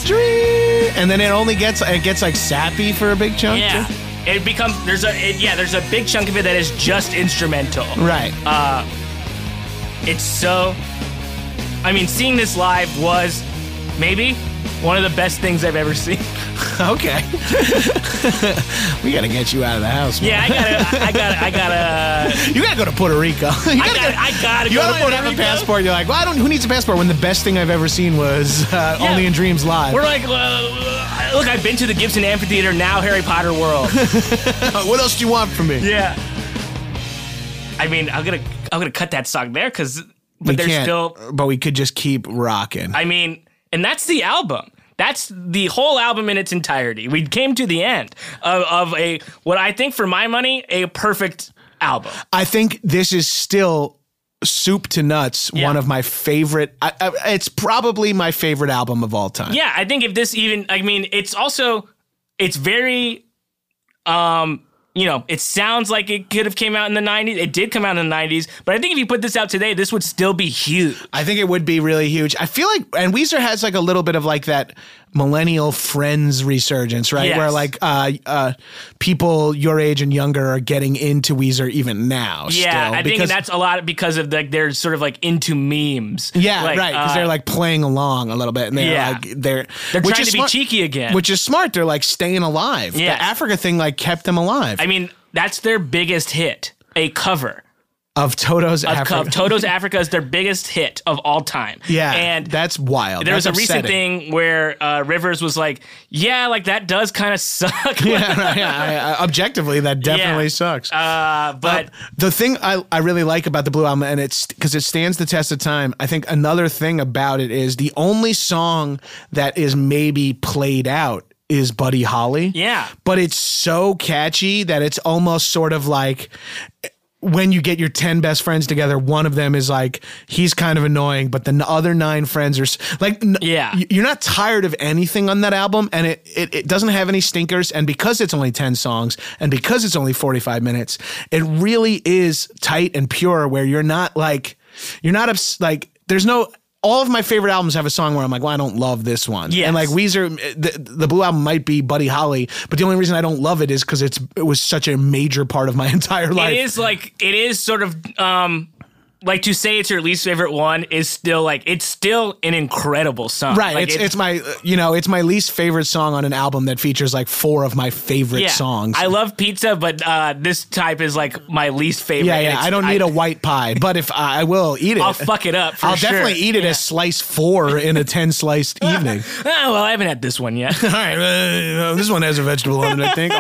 [SPEAKER 2] Dree- And then it only gets it gets like sappy for a big chunk.
[SPEAKER 1] Yeah.
[SPEAKER 2] too.
[SPEAKER 1] It becomes there's a it, yeah there's a big chunk of it that is just instrumental.
[SPEAKER 2] Right.
[SPEAKER 1] It's so. I mean, seeing this live was maybe one of the best things I've ever seen.
[SPEAKER 2] okay. we got to get you out of the house. man.
[SPEAKER 1] Yeah, I gotta, I gotta, uh, I gotta,
[SPEAKER 2] You got to go to Puerto Rico. you
[SPEAKER 1] I
[SPEAKER 2] gotta go-
[SPEAKER 1] gotta, I gotta
[SPEAKER 2] You
[SPEAKER 1] go
[SPEAKER 2] don't
[SPEAKER 1] to
[SPEAKER 2] even
[SPEAKER 1] Puerto
[SPEAKER 2] have a
[SPEAKER 1] Rico.
[SPEAKER 2] passport. You're like, well, I don't. Who needs a passport when the best thing I've ever seen was uh,
[SPEAKER 1] Yeah.
[SPEAKER 2] Only in Dreams live?
[SPEAKER 1] We're like, uh, look, I've been to the Gibson Amphitheater, now Harry Potter World.
[SPEAKER 2] what else do you want from me?
[SPEAKER 1] yeah. I mean, I'm gonna, I'm gonna cut that song there because,
[SPEAKER 2] we
[SPEAKER 1] but there's
[SPEAKER 2] can't.
[SPEAKER 1] still,
[SPEAKER 2] but we could just keep rocking.
[SPEAKER 1] I mean, and that's the album. That's the whole album in its entirety. We came to the end of, of a what I think, for my money, a perfect album.
[SPEAKER 2] I think this is still soup to nuts.
[SPEAKER 1] Yeah.
[SPEAKER 2] One of my favorite. I, I, it's probably my favorite album of all time.
[SPEAKER 1] Yeah, I think if this even, I mean, it's also, it's very, um, you know, it sounds like it could have came out in the '90s. It did come out in the '90s, but I think if you put this out today, this would still be huge.
[SPEAKER 2] I think it would be really huge. I feel like, and Weezer has like a little bit of like that millennial friends resurgence, right?
[SPEAKER 1] Yes.
[SPEAKER 2] Where like uh, uh, people your age and younger are getting into Weezer even now.
[SPEAKER 1] Yeah,
[SPEAKER 2] still,
[SPEAKER 1] I think
[SPEAKER 2] because-
[SPEAKER 1] that's a lot because of like they're sort of like into memes.
[SPEAKER 2] Yeah, right. right. Because
[SPEAKER 1] uh,
[SPEAKER 2] they're like playing along a little bit, and they're
[SPEAKER 1] Yeah.
[SPEAKER 2] like they're
[SPEAKER 1] they're
[SPEAKER 2] which
[SPEAKER 1] trying
[SPEAKER 2] is
[SPEAKER 1] to be
[SPEAKER 2] smart-
[SPEAKER 1] cheeky again.
[SPEAKER 2] which is smart. They're like staying alive.
[SPEAKER 1] Yes.
[SPEAKER 2] The Africa thing like kept them alive.
[SPEAKER 1] I mean, that's their biggest hit, a cover.
[SPEAKER 2] of Toto's
[SPEAKER 1] of
[SPEAKER 2] Africa.
[SPEAKER 1] Cub. Toto's Africa is their biggest hit of all time.
[SPEAKER 2] yeah,
[SPEAKER 1] and
[SPEAKER 2] that's wild.
[SPEAKER 1] there was
[SPEAKER 2] That's
[SPEAKER 1] a recent
[SPEAKER 2] upsetting.
[SPEAKER 1] thing where uh, Rivers was like, "Yeah, like that does kind of suck."
[SPEAKER 2] yeah, right, yeah, I- I- objectively, that definitely
[SPEAKER 1] Yeah.
[SPEAKER 2] sucks.
[SPEAKER 1] uh, but
[SPEAKER 2] the thing I, I really like about the Blue Album, and it's because it stands the test of time. I think another thing about it is the only song that is maybe played out is Buddy Holly.
[SPEAKER 1] Yeah.
[SPEAKER 2] But it's so catchy that it's almost sort of like when you get your 10 best friends together, one of them is like, he's kind of annoying, but the n- other nine friends are s- like, n-
[SPEAKER 1] Yeah.
[SPEAKER 2] y- you're not tired of anything on that album. And it, it, it doesn't have any stinkers. And because it's only 10 songs and because it's only 45 minutes, it really is tight and pure where you're not like, you're not, obs- like, there's no all of my favorite albums have a song where I'm like, well, I don't love this one.
[SPEAKER 1] Yes.
[SPEAKER 2] And like Weezer, eh, the, the Blue Album might be Buddy Holly, but the only reason I don't love it is because it's it was such a major part of my entire life.
[SPEAKER 1] It is like it is sort of um like to say it's your least favorite one is still like it's still an incredible song.
[SPEAKER 2] Right,
[SPEAKER 1] Like,
[SPEAKER 2] it's, it's my you know it's my least favorite song on an album that features like four of my favorite songs.
[SPEAKER 1] I love pizza, but uh, this type is like my least favorite.
[SPEAKER 2] yeah,
[SPEAKER 1] and
[SPEAKER 2] yeah.
[SPEAKER 1] it's-
[SPEAKER 2] I don't need a white pie, but if I, I will eat it,
[SPEAKER 1] I'll fuck it up. For
[SPEAKER 2] I'll
[SPEAKER 1] sure.
[SPEAKER 2] definitely eat it as slice four in a ten sliced evening.
[SPEAKER 1] Oh, well, I haven't had this one yet.
[SPEAKER 2] All right, uh, this one has a vegetable on it, I think.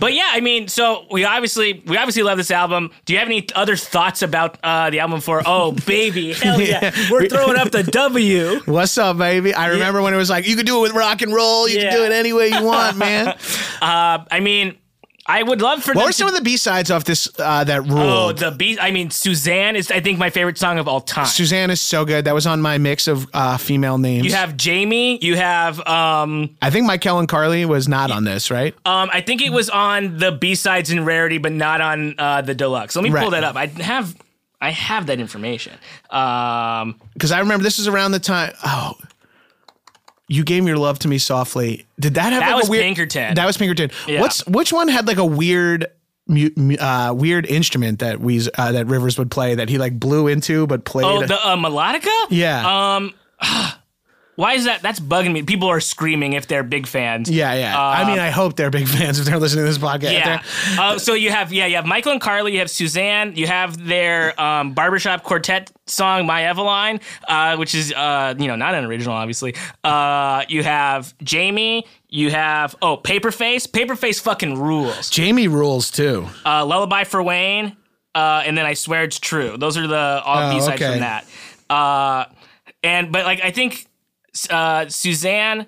[SPEAKER 1] But yeah, I mean, so we obviously we obviously love this album. Do you have any other thoughts about uh, the album for Oh baby, hell yeah. We're throwing up the W.
[SPEAKER 2] What's up, baby? I remember when it was like you can do it with rock and roll, you
[SPEAKER 1] Yeah.
[SPEAKER 2] can do it any way you want, man.
[SPEAKER 1] Uh, I mean, I would love for
[SPEAKER 2] what
[SPEAKER 1] them
[SPEAKER 2] were
[SPEAKER 1] to-
[SPEAKER 2] some of the B sides off this uh, that ruled?
[SPEAKER 1] Oh, the beat. I mean, Suzanne is, I think, my favorite song of all time.
[SPEAKER 2] Suzanne is so good. That was on my mix of uh, female names.
[SPEAKER 1] You have Jamie. You have, um,
[SPEAKER 2] I think Michael and Carly was not on this, right?
[SPEAKER 1] um, I think it was on the B sides and rarity, but not on uh, the deluxe. Let me
[SPEAKER 2] Right.
[SPEAKER 1] pull that up. I have, I have that information. Um,
[SPEAKER 2] because I remember this is around the time. Oh, you gave your love to me softly. Did that have
[SPEAKER 1] That
[SPEAKER 2] like
[SPEAKER 1] was
[SPEAKER 2] a weird?
[SPEAKER 1] Pinkerton.
[SPEAKER 2] That was Pinkerton.
[SPEAKER 1] Yeah.
[SPEAKER 2] What's which one had like a weird, mu- mu- uh, weird instrument that we uh, that Rivers would play that he like blew into but played.
[SPEAKER 1] oh, the um, uh, melodica.
[SPEAKER 2] yeah,
[SPEAKER 1] Why is that? That's bugging me. People are screaming if they're big fans.
[SPEAKER 2] yeah, yeah. I mean, I hope they're big fans if they're listening to this podcast.
[SPEAKER 1] uh, Yeah.
[SPEAKER 2] They're-
[SPEAKER 1] Uh, so you have yeah you have Michael and Carly, you have Suzanne, you have their um, barbershop quartet song "My Eveline," uh, which is uh, you know not an original, obviously. Uh, you have Jamie. You have oh Paperface. Paperface fucking rules.
[SPEAKER 2] Jamie rules too.
[SPEAKER 1] Uh, Lullaby for Wayne, uh, and then I swear it's true. Those are the all
[SPEAKER 2] Oh,
[SPEAKER 1] B sides
[SPEAKER 2] okay.
[SPEAKER 1] from that. Uh, and but like I think uh, Suzanne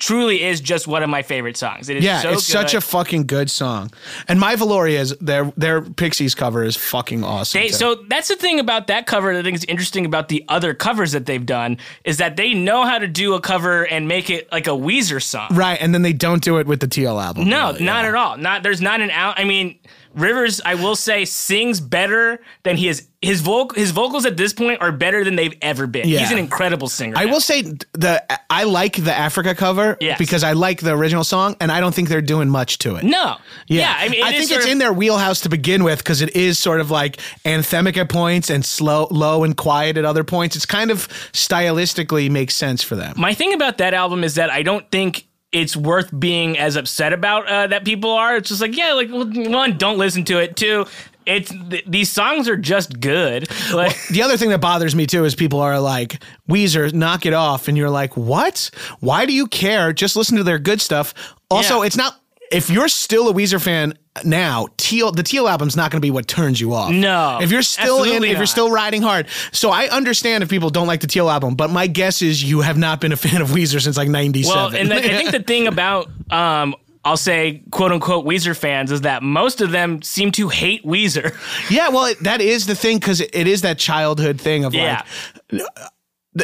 [SPEAKER 1] truly is just one of my favorite songs. It is
[SPEAKER 2] Yeah,
[SPEAKER 1] so
[SPEAKER 2] it's such
[SPEAKER 1] good.
[SPEAKER 2] a fucking good song. And my Valoria's their their Pixies cover is fucking awesome.
[SPEAKER 1] They,
[SPEAKER 2] too.
[SPEAKER 1] so that's the thing about that cover. that I think is interesting about the other covers that they've done is that they know how to do a cover and make it like a Weezer song.
[SPEAKER 2] right, and then they don't do it with the Teal album.
[SPEAKER 1] No,
[SPEAKER 2] really.
[SPEAKER 1] not at all. Not there's not an out. I mean, Rivers, I will say, sings better than he is. His vocal, his vocals at this point are better than they've ever been.
[SPEAKER 2] Yeah.
[SPEAKER 1] He's an incredible singer.
[SPEAKER 2] I
[SPEAKER 1] now.
[SPEAKER 2] will say the I like the Africa cover
[SPEAKER 1] Yes.
[SPEAKER 2] because I like the original song, and I don't think they're doing much to it.
[SPEAKER 1] No. Yeah. I mean,
[SPEAKER 2] I think it's
[SPEAKER 1] in there.
[SPEAKER 2] in their wheelhouse to begin with because it is sort of like anthemic at points and slow, low and quiet at other points. It's kind of stylistically makes sense for them.
[SPEAKER 1] My thing about that album is that I don't think it's worth being as upset about uh, that people are. It's just like, yeah, like well, one, don't listen to it. Two, it's th- these songs are just good. Like,
[SPEAKER 2] The other thing that bothers me too is people are like, Weezer, knock it off. And you're like, what? Why do you care? Just listen to their good stuff. Also,
[SPEAKER 1] Yeah.
[SPEAKER 2] it's not, if you're still a Weezer fan now, Teal, the Teal album's not going to be what turns you off.
[SPEAKER 1] No,
[SPEAKER 2] If you're still in,
[SPEAKER 1] absolutely
[SPEAKER 2] if you're
[SPEAKER 1] not.
[SPEAKER 2] still riding hard. So I understand if people don't like the Teal album, but my guess is you have not been a fan of Weezer since like 97.
[SPEAKER 1] well, and the, I think the thing about um, I'll say quote unquote Weezer fans is that most of them seem to hate Weezer.
[SPEAKER 2] yeah, well, it, that is the thing because it is that childhood thing of
[SPEAKER 1] Yeah.
[SPEAKER 2] like,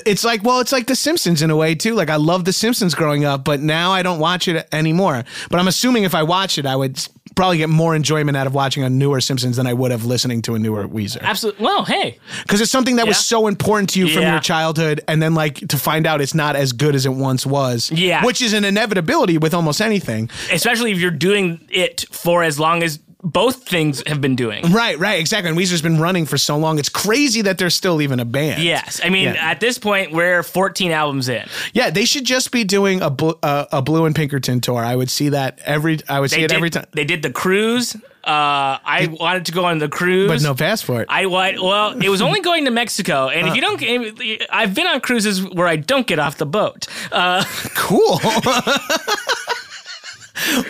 [SPEAKER 2] it's like well it's like the simpsons in a way too like i love the simpsons growing up but now i don't watch it anymore but i'm assuming if i watch it i would s- probably get more enjoyment out of watching a newer simpsons than i would of listening to a newer weezer
[SPEAKER 1] Absolutely. Well, hey,
[SPEAKER 2] because it's something that was
[SPEAKER 1] Yeah.
[SPEAKER 2] so important to you from
[SPEAKER 1] Yeah.
[SPEAKER 2] your childhood and then like to find out it's not as good as it once was
[SPEAKER 1] Yeah.
[SPEAKER 2] which is an inevitability with almost anything
[SPEAKER 1] especially if you're doing it for as long as both things have been doing.
[SPEAKER 2] right right exactly and weezer's been running for so long it's crazy that they're still even a band
[SPEAKER 1] Yes, I mean
[SPEAKER 2] Yeah.
[SPEAKER 1] at this point we're 14 albums in.
[SPEAKER 2] yeah they should just be doing a, bl- uh, a blue and pinkerton tour i would see that every i would see it
[SPEAKER 1] did,
[SPEAKER 2] every time
[SPEAKER 1] They did the cruise. Uh, I wanted to go on the cruise.
[SPEAKER 2] but no passport
[SPEAKER 1] I wa- well, it was only going to Mexico, and
[SPEAKER 2] Uh.
[SPEAKER 1] if you don't, I've been on cruises where I don't get off the boat. Uh,
[SPEAKER 2] cool.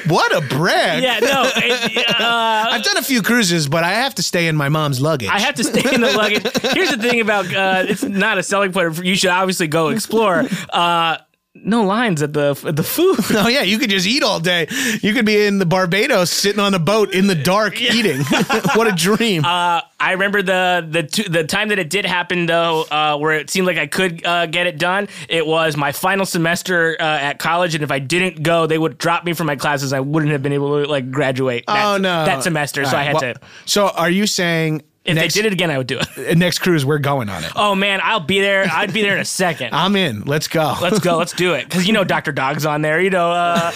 [SPEAKER 2] what a brag.
[SPEAKER 1] yeah, no, it- uh,
[SPEAKER 2] I've done a few cruises, but I have to stay in my mom's luggage.
[SPEAKER 1] I have to stay in the luggage. Here's the thing about uh, it's not a selling point. You should obviously go explore. Uh, no lines at the at the food.
[SPEAKER 2] oh yeah, you could just eat all day. You could be in the Barbados sitting on a boat in the dark eating. what a dream.
[SPEAKER 1] Uh, I remember the the two, the time that it did happen though, uh, where it seemed like I could uh, get it done. It was my final semester uh, at college, and if I didn't go, they would drop me from my classes. I wouldn't have been able to like graduate. That,
[SPEAKER 2] oh no.
[SPEAKER 1] that semester, so
[SPEAKER 2] All
[SPEAKER 1] I
[SPEAKER 2] right,
[SPEAKER 1] had
[SPEAKER 2] well,
[SPEAKER 1] to.
[SPEAKER 2] So are you saying
[SPEAKER 1] If
[SPEAKER 2] Next-
[SPEAKER 1] they did it again, I would do it.
[SPEAKER 2] Next cruise, we're going on it.
[SPEAKER 1] Oh man, I'll be there. I'd be there in a second.
[SPEAKER 2] I'm in. Let's go.
[SPEAKER 1] Let's go. Let's do it. Because you know Dr. Dog's on there. You know, uh,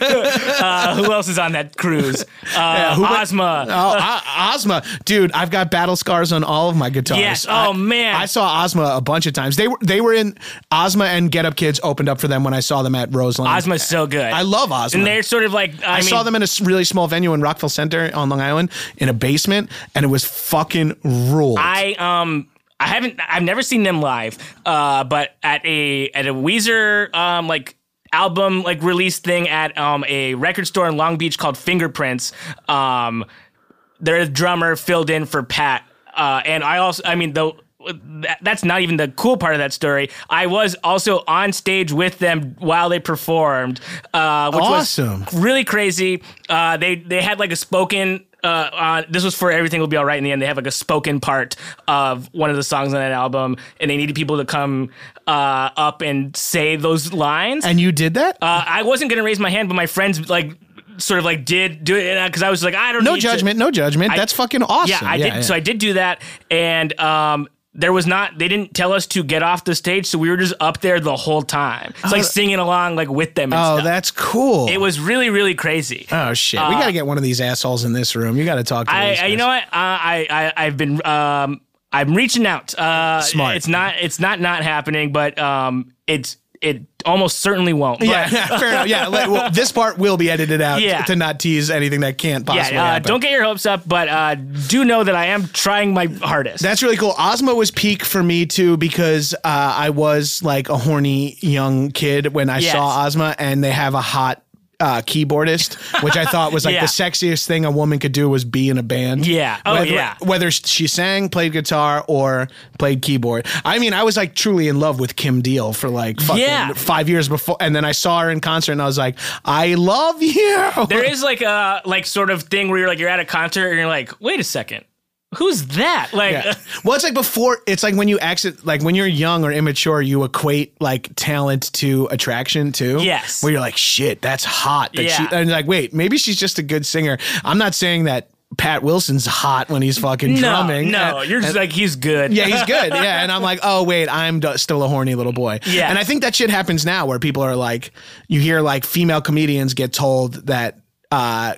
[SPEAKER 1] uh, who else is on that cruise? Uh,
[SPEAKER 2] who went-
[SPEAKER 1] Ozma.
[SPEAKER 2] Oh, I, Ozma, dude, I've got battle scars on all of my guitars.
[SPEAKER 1] Yes.
[SPEAKER 2] I-
[SPEAKER 1] Oh, man.
[SPEAKER 2] I saw Ozma a bunch of times. They were they were in Ozma and Get Up Kids opened up for them when I saw them at Roseland.
[SPEAKER 1] Ozma's so good.
[SPEAKER 2] I love Ozma.
[SPEAKER 1] And they're sort of like, I,
[SPEAKER 2] I
[SPEAKER 1] mean,
[SPEAKER 2] saw them in a s- really small venue in Rockville Center on Long Island in a basement, and it was fucking ruled.
[SPEAKER 1] I um I haven't I've never seen them live. Uh but at a at a Weezer um like album like release thing at um a record store in Long Beach called Fingerprints. Um their drummer filled in for Pat. Uh and I also I mean though that- that's not even the cool part of that story. I was also on stage with them while they performed, uh, which
[SPEAKER 2] Awesome.
[SPEAKER 1] was really crazy. Uh, they they had like a spoken. Uh, on, this was for everything will be all right in the end. They have like a spoken part of one of the songs on that album, and they needed people to come uh, up and say those lines.
[SPEAKER 2] and you did that?
[SPEAKER 1] uh, I wasn't gonna raise my hand, but my friends like sort of like did do it because I was like, I don't
[SPEAKER 2] no
[SPEAKER 1] need to-
[SPEAKER 2] judgment, no judgment. That's fucking awesome.
[SPEAKER 1] yeah, I did. So I did do that, and um, there was not. They didn't tell us to get off the stage, so we were just up there the whole time. It's like singing along, like with them. And
[SPEAKER 2] oh,
[SPEAKER 1] stuff.
[SPEAKER 2] that's cool.
[SPEAKER 1] it was really, really crazy.
[SPEAKER 2] oh shit, we gotta get one of these assholes in this room. You gotta talk to
[SPEAKER 1] I,
[SPEAKER 2] these
[SPEAKER 1] I, you
[SPEAKER 2] guys.
[SPEAKER 1] know what? Uh, I, I, I've been, um, I'm reaching out. Uh,
[SPEAKER 2] Smart.
[SPEAKER 1] It's not, it's not not happening, but um, it's, it almost certainly won't. But-
[SPEAKER 2] Yeah, fair enough. Yeah, like, well, this part will be edited out
[SPEAKER 1] Yeah.
[SPEAKER 2] to not tease anything that can't possibly
[SPEAKER 1] yeah. Uh,
[SPEAKER 2] happen.
[SPEAKER 1] don't get your hopes up, but uh, do know that I am trying my hardest.
[SPEAKER 2] That's really cool. Ozma was peak for me too because uh, I was like a horny young kid when I
[SPEAKER 1] Yes.
[SPEAKER 2] saw Ozma, and they have a hot uh, keyboardist, which I thought was like
[SPEAKER 1] Yeah.
[SPEAKER 2] the sexiest thing a woman could do was be in a band.
[SPEAKER 1] Yeah. Oh,
[SPEAKER 2] whether,
[SPEAKER 1] yeah.
[SPEAKER 2] Whether she sang, played guitar, or played keyboard. I mean, I was like truly in love with Kim Deal for like fucking
[SPEAKER 1] Yeah.
[SPEAKER 2] five years before, and then I saw her in concert, and I was like, I love you.
[SPEAKER 1] there is like a like sort of thing where you're like you're at a concert and you're like, wait a second, who's that? Like,
[SPEAKER 2] Yeah. Well, it's like before. It's like when you exit, like when you're young or immature, you equate like talent to attraction too.
[SPEAKER 1] Yes.
[SPEAKER 2] Where you're like, shit, that's hot. That she,
[SPEAKER 1] Yeah.
[SPEAKER 2] and you're like, wait, maybe she's just a good singer. I'm not saying that Pat Wilson's hot when he's fucking
[SPEAKER 1] no,
[SPEAKER 2] drumming.
[SPEAKER 1] no,
[SPEAKER 2] And-
[SPEAKER 1] you're just like he's good.
[SPEAKER 2] yeah, he's good. Yeah, and I'm like, oh wait, I'm d- still a horny little boy.
[SPEAKER 1] Yeah.
[SPEAKER 2] and I think that shit happens now, where people are like, you hear like female comedians get told that uh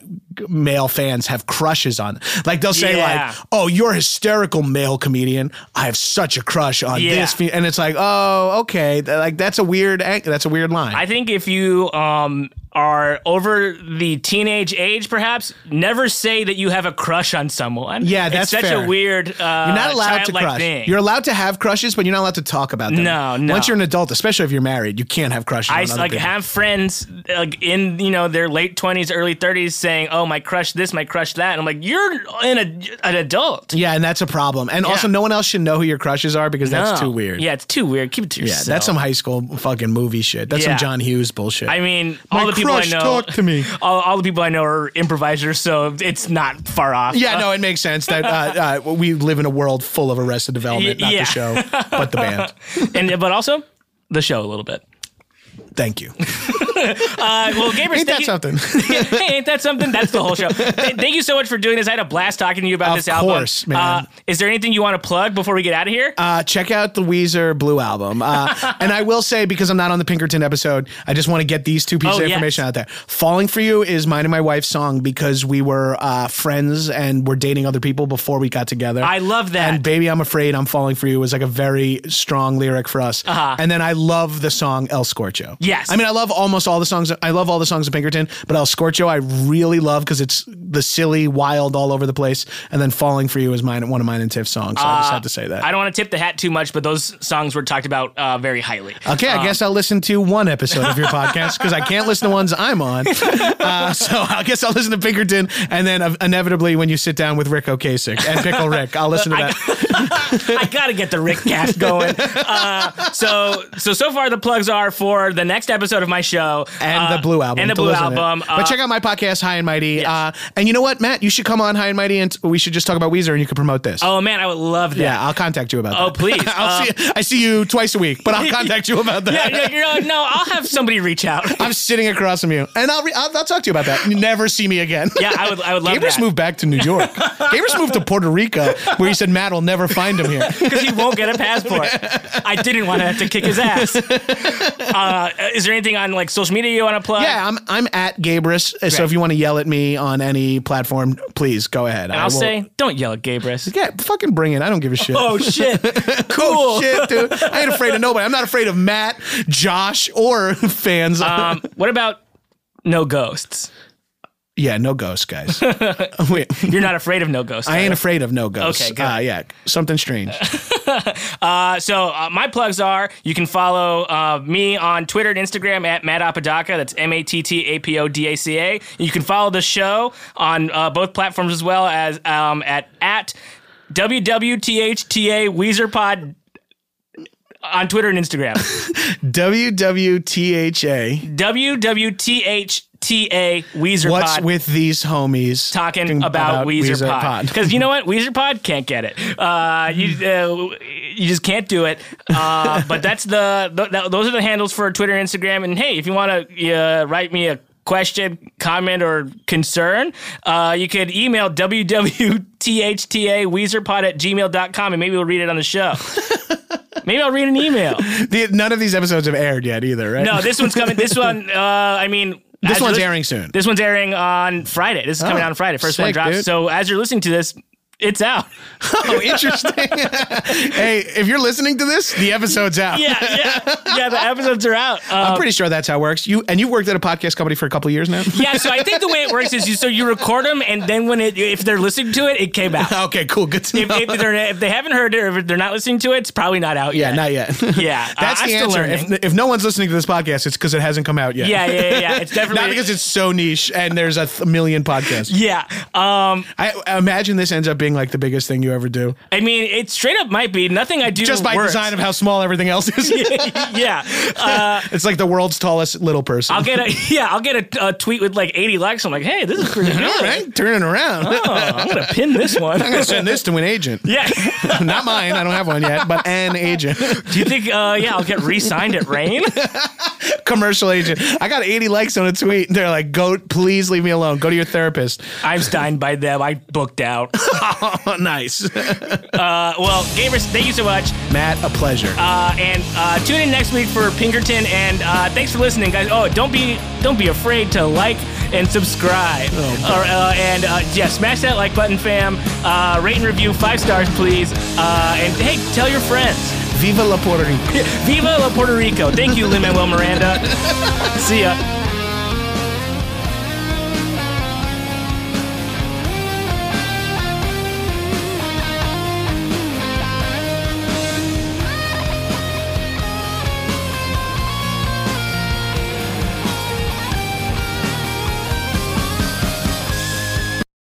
[SPEAKER 2] male fans have crushes on like they'll say
[SPEAKER 1] Yeah.
[SPEAKER 2] like oh you're a hysterical male comedian i have such a crush on
[SPEAKER 1] Yeah.
[SPEAKER 2] this fe-. and it's like oh okay Th- like that's a weird ang- that's a weird line
[SPEAKER 1] I think if you um are over the teenage age, perhaps never say that you have a crush on someone.
[SPEAKER 2] Yeah,
[SPEAKER 1] It's
[SPEAKER 2] that's
[SPEAKER 1] such
[SPEAKER 2] fair.
[SPEAKER 1] a weird. Uh,
[SPEAKER 2] you're not allowed to
[SPEAKER 1] childlike
[SPEAKER 2] crush
[SPEAKER 1] Thing.
[SPEAKER 2] you're allowed to have crushes but you're not allowed to talk about them
[SPEAKER 1] No, no.
[SPEAKER 2] once you're an adult especially if you're married you can't have crushes
[SPEAKER 1] I
[SPEAKER 2] on other
[SPEAKER 1] like
[SPEAKER 2] people.
[SPEAKER 1] have friends like in you know their late twenties, early thirties, saying, "Oh, my crush this, my crush that," and I'm like, "You're an a, an adult."
[SPEAKER 2] Yeah, and that's a problem. And also, no one else should know who your crushes are because that's
[SPEAKER 1] No.
[SPEAKER 2] too weird.
[SPEAKER 1] Oh. Yeah, it's too weird. Keep it to
[SPEAKER 2] Yeah,
[SPEAKER 1] yourself.
[SPEAKER 2] that's some high school fucking movie shit. That's some
[SPEAKER 1] Yeah.
[SPEAKER 2] John Hughes bullshit.
[SPEAKER 1] I mean,
[SPEAKER 2] My
[SPEAKER 1] all the people I
[SPEAKER 2] crush
[SPEAKER 1] know.
[SPEAKER 2] talked to me.
[SPEAKER 1] All, all the people I know are improvisers, so it's not far off.
[SPEAKER 2] yeah, no, it makes sense that uh, uh, we live in a world full of Arrested Development,
[SPEAKER 1] Y-
[SPEAKER 2] not
[SPEAKER 1] yeah.
[SPEAKER 2] the show, but the band.
[SPEAKER 1] and but also the show a little bit.
[SPEAKER 2] Thank you.
[SPEAKER 1] Uh, well, Gabriel,
[SPEAKER 2] Ain't that
[SPEAKER 1] thank you-
[SPEAKER 2] something?
[SPEAKER 1] hey, ain't that something? That's the whole show. Th- thank you so much for doing this. I had a blast talking to you about
[SPEAKER 2] Of
[SPEAKER 1] this album.
[SPEAKER 2] course, man.
[SPEAKER 1] Uh, is there anything you want to plug before we get out of here?
[SPEAKER 2] Uh, check out the Weezer Blue album. Uh, and I will say, because I'm not on the Pinkerton episode, I just want to get these two pieces
[SPEAKER 1] Oh,
[SPEAKER 2] of
[SPEAKER 1] yes.
[SPEAKER 2] information out there. Falling for You is mine and my wife's song because we were uh, friends and were dating other people before we got together.
[SPEAKER 1] I love that.
[SPEAKER 2] And Baby, I'm Afraid I'm Falling for You was like a very strong lyric for us. Uh-huh. And then I love the song El Scorcho.
[SPEAKER 1] Yes.
[SPEAKER 2] I mean, I love almost all the songs. I love all the songs of Pinkerton, but El Scorcho I really love because it's the silly, wild, all over the place. And then Falling for You is mine, one of mine and Tiff's songs. So I
[SPEAKER 1] Uh,
[SPEAKER 2] just had to say that.
[SPEAKER 1] I don't want to tip the hat too much, but those songs were talked about uh, very highly.
[SPEAKER 2] Okay, I guess I'll listen to one episode of your podcast because I can't listen to ones I'm on. Uh, so I guess I'll listen to Pinkerton, and then uh, inevitably when you sit down with Rick Ocasek and Pickle Rick, I'll listen to that.
[SPEAKER 1] I gotta get the Rick cast going. Uh, so so so far the plugs are for the next episode of my show, So
[SPEAKER 2] and
[SPEAKER 1] uh,
[SPEAKER 2] the blue album
[SPEAKER 1] and the
[SPEAKER 2] to
[SPEAKER 1] blue
[SPEAKER 2] listen to.
[SPEAKER 1] album.
[SPEAKER 2] but
[SPEAKER 1] uh,
[SPEAKER 2] check out my podcast, High and Mighty. Uh, and you know what, Matt? You should come on High and Mighty, and we should just talk about Weezer, and you can promote this.
[SPEAKER 1] oh man, I would love that.
[SPEAKER 2] yeah, I'll contact you about that.
[SPEAKER 1] Oh, please.
[SPEAKER 2] I'll see. I see you twice a week, but I'll contact you about that.
[SPEAKER 1] Yeah, yeah, you're like, no, I'll have somebody reach out.
[SPEAKER 2] I'm sitting across from you, and I'll, re- I'll I'll talk to you about that. You never see me again.
[SPEAKER 1] Yeah, I would, I would love
[SPEAKER 2] Gabrus
[SPEAKER 1] that.
[SPEAKER 2] moved back to New York. Gabrus moved to Puerto Rico, where he said Matt will never find him here.
[SPEAKER 1] because he won't get a passport. I didn't want to have to kick his ass. Uh, is there anything on like social media you want to plug?
[SPEAKER 2] Yeah, I'm I'm at Gabrus. uh, So
[SPEAKER 1] Right.
[SPEAKER 2] if you want to yell at me on any platform, please go ahead.
[SPEAKER 1] I'll say, don't yell at Gabris.
[SPEAKER 2] yeah, fucking bring it. I don't give a shit. Oh,
[SPEAKER 1] Oh shit! Cool.
[SPEAKER 2] shit, dude. I ain't afraid of nobody. I'm not afraid of Matt, Josh, or fans.
[SPEAKER 1] Um, what about no ghosts?
[SPEAKER 2] yeah, no ghosts, guys. Wait,
[SPEAKER 1] You're not afraid of no ghosts.
[SPEAKER 2] I
[SPEAKER 1] are
[SPEAKER 2] ain't
[SPEAKER 1] you?
[SPEAKER 2] afraid of no ghosts.
[SPEAKER 1] Okay, good.
[SPEAKER 2] Uh, yeah, something strange.
[SPEAKER 1] Uh, so uh, my plugs are: you can follow uh, me on Twitter and Instagram at Matt Apodaca. That's M A T T A P O D A C A. You can follow the show on uh, both platforms as well as um, at at WWTHTA WeezerPod on Twitter and Instagram.
[SPEAKER 2] WWTHA.
[SPEAKER 1] WWTHTA WeezerPod.
[SPEAKER 2] What's with these homies
[SPEAKER 1] talking about, Weezer, Pod because you know what Weezer Pod can't get it. Uh, you uh, you just can't do it. Uh, but that's the th- th- those are the handles for Twitter, and Instagram, and hey, if you want to uh, write me a question, comment, or concern, uh, you could email www.thta weezerpod at gmail.com and maybe we'll read it on the show. maybe I'll read an email.
[SPEAKER 2] The- none of these episodes have aired yet either, right?
[SPEAKER 1] No, this one's coming. This one, uh, I mean,
[SPEAKER 2] This
[SPEAKER 1] as you're
[SPEAKER 2] one's
[SPEAKER 1] lis-
[SPEAKER 2] airing soon.
[SPEAKER 1] This one's airing on Friday. This is coming
[SPEAKER 2] Oh,
[SPEAKER 1] out on Friday. First one
[SPEAKER 2] slick,
[SPEAKER 1] drops.
[SPEAKER 2] dude.
[SPEAKER 1] So as you're listening to this, it's out.
[SPEAKER 2] Oh, interesting. hey, if you're listening to this, the episode's out.
[SPEAKER 1] Yeah, yeah, yeah. The episodes are out.
[SPEAKER 2] I'm
[SPEAKER 1] Um,
[SPEAKER 2] pretty sure that's how it works. You and you've worked at a podcast company for a couple of years now.
[SPEAKER 1] yeah, so I think the way it works is you so you record them, and then when it if they're listening to it, it came out.
[SPEAKER 2] okay, cool. Good to
[SPEAKER 1] If,
[SPEAKER 2] know.
[SPEAKER 1] if, they're, if they haven't heard it or if they're not listening to it, it's probably not out
[SPEAKER 2] yeah,
[SPEAKER 1] yet.
[SPEAKER 2] not yet.
[SPEAKER 1] yeah,
[SPEAKER 2] That's
[SPEAKER 1] uh,
[SPEAKER 2] the
[SPEAKER 1] I'm still
[SPEAKER 2] answer.
[SPEAKER 1] learning.
[SPEAKER 2] If, if no one's listening to this podcast, it's because it hasn't come out yet.
[SPEAKER 1] yeah, yeah, yeah, yeah. It's definitely
[SPEAKER 2] Not because it's so niche and there's a th- million podcasts.
[SPEAKER 1] yeah. Um,
[SPEAKER 2] I, I imagine this ends up being like the biggest thing you ever do,
[SPEAKER 1] I mean, it straight up might be nothing I do
[SPEAKER 2] just by
[SPEAKER 1] works.
[SPEAKER 2] design of how small everything else is.
[SPEAKER 1] yeah. Uh,
[SPEAKER 2] it's like the world's tallest little person.
[SPEAKER 1] I'll get a yeah, I'll get a, a tweet with like 80 likes. I'm like, hey, this is pretty good.
[SPEAKER 2] All right, turn it around.
[SPEAKER 1] Oh, I'm gonna pin this one.
[SPEAKER 2] I'm gonna send this to an agent.
[SPEAKER 1] Yeah.
[SPEAKER 2] Not mine. I don't have one yet, but an agent,
[SPEAKER 1] Do you think? Uh, yeah, I'll get re-signed at Rain.
[SPEAKER 2] commercial agent. I got 80 likes on a tweet. They're like, "Go, please leave me alone. Go to your therapist."
[SPEAKER 1] I'm signed by them. I booked out.
[SPEAKER 2] Oh, nice,
[SPEAKER 1] Uh, well, gamers, thank you so much,
[SPEAKER 2] Matt. A pleasure.
[SPEAKER 1] uh, and uh, tune in next week for Pinkerton. And uh, thanks for listening, guys. Oh, don't be don't be afraid to like and subscribe. or, uh, and uh, yeah, smash that like button, fam. Uh, rate and review five stars, please. Uh, and hey, tell your friends.
[SPEAKER 2] Viva la Puerto Rico.
[SPEAKER 1] Viva la Puerto Rico. Thank you, Lin Manuel Miranda. See ya.